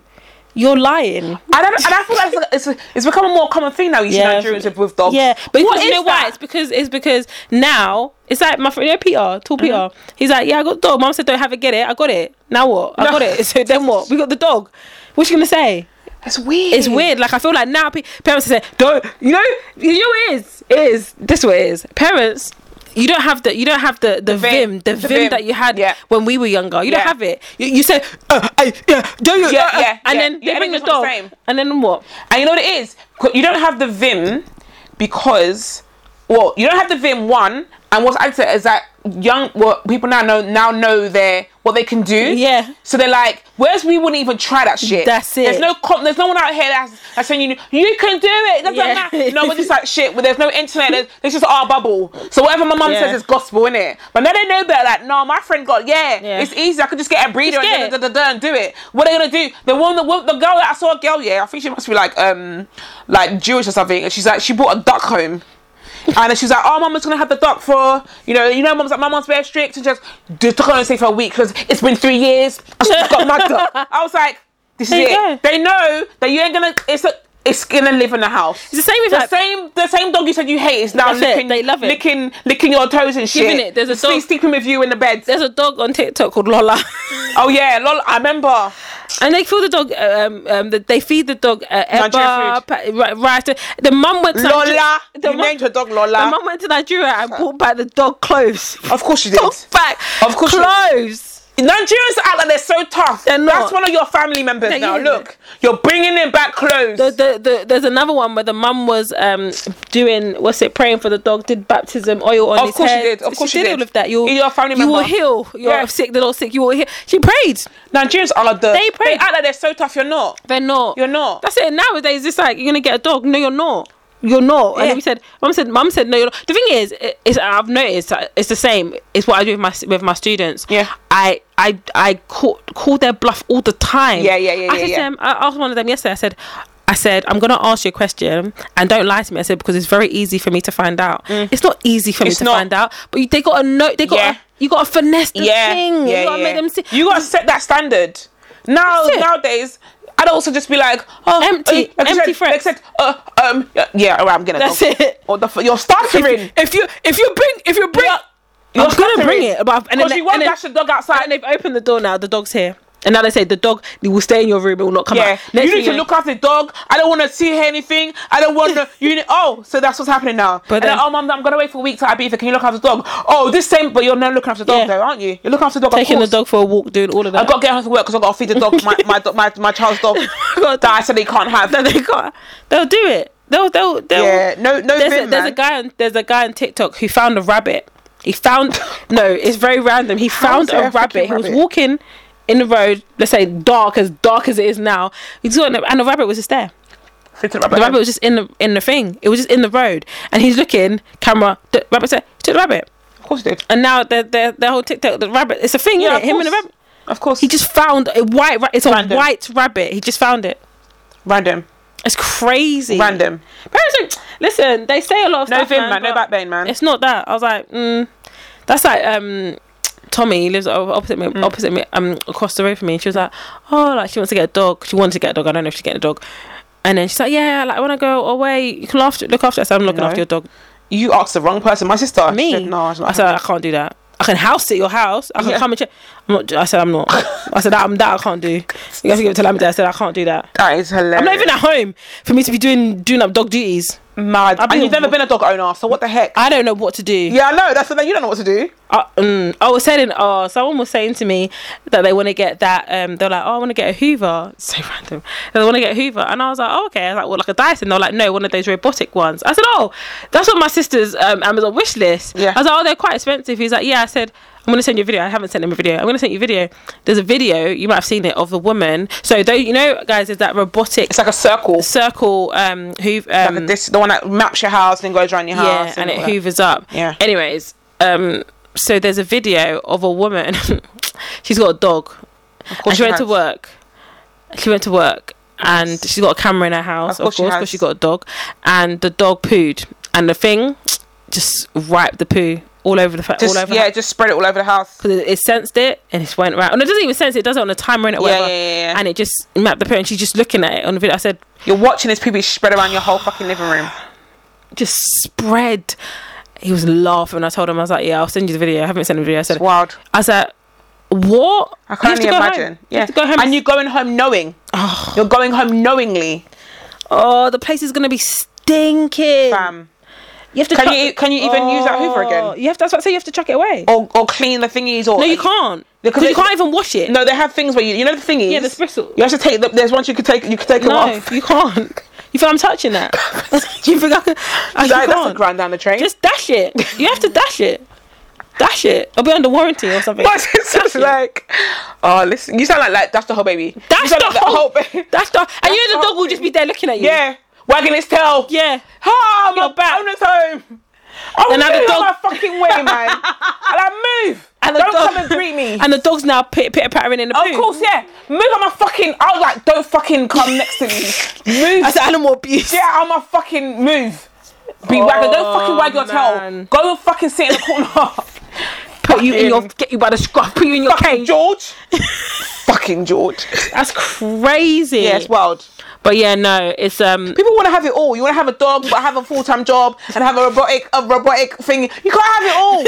You're lying. and, I, and I feel like it's, it's, it's become a more common thing now. You Yeah. see Nigerians with, with dogs. Yeah, but What you is know that? why? It's because it's because now it's like my friend, you know, Peter, Mm-hmm. tall Peter. He's like, yeah, I got the dog. Mom said, don't have it, get it. I got it. Now what? I No. got it. *laughs* So then what? We got the dog. What's she gonna say? It's weird. It's weird. Like I feel like now pe- parents say, don't. You know, you know what it is. It is this is what it is. Parents. You don't have the you don't have the, the, vim. vim, the, The vim, vim. that you had Yeah. when we were younger. You Yeah. don't have it. You, you say, uh, I, yeah, don't you? Yeah, uh, uh," yeah, yeah. and then Yeah, they bring the everything's not dog, the same. and then what? And you know what it is? 'Cause You don't have the vim because, well, you don't have the vim one. And what's added to it is that young, well, people now know now know their what they can do. Yeah. So they're like, whereas we wouldn't even try that shit. That's it. There's no com- there's no one out here that's, that's saying you you can do it. That's Yeah. not matter. No, we're *laughs* just like shit. Well, there's no internet. There's, it's just our bubble. So whatever my mum Yeah. says is gospel, innit? But now they know better. Like, no, my friend got yeah. Yeah. It's easy. I could just get a breather Just and get it. da, da, da, da, and do it. What are they gonna do? The one, the, wo- the girl that I saw a girl, yeah, I think she must be like um like Jewish or something, and she's like she brought a duck home. And then she was like, "Oh, mama's gonna have the duck for you know, you know, mum's like, my mum's very strict and just just took her and say for a week because it's been three years. I should have got my *laughs* duck." I was like, "This is There you it." go. They know that you ain't gonna. It's a, it's gonna live in the house. It's the same with The like, same, the same dog you said you hate is now That's it, licking, they love it. licking, licking your toes and shit. Giving it, there's a Sleep- dog- sleeping with you in the bed. there's a dog on TikTok called Lola. Oh yeah, lol. I remember. And they feel the dog. Um, um, the, they feed the dog uh, Ebba, Nigerian food. pa- right, right. The mum went to Lola. Niger- The You named her mum, dog the Lola. mum went to Nigeria and brought back uh, the dog clothes. Of course *laughs* she did. Dog back. Of course she- clothes. Nigerians act like they're so tough. They're not. That's one of your family members No, now. yeah. Look, you're bringing in back clothes. The, the, the, there's another one where the mum was um doing what's it praying for the dog did baptism oil on Of his course she head. did, of course she did, did. all of that. You'll, You're a family you will member. heal. You're Yeah. sick. The dog sick. You will heal. She prayed. Nigerians are like the. They They pray- act like they're so tough. You're not. They're not. You're not. That's it. Nowadays, it's like you're gonna get a dog. No, you're not. You're not. And Yeah. then we said, mum said, mum said, no, you're not. The thing is, i- is I've noticed that it's the same. It's what I do with my with my students. Yeah. I I I call call their bluff all the time. Yeah, yeah, yeah, I yeah, said to yeah. them- I asked one of them yesterday. I said. I said, I'm gonna ask you a question and don't lie to me. I said because it's very easy for me to find out. It's not easy for me Mm. It's to not. find out, but you, they got to know. They got Yeah. to, you got to finesse the yeah, thing. yeah, you got to yeah. make them see. You gotta set that standard. Now, That's it. nowadays, adults will just be like, oh, Empty- uh, except- empty threats. Except, uh, um, yeah, yeah, all right, I'm gonna. *laughs* That's go. it. Or the f- you're stuttering. if you if you bring if you bring You're I'm gonna bring it, but I've- *laughs* and then because they- you won't and then- dash the dog outside. and they've opened the door now. The dog's here, and now they say the dog will stay in your room. It will not come yeah, out. you need to look after the dog. I don't want to see anything. I don't want to. You need, oh, so that's what's happening now. But But then- oh, mom, I'm gonna wait for a week to Ibiza. Can you look after the dog? Oh, this same, but you're now looking after the dog, Yeah. though, aren't you? You're looking after the dog. of taking the course. dog for a walk, doing all of that. I've got to get home to work because I've got to feed the *laughs* dog, my my do- my, my child's dog that I said they can't have. that *laughs* they got. They'll do it. They'll they'll, they'll Yeah, no- no There's, a, vim, there's a man. guy on there's a guy on TikTok who found a rabbit. He found *laughs* no, it's very random. He found is there a a freaking rabbit. He was rabbit? walking in the road. Let's say dark as dark as it is now. He saw it, and the rabbit was just there. The The rabbit was just in the in the thing. It was just in the road, and he's looking. Camera. The rabbit said, "Took the rabbit." Of course he did. And now the the the whole TikTok the rabbit. It's a thing, yeah. Yeah, Him and the rabbit. Of course. He just found a white. Ra- it's a Random. white rabbit. He just found it. random, It's crazy. random. Parents don't listen. They say a lot of No stuff. vim, man. No but backbone, man. It's not that. I was like, mm, that's like um. Tommy he lives o- opposite me, Mm. opposite me, um, across the road from me. And she was like, "Oh, like she wants to get a dog. She wanted to get a dog. I don't know if she's getting a dog." And then she's like, "Yeah, like when I go away, you can look after, look after." I said, "I'm looking No. after your dog. You asked the wrong person. My sister. She Me? said, no, it's I not. said, I can't do that. I can house at your house. I can Yeah. come and check. I'm not, I said, I'm not. I said, that, I'm, that I can't do. You have to give it to Lambda. I said, I can't do that. that is hilarious. I'm not even at home for me to be doing doing up dog duties. mad. been And you've a- never been a dog owner, so what the heck? I don't know what to do. yeah, I know. That's the thing. You don't know what to do. I, mm, I was saying, oh, someone was saying to me that they want to get that. Um, they're like, oh, I want to get a Hoover. *laughs* So random. They want to get a Hoover, and I was like, oh, okay. I was like, well, like a Dyson. They're like, no, one of those robotic ones. I said, oh, that's on my sister's um, Amazon wish list. Yeah. I was like, oh, they're quite expensive. He's like, yeah. I said, I'm gonna send you a video. I haven't sent him a video. I'm gonna send you a video. There's a video you might have seen it of a woman. So though you know, guys, there's that robotic It's like a circle. circle um, who um, like this, the one that maps your house and goes around your yeah, house. and it all that. hoovers up. Yeah. Anyways, um, so there's a video of a woman. *laughs* she's got a dog. Of And course she you went to have. work. She went to work, and she's got a camera in her house, Of of course, course she because has. she got a dog. And the dog pooed, and the thing just wiped the poo all over the fa- Just, all over. yeah, her- just spread it all over the house. 'cause it, it sensed it and it went around. And it doesn't even sense it. It does it on a timer and it Yeah, whatever. yeah, yeah, yeah. And it just mapped the poo, and she's just looking at it on the video. I said, You're watching this pee pee spread around your whole fucking living room. just spread. He was laughing. I told him, I was like, yeah, I'll send you the video. I haven't sent him the video. I said, It's wild. I said, what? I can't You even have to go imagine. home. You Yeah. have to go home. And you're going home knowing. oh, You're going home knowingly. oh, the place is gonna be stinking. Bam. You have to. Can chuck- you- e- can you even use that Hoover again? Oh, You have to. That's what I say. You have to chuck it away. Or, or clean the thingies or Oh. no, you can't. Because Because you it- can't even wash it. No, they have things where you you know the thingies. Yeah, the bristle. You have to take the, there's ones you could take you could take them *laughs* No, *laughs* off. you can't. You think I'm touching *laughs* that? you think I can? I That- that's a can't. grand down the train. Just dash it. You have to dash it. Dash it. I'll be under warranty or something. but it's just it. like oh listen you sound like, like that's the whole baby. You That's sound the like that *laughs* whole. baby. That's the. And you know the the dog will whole just be there looking at you. *laughs* Yeah. Wagging its tail. Yeah. Oh Your my back. back. owner's home. Oh, And now the move dog- out my fucking way, *laughs* man. and I move. And the don't dog- come and greet me. *laughs* And the dog's now pit pitter pattering in the Of poo. course, yeah. Move on my fucking. I was like, don't fucking come next to me. Move. That's animal abuse. Get out of my fucking move. Be wagging. Don't fucking wag your Oh, man. tail. Go and fucking sit in the *laughs* corner. Put you in your Fucking- get you by the scruff. Put you in your fucking cage. *laughs* George. fucking George. That's crazy. Yeah, it's wild. but yeah, no, it's um. People want to have it all. You want to have a dog, but have a full time job and have a robotic, a robotic thing. You can't have it all.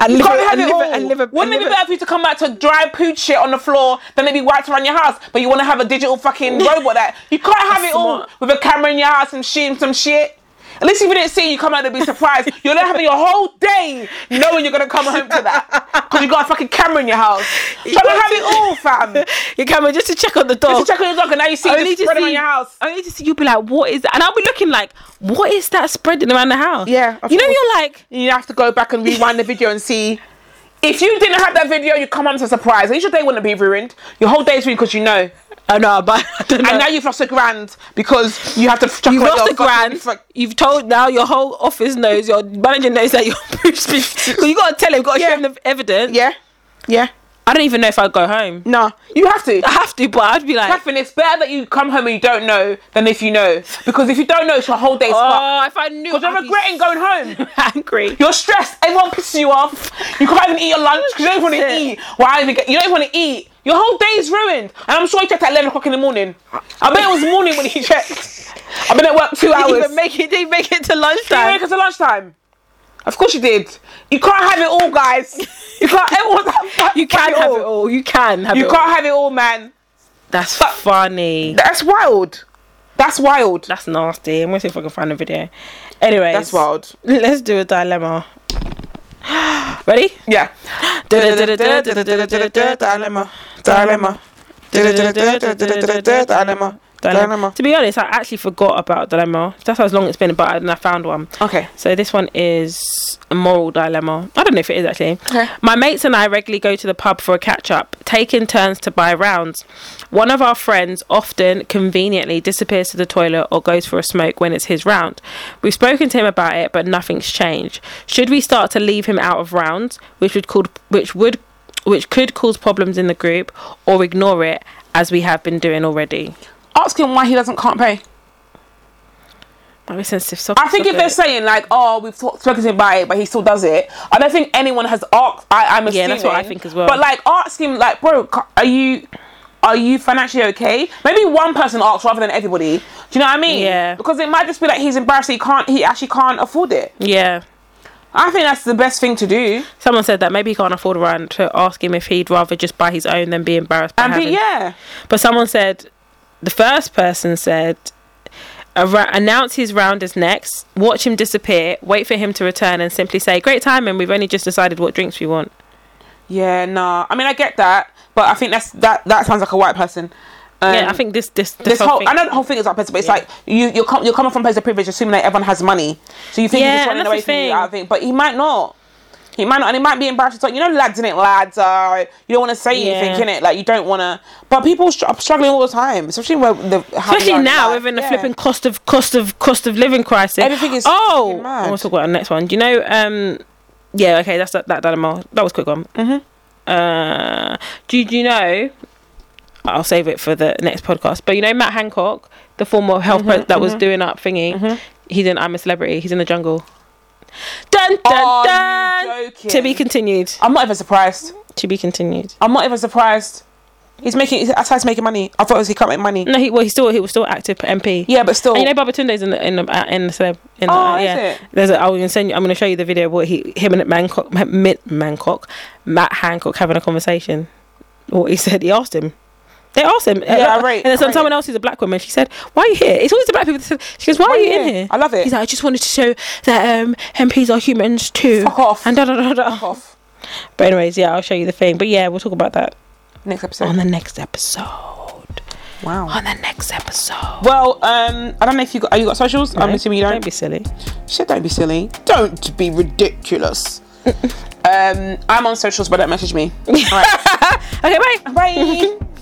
And You live, can't have and it live- all. and live- and Wouldn't it be live- *laughs* better for you to come back to dry poo shit on the floor than it be wiped around your house? But you want to have a digital fucking *laughs* robot that you can't have it all Smart. with a camera in your house, some shit, and some shit. At least if you didn't see, it, you come out and be *laughs* surprised. You're not having your whole day knowing you're gonna come home to that because you got a fucking camera in your *laughs* house. Trying to have it all, fam. your camera just to check on the dog. Just to check on your dog, and now you see it just spread around your house. Only to see you be like, what is that? And I'll be looking like, what is that spreading around the house? Yeah, of You know, course. you're like, you have to go back and rewind the video and see. If you didn't have that video, you come home to a surprise. At least your day wouldn't be ruined. Your whole day's ruined because you know. oh no, but *laughs* I don't know. And now you've lost a grand because you have to. chuck You've away lost your a grand. fucking fr- You've told now your whole office knows, your manager knows that you're *laughs* Bruce Lee. 'Cause you gotta tell him, gotta Yeah. show him the evidence. yeah, yeah. I don't even know if I'd go home. No, you have *laughs* to. I have to, but I'd be like, Catherine, it's better that you come home and you don't know than if you know. Because if you don't know, it's your whole day's fucked. oh, if I knew, Because you're I'd be regretting going home. *laughs* angry. You're stressed. Everyone pisses you off. You can't even eat your lunch because you don't even want to Shit. eat. Why? even get- You don't even want to eat. Your whole day is ruined. And I'm sure he checked at 11 o'clock in the morning. I bet it was morning when he checked. I've been at work two Didn't hours. even make it. Didn't make it to You lunchtime. *laughs* make us a lunchtime. Of course you did. You can't have it all, guys. You *laughs* can't. Everyone's You can have it all. You can have You it. can't All. have it all, man. That's funny. That's wild. That's wild. That's nasty. I'm gonna see if I can find a video. Anyway, That's wild. *laughs* Let's do a dilemma. *gasps* Ready? Yeah. Dilemma. Dilemma. Dilemma. To be honest, I actually forgot about dilemma. That's how long it's been, but I, I found one. Okay. So this one is a moral dilemma. I don't know if it is actually. Okay. My mates and I regularly go to the pub for a catch up, taking turns to buy rounds. One of our friends often conveniently disappears to the toilet or goes for a smoke when it's his round. We've spoken to him about it, but nothing's changed. Should we start to leave him out of rounds, which would called which would which could cause problems in the group, or ignore it as we have been doing already? Ask him why he doesn't can't pay. Might be sensitive. so- I think if they're saying like, oh, we've talked, spoken to him about it, but he still does it. I don't think anyone has asked. I, I'm assuming. Yeah, that's what I think as well. But like, ask him like, bro, c- are you? Are you financially okay? Maybe one person asks rather than everybody. Do you know what I mean? Yeah. Because it might just be like he's embarrassed. He can't. He actually can't afford it. yeah. I think that's the best thing to do. Someone said that maybe he can't afford a round to ask him if he'd rather just buy his own than be embarrassed. By And be, having- yeah, But someone said, the first person said, "A ra- announce his round is next, watch him disappear, wait for him to return, and simply say, great time, and we've only just decided what drinks we want. yeah. Nah. I mean, I get that, but I think that's that. That sounds like a white person. Um, yeah, I think this this this, this whole, thing- I know the whole thing is up, but it's Yeah. like you you're, com- you're coming from a place of privilege, assuming that everyone has money, so you think Yeah, you're just and running that's away the from you. thing. I think, but he might not. He might not, and it might be embarrassing. So, you know, lads in it, lads. Uh, you don't want to say Yeah. anything in it, like you don't want to. But people str- are struggling all the time, especially where the how we are Especially in now, life. we're in the Yeah. flipping cost of cost of cost of living crisis. Everything is oh. fucking mad. I want to talk about the next one. Do you know? Um, yeah, okay, that's that, that dilemma. That was a quick one. Mm-hmm. Uh, do, do you know? I'll save it for the next podcast. But you know, Matt Hancock, the former health Mm-hmm, president that was doing up thingy. He's in I'm a Celebrity. He's in the jungle. Dun dun Are you dun. To joking? be continued. I'm not even surprised. To be continued. I'm not even surprised. He's making. That's how he's making money. I thought it was he can't make money. No, he well, he still he was still active MP. Yeah, but still. Mm. And you know, Babatunde's in the in the uh, in the celeb. In the, Oh, uh, is yeah. it? There's a, I was gonna send you. I'm gonna show you the video of what he him and Mancock *laughs* Mitt Mancock Matt Hancock having a conversation. What he said, he asked him. They asked him. Yeah, uh, right, And then some, right. someone else who's a black woman. She said, "Why are you here?" It's always the black people. That said, she goes, "Why, are you in here?" I love it. He's like, "I just wanted to show that um, MPs are humans too." Fuck off. And da da da da. Fuck *laughs* off. But anyways, yeah, I'll show you the thing. But yeah, we'll talk about that Next episode. on the next episode. wow. On the next episode. Well, um, I don't know if you got. Are you got socials? I'm assuming you Don't be silly. Shit, don't be silly. Don't be ridiculous. *laughs* um, I'm on socials, but don't message me. All right. Okay, bye. Bye.